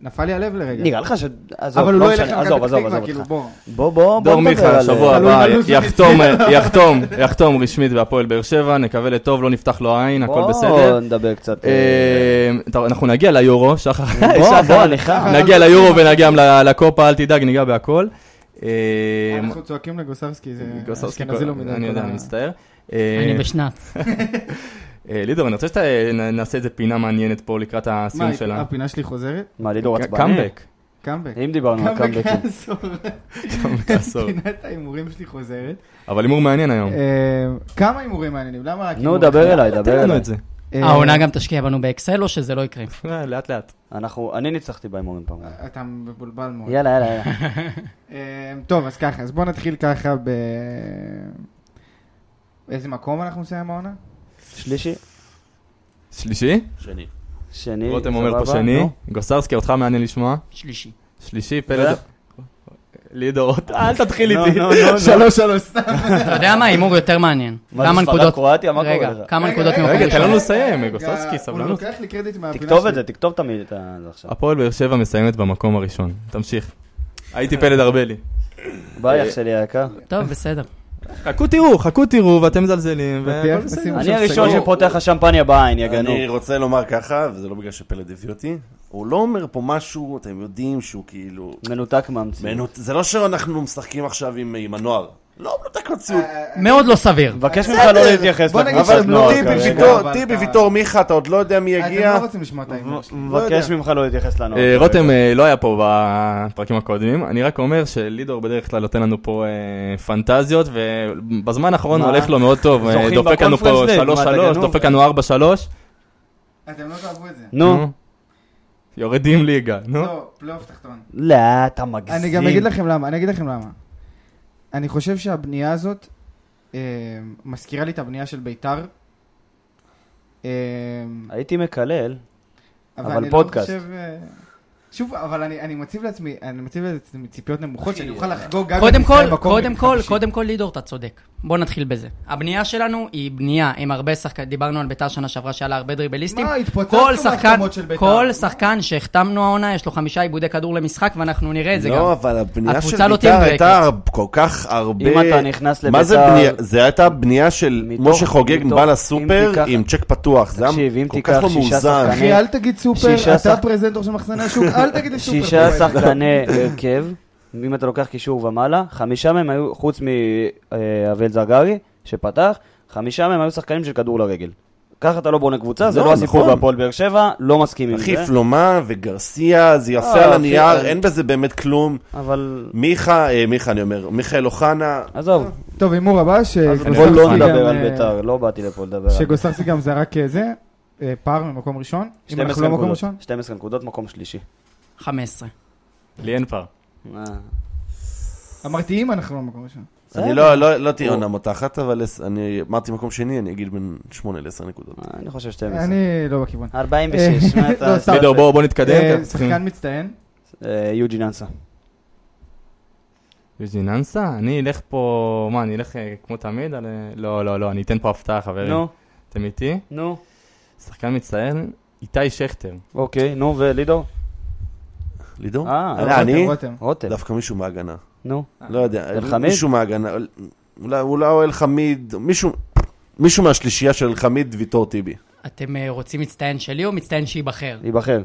[SPEAKER 2] נפל לי הלב לרגע.
[SPEAKER 3] נראה לך ש... עזוב,
[SPEAKER 2] כן. אבל הוא לא ילך
[SPEAKER 3] משנה, עזוב,
[SPEAKER 2] למכבי פתח
[SPEAKER 3] עזוב,
[SPEAKER 2] תקווה,
[SPEAKER 3] עזוב
[SPEAKER 2] כאילו,
[SPEAKER 3] אותך.
[SPEAKER 2] בוא.
[SPEAKER 3] בוא, בוא, בוא
[SPEAKER 1] דור
[SPEAKER 3] נדבר
[SPEAKER 1] מיכה,
[SPEAKER 3] על- אה,
[SPEAKER 1] שבוע
[SPEAKER 2] תלוי
[SPEAKER 1] הבא,
[SPEAKER 2] בלו"ז
[SPEAKER 1] יחתום, אה, יחתום, יחתום רשמית בהפועל באר שבע, נקווה לטוב, לא נפתח לו העין, הכל בסדר.
[SPEAKER 3] בוא נדבר קצת. אה,
[SPEAKER 1] אה, טוב, אנחנו נגיע ליורו, שחר.
[SPEAKER 3] בוא,
[SPEAKER 1] שחר,
[SPEAKER 3] בוא, ניחא.
[SPEAKER 1] נגיע ליורו ונגיע גם ל- לקופה, אל תדאג, ניגע בהכל. אה,
[SPEAKER 2] אנחנו צועקים לגוסרסקי, זה
[SPEAKER 1] גוסרסקי,
[SPEAKER 2] אשכנזי לא מדי.
[SPEAKER 1] אני יודע,
[SPEAKER 2] כל
[SPEAKER 1] אני
[SPEAKER 2] ה-
[SPEAKER 1] מצטער. אה,
[SPEAKER 4] אני בשנץ.
[SPEAKER 1] אה, לידור, אני רוצה שנעשה איזה פינה מעניינת פה לקראת
[SPEAKER 2] מה,
[SPEAKER 1] הסיום שלה.
[SPEAKER 2] הפינה שלי חוזרת?
[SPEAKER 3] מה, לידור עצבני?
[SPEAKER 1] קאמבק.
[SPEAKER 2] קאמבק.
[SPEAKER 3] אם דיברנו על
[SPEAKER 2] קאמבק
[SPEAKER 3] קאמבקים.
[SPEAKER 2] האסור.
[SPEAKER 1] קאמבק אסור.
[SPEAKER 2] פינת ההימורים שלי חוזרת.
[SPEAKER 1] אבל הימור מעניין היום.
[SPEAKER 2] אה, כמה הימורים מעניינים? למה רק
[SPEAKER 3] נו,
[SPEAKER 2] הימור?
[SPEAKER 3] דבר אליי,
[SPEAKER 1] תן
[SPEAKER 3] דבר
[SPEAKER 1] לנו
[SPEAKER 3] אליי.
[SPEAKER 1] את זה.
[SPEAKER 2] אה,
[SPEAKER 4] העונה גם תשקיע בנו באקסל, או שזה לא יקרה?
[SPEAKER 1] אה, לאט לאט.
[SPEAKER 3] אנחנו, אני ניצחתי בהימורים פעם.
[SPEAKER 2] אתה מבולבל מאוד.
[SPEAKER 3] יאללה, יאללה, יאללה.
[SPEAKER 2] אמ, טוב, אז ככה, אז בוא נתחיל ככה ב... באיזה מקום אנחנו נסיים העונה?
[SPEAKER 3] שלישי?
[SPEAKER 1] שלישי?
[SPEAKER 7] שני.
[SPEAKER 3] שני?
[SPEAKER 1] רותם אומר פה
[SPEAKER 3] סבבה?
[SPEAKER 1] שני.
[SPEAKER 3] נו.
[SPEAKER 1] גוסרסקי, אותך מעניין לשמוע.
[SPEAKER 4] שלישי.
[SPEAKER 1] שלישי,
[SPEAKER 3] אה?
[SPEAKER 1] פלד... לידור, אל תתחיל
[SPEAKER 3] נו,
[SPEAKER 1] איתי.
[SPEAKER 3] נו, נו, נו.
[SPEAKER 2] שלוש, שלוש, סתם.
[SPEAKER 4] אתה יודע מה, הימור יותר מעניין.
[SPEAKER 3] מה זה,
[SPEAKER 4] כמה
[SPEAKER 3] ספרד,
[SPEAKER 4] נקודות...
[SPEAKER 3] קרואטיה? מה
[SPEAKER 4] רגע,
[SPEAKER 3] קורה לך?
[SPEAKER 4] כמה נקודות
[SPEAKER 1] רגע,
[SPEAKER 4] ממקום
[SPEAKER 1] תן
[SPEAKER 4] ראשון?
[SPEAKER 1] לנו לסיים,
[SPEAKER 2] רגע,
[SPEAKER 1] גוסרסקי, סבלנות.
[SPEAKER 2] הוא לוקח לי קרדיט מהפינה
[SPEAKER 3] תכתוב את
[SPEAKER 2] שלי.
[SPEAKER 3] זה, תכתוב תמיד את ה- זה עכשיו.
[SPEAKER 1] הפועל באר שבע מסיימת במקום הראשון. תמשיך. הייתי פלד ארבלי. אה,
[SPEAKER 3] ביי, אח שלי היקר.
[SPEAKER 4] טוב, בסדר.
[SPEAKER 1] חכו תראו, חכו תראו, ואתם מזלזלים, והכל
[SPEAKER 2] פתיח,
[SPEAKER 1] בסדר.
[SPEAKER 2] תשים
[SPEAKER 3] אני
[SPEAKER 2] עכשיו
[SPEAKER 3] הראשון
[SPEAKER 2] לא סגור.
[SPEAKER 3] שפותח לך שמפניה בעין, יגנו.
[SPEAKER 7] אני רוצה לומר ככה, וזה לא בגלל שפלד הביא אותי, הוא לא אומר פה משהו, אתם יודעים שהוא כאילו...
[SPEAKER 3] מנותק מהמציאות.
[SPEAKER 7] מנות- זה לא שאנחנו משחקים עכשיו עם עם הנוער. לא מנותק מציאות.
[SPEAKER 4] מאוד לא סביר.
[SPEAKER 3] מבקש ממך לא להתייחס
[SPEAKER 2] בוא נגיד
[SPEAKER 3] לקבוצת
[SPEAKER 2] שהם
[SPEAKER 3] נוער
[SPEAKER 2] לא
[SPEAKER 7] טיבי,
[SPEAKER 3] כרגע.
[SPEAKER 2] רגע.
[SPEAKER 7] ויטור-
[SPEAKER 2] אבל
[SPEAKER 7] טיבי,
[SPEAKER 2] אתה-
[SPEAKER 7] ויטור, מיכה, אתה עוד לא יודע מי
[SPEAKER 2] אתם
[SPEAKER 7] יגיע.
[SPEAKER 2] לא רוצים לשמוע את ההימור שלי.
[SPEAKER 3] מבקש ממך לא להתייחס לנו.
[SPEAKER 1] אה, רותם אה, לא היה פה בפרקים הקודמים, אני רק אומר שלידור בדרך כלל נותן לנו פה אה, פנטזיות, ובזמן האחרון
[SPEAKER 3] מה?
[SPEAKER 1] הולך לו מאוד טוב, אה,
[SPEAKER 3] זוכים
[SPEAKER 1] דופק לנו פה
[SPEAKER 3] בקונפרנס ליג,
[SPEAKER 1] 3-3,
[SPEAKER 3] מה, אתה גנוב?
[SPEAKER 1] דופק לנו 4-3,
[SPEAKER 2] אתם לא תאהבו את זה.
[SPEAKER 3] נו.
[SPEAKER 1] יורדים ליגה, נו.
[SPEAKER 2] לא, פלייאוף תחתון.
[SPEAKER 3] לא, אתה מגזים.
[SPEAKER 2] אני גם אגיד לכם למה, אני אגיד לכם למה. אני חושב שהבנייה הזאת אמ, מזכירה לי את הבנייה של ביתר. אמ,
[SPEAKER 3] הייתי מקלל. אבל
[SPEAKER 2] אני לא
[SPEAKER 3] פודקאסט.
[SPEAKER 2] חושב, אה, שוב, אבל אני, אני מציב לעצמי, אני מציב לעצמי ציפיות נמוכות שאני אוכל לחגוג גם
[SPEAKER 4] קודם
[SPEAKER 2] אם
[SPEAKER 4] כל,
[SPEAKER 2] נסיים מקום
[SPEAKER 4] קודם כל,
[SPEAKER 2] חמישי.
[SPEAKER 4] קודם כל, לידור, אתה צודק. בוא נתחיל בזה. הבנייה שלנו היא בנייה עם הרבה שחקנים, דיברנו על ביתר שנה שעברה שהיה לה הרבה דריבליסטים.
[SPEAKER 2] מה, התפוצצנו
[SPEAKER 4] כל שחקן,
[SPEAKER 2] מהחתמות של ביתר.
[SPEAKER 4] כל שחקן שהחתמנו העונה, יש לו חמישה עיבודי כדור למשחק, ואנחנו נראה את זה גם.
[SPEAKER 7] לא, אבל הבנייה של
[SPEAKER 4] הקבוצה לא
[SPEAKER 7] ביתר
[SPEAKER 4] תהיה
[SPEAKER 7] הייתה הר- כל כך הרבה...
[SPEAKER 3] אם אתה נכנס
[SPEAKER 7] מה זה
[SPEAKER 3] לביתר-
[SPEAKER 7] בנייה? זה הייתה בנייה של
[SPEAKER 3] מתוך-
[SPEAKER 7] משה חוגג
[SPEAKER 3] מתוך-
[SPEAKER 7] בא
[SPEAKER 3] אם
[SPEAKER 7] לסופר
[SPEAKER 3] תיקח-
[SPEAKER 7] עם צ'ק פתוח. זה
[SPEAKER 3] תקשיב,
[SPEAKER 7] היה
[SPEAKER 3] אם
[SPEAKER 7] כל כך לא
[SPEAKER 3] תיקח שישה
[SPEAKER 7] מאוזן.
[SPEAKER 3] שחקנים-
[SPEAKER 2] אחי, אל תגיד סופר,
[SPEAKER 3] שישה
[SPEAKER 2] אתה
[SPEAKER 3] שח-
[SPEAKER 2] פרזנטור של מחסני השוק, אל תגיד לי סופר.
[SPEAKER 3] שישה
[SPEAKER 2] פה,
[SPEAKER 3] שחקני הרכב, אם אתה לוקח קישור ומעלה, חמישה מהם היו, חוץ מאבל זרגרי, שפתח, חמישה מהם היו שחקנים של כדור לרגל. ככה אתה לא בונה קבוצה, זה
[SPEAKER 7] לא,
[SPEAKER 3] לא הסיפור
[SPEAKER 7] נכון.
[SPEAKER 3] בהפועל באר שבע, לא מסכים עם
[SPEAKER 7] אחי
[SPEAKER 3] זה.
[SPEAKER 7] פלומה וגרסיה, זה
[SPEAKER 3] אה,
[SPEAKER 7] יפה על
[SPEAKER 3] אחי,
[SPEAKER 7] הנייר,
[SPEAKER 3] אה.
[SPEAKER 7] אין בזה באמת כלום.
[SPEAKER 3] אבל
[SPEAKER 7] מיכה, אה, מיכה אני אומר, מיכאל אוחנה,
[SPEAKER 3] עזוב,
[SPEAKER 2] פה. טוב, הימור הבא,
[SPEAKER 3] אז
[SPEAKER 1] אני
[SPEAKER 3] בואו
[SPEAKER 1] רוצה
[SPEAKER 3] לא
[SPEAKER 1] גם,
[SPEAKER 3] נדבר על
[SPEAKER 2] אה,
[SPEAKER 3] בית"ר, לא באתי לפה לדבר על בית"ר.
[SPEAKER 2] שגוסרסי גם זרק אה, זה, אה, פער ממקום ראשון. אם אנחנו
[SPEAKER 3] 12
[SPEAKER 2] לא מקום
[SPEAKER 3] נקודות,
[SPEAKER 2] ראשון.
[SPEAKER 3] 12 נקודות, מקום שלישי.
[SPEAKER 4] 15.
[SPEAKER 1] לי אין פער.
[SPEAKER 3] אה,
[SPEAKER 2] אמרתי אם אנחנו לא מקום ראשון.
[SPEAKER 3] בסדר.
[SPEAKER 7] אני לא- לא לא תהיה
[SPEAKER 3] הוא-
[SPEAKER 7] עונה מותחת, אבל לס- אני אמרתי מקום שני, אני אגיד בין 8 ל-10 נקודות.
[SPEAKER 3] אה, אני חושב 12.
[SPEAKER 2] אני לא בכיוון.
[SPEAKER 3] 46,
[SPEAKER 2] אה,
[SPEAKER 3] מה אתה...
[SPEAKER 2] לא, סתם.
[SPEAKER 1] לידור, בוא בוא נתקדם.
[SPEAKER 2] אה,
[SPEAKER 1] כן, צריכים-
[SPEAKER 2] שחקן מצטיין.
[SPEAKER 3] אה, יוג'י ננסה.
[SPEAKER 1] יוג'י ננסה? אני אלך פה, מה, אני אלך אה, כמו תמיד? על, אה, לא, לא, לא, אני אתן פה הפתעה, חברים.
[SPEAKER 3] נו,
[SPEAKER 1] אתם איתי?
[SPEAKER 3] נו.
[SPEAKER 1] שחקן מצטיין, איתי שכטר.
[SPEAKER 3] אוקיי, נו, ולידור?
[SPEAKER 7] לידור?
[SPEAKER 3] אה,
[SPEAKER 7] אני- אני?
[SPEAKER 2] רותם.
[SPEAKER 3] רותם.
[SPEAKER 7] דווקא מישהו מההגנה.
[SPEAKER 3] נו.
[SPEAKER 7] לא יודע,
[SPEAKER 3] אלחמיד?
[SPEAKER 7] מישהו מההגנה, אולי- אולי או אלחמיד, מישהו... מישהו מהשלישייה של אלחמיד ויטור טיבי.
[SPEAKER 4] אתם אה, רוצים מצטיין שלי או מצטיין שייבחר?
[SPEAKER 3] להיבחר.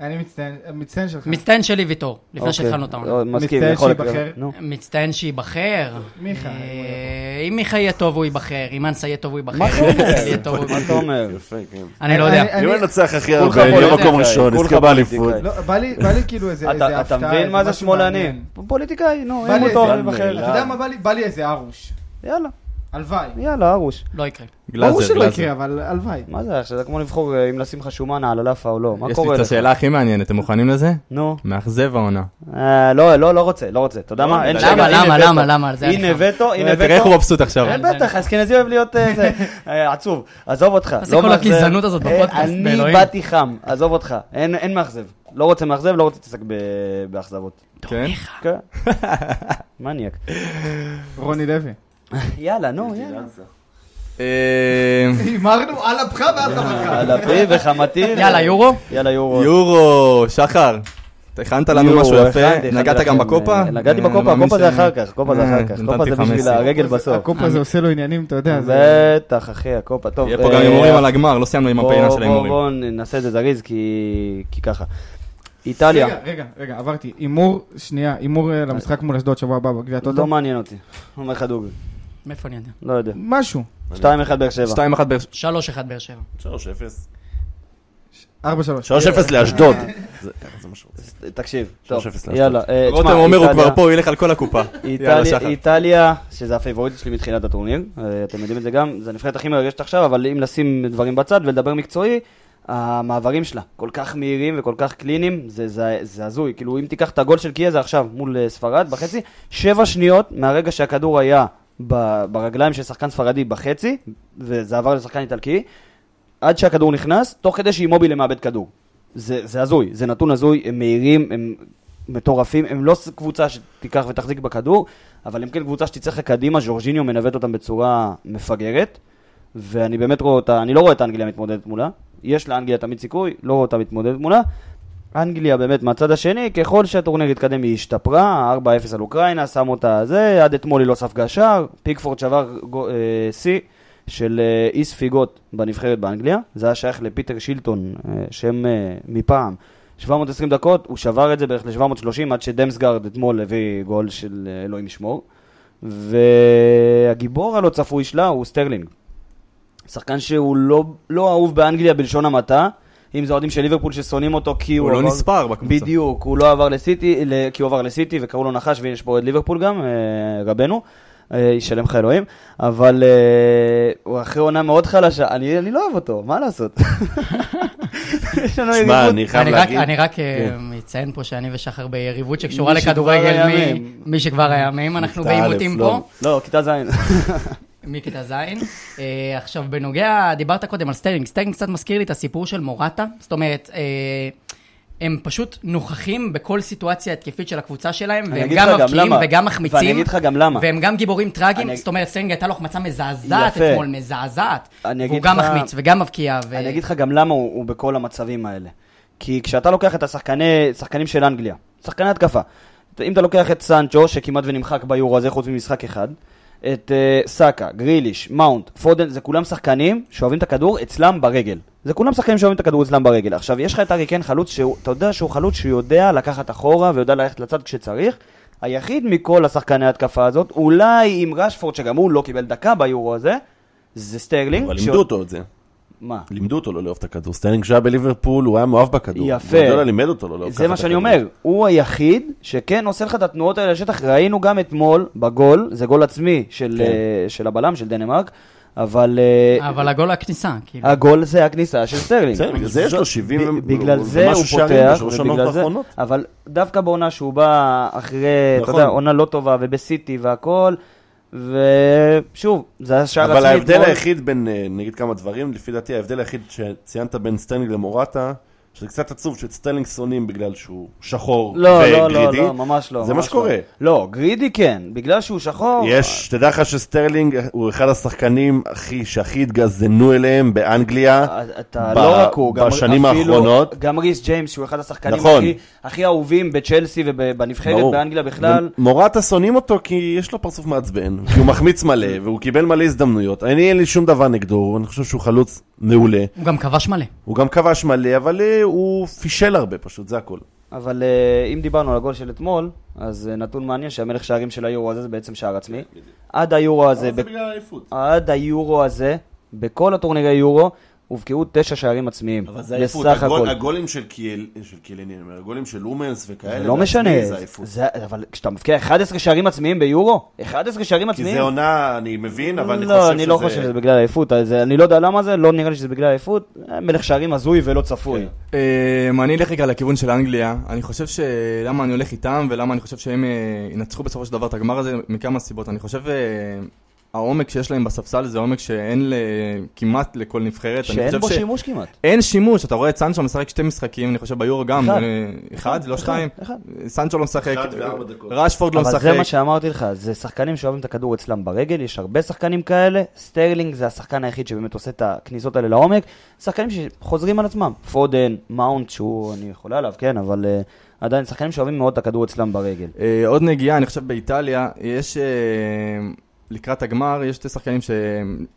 [SPEAKER 2] אני מצטיין, מצטיין שלך.
[SPEAKER 4] מצטיין שלי ויטור, לפני שהתחלנו את העונה.
[SPEAKER 3] אוקיי, אה, מסכים,
[SPEAKER 2] מצטער
[SPEAKER 3] יכול
[SPEAKER 2] שייבחר.
[SPEAKER 3] לקרוא. נו.
[SPEAKER 4] מצטיין שייבחר.
[SPEAKER 2] מיכה,
[SPEAKER 4] אה,
[SPEAKER 2] אם הוא
[SPEAKER 4] אם מיכה יהיה טוב הוא ייבחר, אם אנסה יהיה טוב הוא ייבחר.
[SPEAKER 3] מה אתה
[SPEAKER 4] אם
[SPEAKER 3] אומר?
[SPEAKER 4] אנסה יהיה טוב, הוא
[SPEAKER 3] מה
[SPEAKER 4] ייבחר.
[SPEAKER 3] אתה אומר?
[SPEAKER 7] יפה, כן.
[SPEAKER 4] אני לא יודע.
[SPEAKER 7] אם ננצח הכי
[SPEAKER 3] כולך
[SPEAKER 7] הרבה, נהיה
[SPEAKER 3] פוליטיקאי,
[SPEAKER 7] מקום ראשון,
[SPEAKER 3] כולך
[SPEAKER 7] נזכה באליפות.
[SPEAKER 3] פוליטיקאי.
[SPEAKER 2] לא, בא לי, בא לי כאילו איזה, איזה
[SPEAKER 3] אתה-
[SPEAKER 2] הפתעה.
[SPEAKER 3] אתה מבין מה
[SPEAKER 2] איזה
[SPEAKER 3] זה
[SPEAKER 2] משהו
[SPEAKER 3] שמאלנים?
[SPEAKER 2] מעניין.
[SPEAKER 3] פוליטיקאי, נו,
[SPEAKER 2] בא
[SPEAKER 3] אין
[SPEAKER 2] לי
[SPEAKER 3] אותו.
[SPEAKER 2] איזה-
[SPEAKER 7] ייבחר.
[SPEAKER 2] אתה יודע מה בא לי? בא לי איזה ארוש.
[SPEAKER 3] יאללה,
[SPEAKER 2] הלוואי.
[SPEAKER 3] יאללה, ארוש.
[SPEAKER 4] לא יקרה.
[SPEAKER 1] גלאזר,
[SPEAKER 2] ברור שלא
[SPEAKER 1] גלאזר.
[SPEAKER 2] יקרה, אבל הלוואי.
[SPEAKER 3] מה זה, עכשיו זה כמו לבחור אה, אם לשים לך שומן על הלאפה או לא, מה
[SPEAKER 1] יש לי
[SPEAKER 3] קורה
[SPEAKER 1] את
[SPEAKER 3] לך?
[SPEAKER 1] השאלה הכי מעניינת, אתם מוכנים לזה?
[SPEAKER 3] נו,
[SPEAKER 1] מאכזב העונה.
[SPEAKER 3] אה, לא, לא, לא רוצה, לא רוצה, אתה יודע מה? אין
[SPEAKER 4] למה,
[SPEAKER 3] שאלה, הנה
[SPEAKER 4] למה,
[SPEAKER 3] וטו.
[SPEAKER 4] למה, למה? על זה אני
[SPEAKER 3] הנה
[SPEAKER 4] חם.
[SPEAKER 3] וטו, הנה
[SPEAKER 1] תראה איך
[SPEAKER 3] וטו.
[SPEAKER 1] הוא מבסוט עכשיו.
[SPEAKER 3] אה, בטח, אשכנזי אוהב להיות אה, זה, אה, עצוב. עזוב אותך,
[SPEAKER 4] מה זה
[SPEAKER 3] לא
[SPEAKER 4] כל
[SPEAKER 3] מאכזב.
[SPEAKER 4] הגזענות הזאת
[SPEAKER 3] אה,
[SPEAKER 4] בפודקאסט,
[SPEAKER 3] אני
[SPEAKER 4] באלוהים?
[SPEAKER 3] באתי חם, עזוב אותך, אין אין מאכזב. לא רוצה מאכזב, לא רוצה להתעסק ב- באכזבות.
[SPEAKER 1] כן?
[SPEAKER 3] כן. מניאק.
[SPEAKER 2] רוני לוי.
[SPEAKER 3] יאללה, נו, יאללה.
[SPEAKER 1] אה,
[SPEAKER 2] הימרנו על אפך ועל חמתך.
[SPEAKER 3] על אפי וחמתי.
[SPEAKER 4] יאללה, יורו?
[SPEAKER 3] יאללה, יורו.
[SPEAKER 1] יורו, שחר. אתה הכנת לנו
[SPEAKER 3] יורו,
[SPEAKER 1] משהו
[SPEAKER 3] הכנתי,
[SPEAKER 1] יפה,
[SPEAKER 3] הכנתי
[SPEAKER 1] נגעת גם
[SPEAKER 3] לכם,
[SPEAKER 1] בקופה?
[SPEAKER 3] אה, נגעתי
[SPEAKER 1] אה,
[SPEAKER 3] בקופה,
[SPEAKER 1] אני מאמין
[SPEAKER 3] הקופה זה
[SPEAKER 1] ש-
[SPEAKER 3] אחר כך, קופה זה
[SPEAKER 1] אה,
[SPEAKER 3] אחר כך, קופה
[SPEAKER 1] נתתי
[SPEAKER 3] זה בשביל
[SPEAKER 1] 15.
[SPEAKER 3] הרגל בסוף.
[SPEAKER 2] הקופה זה עושה לו עניינים, אתה יודע. זה-
[SPEAKER 3] בטח, אחי, הקופה, טוב.
[SPEAKER 1] יהיה פה גם
[SPEAKER 3] אה,
[SPEAKER 1] הימורים על הגמר, לא סיימנו עם
[SPEAKER 3] בוא-
[SPEAKER 1] הפינה של
[SPEAKER 3] בוא-
[SPEAKER 1] ההימורים.
[SPEAKER 3] בואו נעשה את זה זריז, כי כי ככה. איטליה,
[SPEAKER 2] רגע, רגע, רגע, עברתי. הימור, שנייה, הימור אה, למשחק מול אשדוד שבוע הבא בגביע
[SPEAKER 3] לא
[SPEAKER 2] הטוטו.
[SPEAKER 3] מעניין אותי. אומר לך דוגרי,
[SPEAKER 4] מאיפה אני יודע?
[SPEAKER 3] לא יודע.
[SPEAKER 2] משהו.
[SPEAKER 3] 2-1 באר שבע.
[SPEAKER 1] 2-1 באר שבע.
[SPEAKER 4] 3-1 באר שבע.
[SPEAKER 7] 3-0.
[SPEAKER 2] 4 3
[SPEAKER 7] 3-0 לאשדוד. זה- זה מה שרוצה.
[SPEAKER 3] תקשיב, טוב,
[SPEAKER 7] שלוש אפס לאשדוד.
[SPEAKER 3] יאללה. אה,
[SPEAKER 1] רותם
[SPEAKER 3] תשמע,
[SPEAKER 1] אומר הוא
[SPEAKER 3] איטליה-
[SPEAKER 1] כבר פה, הוא ילך על כל הקופה. יאללה
[SPEAKER 3] איטליה,
[SPEAKER 1] שחר.
[SPEAKER 3] איטליה, שזה הפייבוריט שלי מתחילת הטורניר, אה, אתם יודעים את זה גם, זה הנבחרת הכי מרגשת עכשיו, אבל אם לשים דברים בצד ולדבר מקצועי, המעברים שלה כל כך מהירים וכל כך קליניים, זה- זה זה הזוי. כאילו, אם תיקח את הגול של קיה זה עכשיו מול אה, ספרד בחצי, שבע שניות מהרגע שהכדור היה ב- ברגליים של שחקן ספרדי בחצי, וזה עבר לשחקן איטלקי, עד שהכדור נכנס, תוך כדי שאימובילה מאבד כדור. זה, זה הזוי, זה נתון הזוי, הם מהירים, הם מטורפים, הם לא ס- קבוצה שתיקח ותחזיק בכדור, אבל הם כן קבוצה שתצא לך קדימה, ז'ורג'יניו מנווט אותם בצורה מפגרת, ואני באמת רואה אותה, אני לא רואה את אנגליה מתמודדת מולה, יש לאנגליה תמיד סיכוי, לא רואה אותה מתמודדת מולה. אנגליה באמת מהצד השני, ככל שהטורניר התקדם היא השתפרה, 4-0 על אוקראינה, שם אותה זה, עד אתמול היא לא ספגה שער, פיקפורד שבר גו- אה, שיא של אה, אי ספיגות בנבחרת באנגליה, זה היה שייך לפיטר שילטון, אה, שם אה, מפעם, 720 דקות, הוא שבר את זה בערך ל-730 עד שדמסגרד אתמול הביא גול של אה, אלוהים ישמור, והגיבור הלא צפוי שלה הוא סטרלינג. שחקן שהוא לא, לא אהוב באנגליה בלשון המעטה, אם זה אוהדים של ליברפול ששונאים אותו כי הוא...
[SPEAKER 1] הוא לא
[SPEAKER 3] עבר-
[SPEAKER 1] נספר בקבוצה.
[SPEAKER 3] בדיוק, הוא לא עבר לסיטי, ל- כי הוא עבר לסיטי וקראו לו נחש ויש פה את ליברפול גם, אה, רבנו, אה, ישלם לך אלוהים, אבל אה, הוא אחרי עונה מאוד חלשה, אני, אני לא אוהב אותו, מה לעשות? יש לנו
[SPEAKER 7] שמע, אני חייב
[SPEAKER 4] אני רק-
[SPEAKER 7] להגיד,
[SPEAKER 4] אני רק אה, אציין פה שאני ושחר ביריבות שקשורה
[SPEAKER 3] כן. מי שכבר
[SPEAKER 4] לכדורגל,
[SPEAKER 3] היה
[SPEAKER 4] מי-
[SPEAKER 3] מהם.
[SPEAKER 4] מי שכבר היה מהם, אנחנו
[SPEAKER 7] מכיתה א',
[SPEAKER 4] בעימותים
[SPEAKER 7] לא.
[SPEAKER 4] פה,
[SPEAKER 3] לא, כיתה ז'.
[SPEAKER 4] מכיתה ז'. אה, עכשיו, בנוגע, דיברת קודם על סטרלינג, סטרלינג קצת מזכיר לי את הסיפור של מורטה, זאת אומרת, אה, הם פשוט נוכחים בכל סיטואציה התקפית של הקבוצה שלהם,
[SPEAKER 3] אני
[SPEAKER 4] והם
[SPEAKER 3] אגיד
[SPEAKER 4] גם
[SPEAKER 3] לך גם
[SPEAKER 4] מבקיעים
[SPEAKER 3] למה.
[SPEAKER 4] וגם
[SPEAKER 3] ואני
[SPEAKER 4] מחמיצים,
[SPEAKER 3] אגיד לך גם למה.
[SPEAKER 4] והם גם גיבורים טראגיים,
[SPEAKER 3] אני-
[SPEAKER 4] זאת אומרת, סטרלינג הייתה לו החמצה מזעזעת
[SPEAKER 3] יפה.
[SPEAKER 4] אתמול, מזעזעת,
[SPEAKER 3] אני
[SPEAKER 4] והוא
[SPEAKER 3] אגיד
[SPEAKER 4] גם
[SPEAKER 3] לך-
[SPEAKER 4] מחמיץ וגם מבקיע, ו-
[SPEAKER 3] אני אגיד לך גם למה הוא, הוא בכל המצבים האלה. כי כשאתה לוקח את השחקני, שחקנים של אנגליה, שחקני התקפה, אם אתה לוקח את סנצ'ו, שכמעט ונמחק ביורו הזה חוץ ממשחק אחד, את uh, סאקה, גריליש, מאונט, פודן, זה כולם שחקנים שאוהבים את הכדור אצלם ברגל. זה כולם שחקנים שאוהבים את הכדור אצלם ברגל. עכשיו, יש לך את ארי קיין חלוץ, שאתה יודע שהוא חלוץ שיודע לקחת אחורה ויודע ללכת לצד כשצריך. היחיד מכל השחקני ההתקפה הזאת, אולי עם רשפורד, שגם הוא לא קיבל דקה ביורו הזה, זה סטרלינג.
[SPEAKER 7] אבל
[SPEAKER 3] שעוד-
[SPEAKER 7] לימדו אותו את זה.
[SPEAKER 3] מה?
[SPEAKER 7] לימדו אותו לא לאהוב את הכדור. סטיינג שהיה בליברפול, הוא היה מאוהב בכדור.
[SPEAKER 3] יפה.
[SPEAKER 7] גורדולה לימד אותו לא לאהוב ככה
[SPEAKER 3] זה
[SPEAKER 7] את
[SPEAKER 3] מה שאני
[SPEAKER 7] הכדור.
[SPEAKER 3] אומר, הוא היחיד שכן עושה לך את התנועות האלה לשטח, ראינו גם אתמול בגול, זה גול עצמי של,
[SPEAKER 7] כן.
[SPEAKER 3] אה, של הבלם, של דנמרק, אבל אה,
[SPEAKER 4] אבל הגול הכניסה, כאילו.
[SPEAKER 3] הגול זה הכניסה של סטרלינג.
[SPEAKER 7] בסדר, בגלל זה יש לו 70
[SPEAKER 3] ב-
[SPEAKER 7] ו-
[SPEAKER 3] בגלל זה
[SPEAKER 7] ומשהו
[SPEAKER 3] הוא
[SPEAKER 7] שערים
[SPEAKER 3] פותח,
[SPEAKER 7] בשלוש עונות
[SPEAKER 3] ובגלל זה,
[SPEAKER 7] האחרונות.
[SPEAKER 3] אבל דווקא בעונה שהוא בא אחרי, אתה
[SPEAKER 7] נכון.
[SPEAKER 3] יודע, עונה לא טובה ובסיטי והכל, ושוב, זה השער עצמי.
[SPEAKER 7] אבל ההבדל
[SPEAKER 3] אתמול.
[SPEAKER 7] היחיד בין, אה, נגיד כמה דברים, לפי דעתי ההבדל היחיד שציינת בין סטנלינג למורטה, שזה קצת עצוב שאת סטנלינג שונאים בגלל שהוא שחור
[SPEAKER 3] לא, לא, לא,
[SPEAKER 7] וגרידי.
[SPEAKER 3] לא, ממש לא.
[SPEAKER 7] זה מה
[SPEAKER 3] ממש
[SPEAKER 7] שקורה.
[SPEAKER 3] לא, לא, גרידי כן, בגלל שהוא שחור.
[SPEAKER 7] יש, תדע לך שסטרלינג הוא אחד השחקנים הכי, שהכי התגזענו אליהם באנגליה.
[SPEAKER 3] אתה
[SPEAKER 7] ב-
[SPEAKER 3] לא רק הוא, גם
[SPEAKER 7] בשנים
[SPEAKER 3] אפילו-
[SPEAKER 7] האחרונות.
[SPEAKER 3] גם ריס ג'יימס, שהוא אחד השחקנים
[SPEAKER 7] נכון.
[SPEAKER 3] הכי- הכי אהובים בצ'לסי ובנבחרת
[SPEAKER 7] ברור.
[SPEAKER 3] באנגליה בכלל.
[SPEAKER 7] מורטה שונאים אותו כי יש לו פרצוף מעצבן, כי הוא מחמיץ מלא, והוא קיבל מלא הזדמנויות. אני אין לי שום דבר נגדו, אני חושב שהוא חלוץ מעולה.
[SPEAKER 4] הוא גם כבש מלא.
[SPEAKER 7] הוא גם כבש מלא, אבל אה, הוא פישל הרבה פשוט, זה הכל.
[SPEAKER 3] אבל אה, אם דיברנו על הגול של אתמול, אז אה, נתון מעניין שהמלך שערים של היורו הזה זה בעצם שער עצמי. עד היורו הזה,
[SPEAKER 7] כן, זה
[SPEAKER 3] ב-
[SPEAKER 7] בגלל האליפות.
[SPEAKER 3] עד היורו הזה, בכל הטורנירי יורו, הובקעו תשע שערים עצמיים.
[SPEAKER 7] אבל זה עייפות,
[SPEAKER 3] בסך
[SPEAKER 7] הגול,
[SPEAKER 3] הכל.
[SPEAKER 7] הגולים של קיאל, של קיאליני, אני אומר, הגולים של לומנס וכאלה,
[SPEAKER 3] זה לא
[SPEAKER 7] בעצמי
[SPEAKER 3] משנה,
[SPEAKER 7] זה עייפות.
[SPEAKER 3] זה- אבל כשאתה מבקיע 11 שערים עצמיים ביורו, 11 שערים
[SPEAKER 7] כי
[SPEAKER 3] עצמיים.
[SPEAKER 7] זה עונה, אני מבין, אבל אני חושב
[SPEAKER 3] לא,
[SPEAKER 7] שזה...
[SPEAKER 3] אני לא חושב שזה בגלל עייפות, אז אני לא יודע למה זה, לא נראה לי שזה בגלל עייפות, מלך שערים הזוי ולא צפוי.
[SPEAKER 1] אמ, אני אלך רגע לכיוון של אנגליה. אני חושב ש... למה אני הולך איתם ולמה אני חושב שהם אה, ינצחו בסופו של דבר את הגמר הזה, מכמה סיבות. אני חושב אה, העומק שיש להם בספסל זה עומק שאין ל... כמעט לכל נבחרת. אני
[SPEAKER 3] שאין
[SPEAKER 1] חושב
[SPEAKER 3] בו
[SPEAKER 1] ש-
[SPEAKER 3] שימוש כמעט.
[SPEAKER 1] אין שימוש, אתה רואה את סנצ'ו משחק שתי משחקים, אני חושב ביורו גם,
[SPEAKER 3] אחד.
[SPEAKER 1] אה, אחד, לא
[SPEAKER 3] אחד,
[SPEAKER 1] שתיים,
[SPEAKER 3] אחד.
[SPEAKER 1] סנצ'ו לא משחק,
[SPEAKER 7] אחד וארבע דקות.
[SPEAKER 1] רשפורד לא
[SPEAKER 3] אבל זה מה
[SPEAKER 1] משחק,
[SPEAKER 3] שאמרתי לך, זה שחקנים שאוהבים את הכדור אצלם ברגל, יש הרבה שחקנים כאלה, סטרלינג זה השחקן היחיד שבאמת עושה את הכניסות האלה לעומק, שחקנים שחוזרים על עצמם, פודן, מאונט, שהוא, אני חולה עליו, כן, אבל אה, עדיין שחקנים שאוהבים מאוד את הכדור אצלם ברגל.
[SPEAKER 1] אה, עוד נגיעה, אני חושב באיטליה, יש אה, לקראת הגמר, יש שתי שחקנים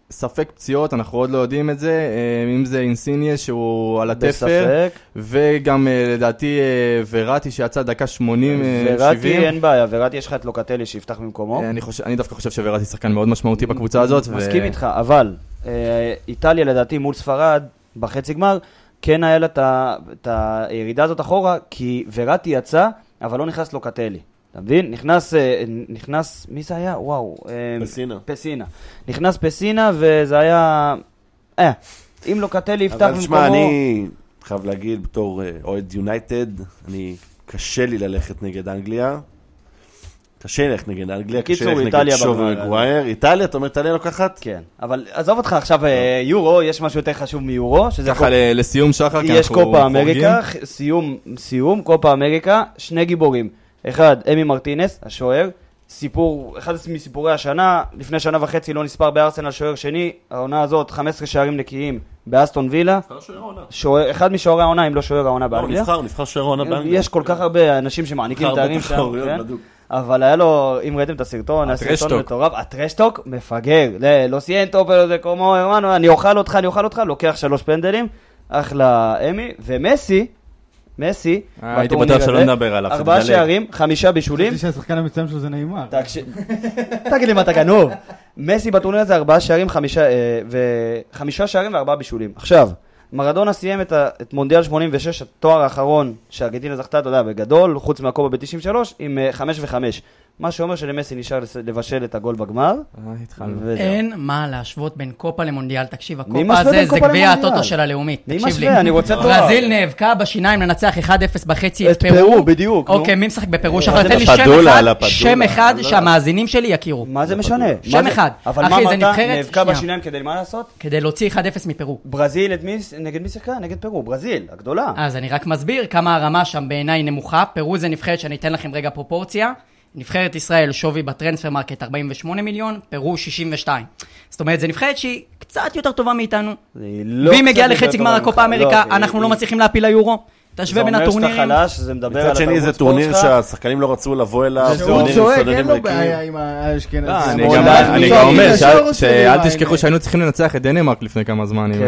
[SPEAKER 1] שספק פציעות, אנחנו עוד לא יודעים את זה, אה, אם זה אינסיניה שהוא על התפר,
[SPEAKER 3] בספק,
[SPEAKER 1] וגם אה, לדעתי אה, וראטי שיצא דקה 80, אה,
[SPEAKER 3] וראטי
[SPEAKER 1] 70.
[SPEAKER 3] אין בעיה, וראטי יש לך את לוקטלי שיפתח במקומו.
[SPEAKER 1] אה, אני חושב- אני דווקא חושב שוראטי שחקן מאוד משמעותי בקבוצה הזאת. ו-
[SPEAKER 3] מסכים איתך, אבל אה, איטליה לדעתי מול ספרד, בחצי גמר, כן היה לה את ה- את הירידה הזאת אחורה, כי וראטי יצא, אבל לא נכנס לוקטלי. אתה מבין? נכנס, אה, נכנס, מי זה היה? וואו. אה,
[SPEAKER 7] פסינה.
[SPEAKER 3] פסינה. נכנס פסינה, וזה היה... אה, אם לוקטלי יפתח במקומו...
[SPEAKER 7] אבל תשמע, אני חייב להגיד, בתור אה, אוהד יונייטד, אני, קשה לי ללכת נגד אנגליה. קשה לי ללכת נגד אנגליה, קשה
[SPEAKER 3] קיצור,
[SPEAKER 7] לי ללכת נגד
[SPEAKER 3] איטליה
[SPEAKER 7] שוב
[SPEAKER 3] בגמר.
[SPEAKER 7] ומגווייר. איטליה, אתה אומר, איטליה לוקחת?
[SPEAKER 3] כן, אבל עזוב אותך עכשיו, אה, יורו, יש משהו יותר חשוב מיורו, שזה...
[SPEAKER 1] ככה ל- לסיום שחר, כי
[SPEAKER 3] יש
[SPEAKER 1] אנחנו
[SPEAKER 3] קופה
[SPEAKER 1] חורגים.
[SPEAKER 3] אמריקה, ח- סיום, סיום, קופה אמריקה, שני גיבורים. אחד, אמי מרטינס, השוער, סיפור, אחד מסיפורי השנה, לפני שנה וחצי לא נספר בארסנל שוער שני, העונה הזאת, 15 שערים נקיים באסטון וילה, שוער, אחד משוערי העונה, אם לא שוער העונה
[SPEAKER 7] אה. לא, הוא
[SPEAKER 3] באנגליה.
[SPEAKER 7] לא, נבחר, הוא נבחר שוער העונה באנגליה.
[SPEAKER 3] יש כל כך הרבה אנשים שמעניקים
[SPEAKER 7] הרבה
[SPEAKER 3] תארים שם,
[SPEAKER 7] תחרויות,
[SPEAKER 3] כן?
[SPEAKER 7] בדוק.
[SPEAKER 3] אבל היה לו, אם ראיתם את הסרטון, היה סרטון
[SPEAKER 1] הטרשטוק.
[SPEAKER 3] מטורף, הטרשטוק מפגר, ל- לא סיינטו ולא זה כמו הרמנו, אני אוכל אותך, אני אוכל אותך, לוקח שלוש פנדלים, אחלה אמי, ומסי, מסי,
[SPEAKER 1] אה, הייתי
[SPEAKER 3] בטורניר
[SPEAKER 1] בטוח שלא
[SPEAKER 3] הזה,
[SPEAKER 1] נדבר עליו,
[SPEAKER 3] ארבעה
[SPEAKER 1] שתדלג.
[SPEAKER 3] שערים, חמישה בישולים,
[SPEAKER 2] חשבתי שהשחקן המצוין שלו זה נעימר.
[SPEAKER 3] תקשיב, תגיד לי מה אתה גנוב. מסי בטורניר הזה ארבעה שערים, חמישה, אה, ו- חמישה שערים וארבעה בישולים. עכשיו, מרדונה סיים את, ה- את מונדיאל 86, התואר האחרון שארגנטינה זכתה, אתה יודע, בגדול, חוץ מהקובה ב-93, עם אה, חמש וחמש. מה שאומר שלמסי נשאר לס- לבשל את הגול בגמר.
[SPEAKER 1] אה, התחלנו.
[SPEAKER 3] וזהו.
[SPEAKER 4] אין מה להשוות בין קופה למונדיאל, תקשיב,
[SPEAKER 3] מי
[SPEAKER 4] הקופה
[SPEAKER 3] משווה
[SPEAKER 4] הזה
[SPEAKER 3] בין
[SPEAKER 4] זה
[SPEAKER 3] קופה
[SPEAKER 4] גביע
[SPEAKER 3] למונדיאל?
[SPEAKER 4] הטוטו של הלאומית,
[SPEAKER 3] מי
[SPEAKER 4] תקשיב לי.
[SPEAKER 3] משווה? אני רוצה תואר.
[SPEAKER 4] ברזיל נאבקה בשיניים לנצח 1-0 בחצי
[SPEAKER 3] את פרו, בדיוק, נו.
[SPEAKER 4] אוקיי, מי משחק בפרו? שחר,
[SPEAKER 3] מה זה
[SPEAKER 4] תן לי שם
[SPEAKER 7] לפדולה,
[SPEAKER 4] אחד,
[SPEAKER 7] לפדולה.
[SPEAKER 4] שם אחד
[SPEAKER 7] לא.
[SPEAKER 4] שהמאזינים שלי יכירו.
[SPEAKER 3] מה זה משנה? מה
[SPEAKER 4] שם
[SPEAKER 3] זה-
[SPEAKER 4] אחד.
[SPEAKER 3] אבל
[SPEAKER 4] אחי,
[SPEAKER 3] מה
[SPEAKER 4] זה
[SPEAKER 3] אמרת?
[SPEAKER 4] נבחרת-
[SPEAKER 3] נאבקה
[SPEAKER 4] שנייה.
[SPEAKER 3] בשיניים כדי מה לעשות?
[SPEAKER 4] כדי להוציא 1-0 מפרו.
[SPEAKER 3] ברזיל, את מי- נגד מי שיחקה? נגד פרו, ברזיל, הגדולה.
[SPEAKER 4] אז אני רק מסביר כמה הרמה שם בעיניי נמוכה. פרו זה נבחרת שאני אתן לכם רגע פרופורציה. נבחרת ישראל שווי בטרנספר מרקט 48 מיליון, פרו 62. זאת אומרת, זו נבחרת שהיא קצת יותר טובה מאיתנו.
[SPEAKER 3] היא לא
[SPEAKER 4] והיא מגיעה
[SPEAKER 3] קצת יותר
[SPEAKER 4] לחצי
[SPEAKER 3] טובה
[SPEAKER 4] גמר
[SPEAKER 3] ממך.
[SPEAKER 4] הקופה אמריקה,
[SPEAKER 3] לא, היא-
[SPEAKER 4] אנחנו לא
[SPEAKER 3] היא-
[SPEAKER 4] מצליחים להפיל ליורו. תשווה בין
[SPEAKER 3] זה
[SPEAKER 4] הטורנירים.
[SPEAKER 3] אומר שאתה חלש, זה מדבר על
[SPEAKER 7] מצד שני זה
[SPEAKER 3] התרבות
[SPEAKER 7] טורניר
[SPEAKER 3] ספורט שלך.
[SPEAKER 7] שהשחקנים לא רצו לבוא אליו,
[SPEAKER 2] שהוא
[SPEAKER 7] טורניר עם
[SPEAKER 2] צועק,
[SPEAKER 7] סודנים
[SPEAKER 2] אין לו
[SPEAKER 7] ריקים.
[SPEAKER 2] בעיה עם
[SPEAKER 3] כאילו.
[SPEAKER 2] האשכנזים.
[SPEAKER 1] אה, אני
[SPEAKER 3] שמאל,
[SPEAKER 1] גם-
[SPEAKER 3] אה,
[SPEAKER 1] אני
[SPEAKER 3] מזרחי,
[SPEAKER 1] גם אומר,
[SPEAKER 3] זה
[SPEAKER 1] שאל- שאל תשכחו שהיינו צריכים לנצח את דנמרק לפני כמה זמן עם אה, כל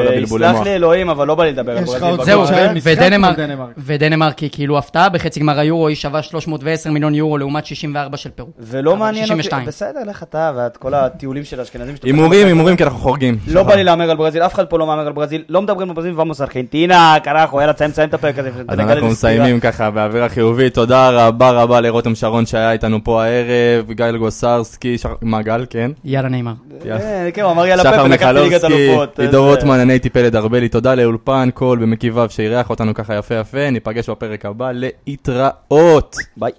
[SPEAKER 3] כן,
[SPEAKER 1] הבלבולי מוח.
[SPEAKER 3] ויסלח לי אלוהים, אבל לא בא לי לדבר על
[SPEAKER 2] יש לך
[SPEAKER 3] ברזיל.
[SPEAKER 2] עוד
[SPEAKER 3] בגמר.
[SPEAKER 4] זהו,
[SPEAKER 2] אבל שהיה משחק
[SPEAKER 4] ודנמרק,
[SPEAKER 2] מול דנמרק.
[SPEAKER 4] ודנמרק היא כאילו הפתעה, בחצי גמר היורו היא שווה 310 מיליון יורו לעומת 64 של פרו.
[SPEAKER 3] ולא
[SPEAKER 4] אבל
[SPEAKER 3] מעניין אותי,
[SPEAKER 4] 62.
[SPEAKER 3] בסדר, לך אתה ואת כל הטיולים של האשכנזים שאתה...
[SPEAKER 1] הימורים, הימורים, כי אנחנו חורגים.
[SPEAKER 3] לא בא לי להמר על ברזיל, אף אחד פה לא מהמר על ברזיל, לא מדברים על ברזיל, ועמוס ארגנטינה, קרחו, יאללה, תסיים, תסיים את הפרק הזה.
[SPEAKER 1] אז
[SPEAKER 3] ותגלה
[SPEAKER 1] אנחנו
[SPEAKER 3] איזה סטירה.
[SPEAKER 1] מסיימים ככה באווירה חיובית, תודה רבה רבה לרותם שרון שהיה איתנו פה הערב, גל גוסרסקי, שח- מה גל, כן?
[SPEAKER 4] יאללה נאמר.
[SPEAKER 3] אה, כן, הוא אמר יאללה
[SPEAKER 1] שחר
[SPEAKER 3] פפר, לקחתי ליגת
[SPEAKER 1] מיכלובסקי,
[SPEAKER 3] אלופות. אה,
[SPEAKER 1] עידו
[SPEAKER 3] איזה-
[SPEAKER 1] רוטמן, אני הייתי פלד ארבלי, תודה לאולפן קול במקיף ו' שאירח אותנו ככה יפה יפה, ניפגש בפרק הבא, להתראות.
[SPEAKER 3] ביי.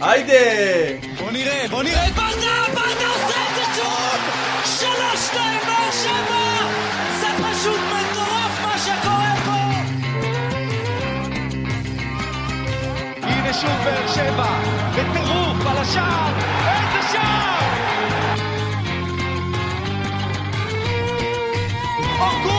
[SPEAKER 1] היידה!
[SPEAKER 5] בוא נראה, בוא נראה את ברדה, ברדה עושה את זה שוב! שלוש, שתיים, באר שבע! זה פשוט מטורף מה שקורה פה!
[SPEAKER 6] הנה שוב באר שבע, בטירוף על השער, איזה שער! אוגו!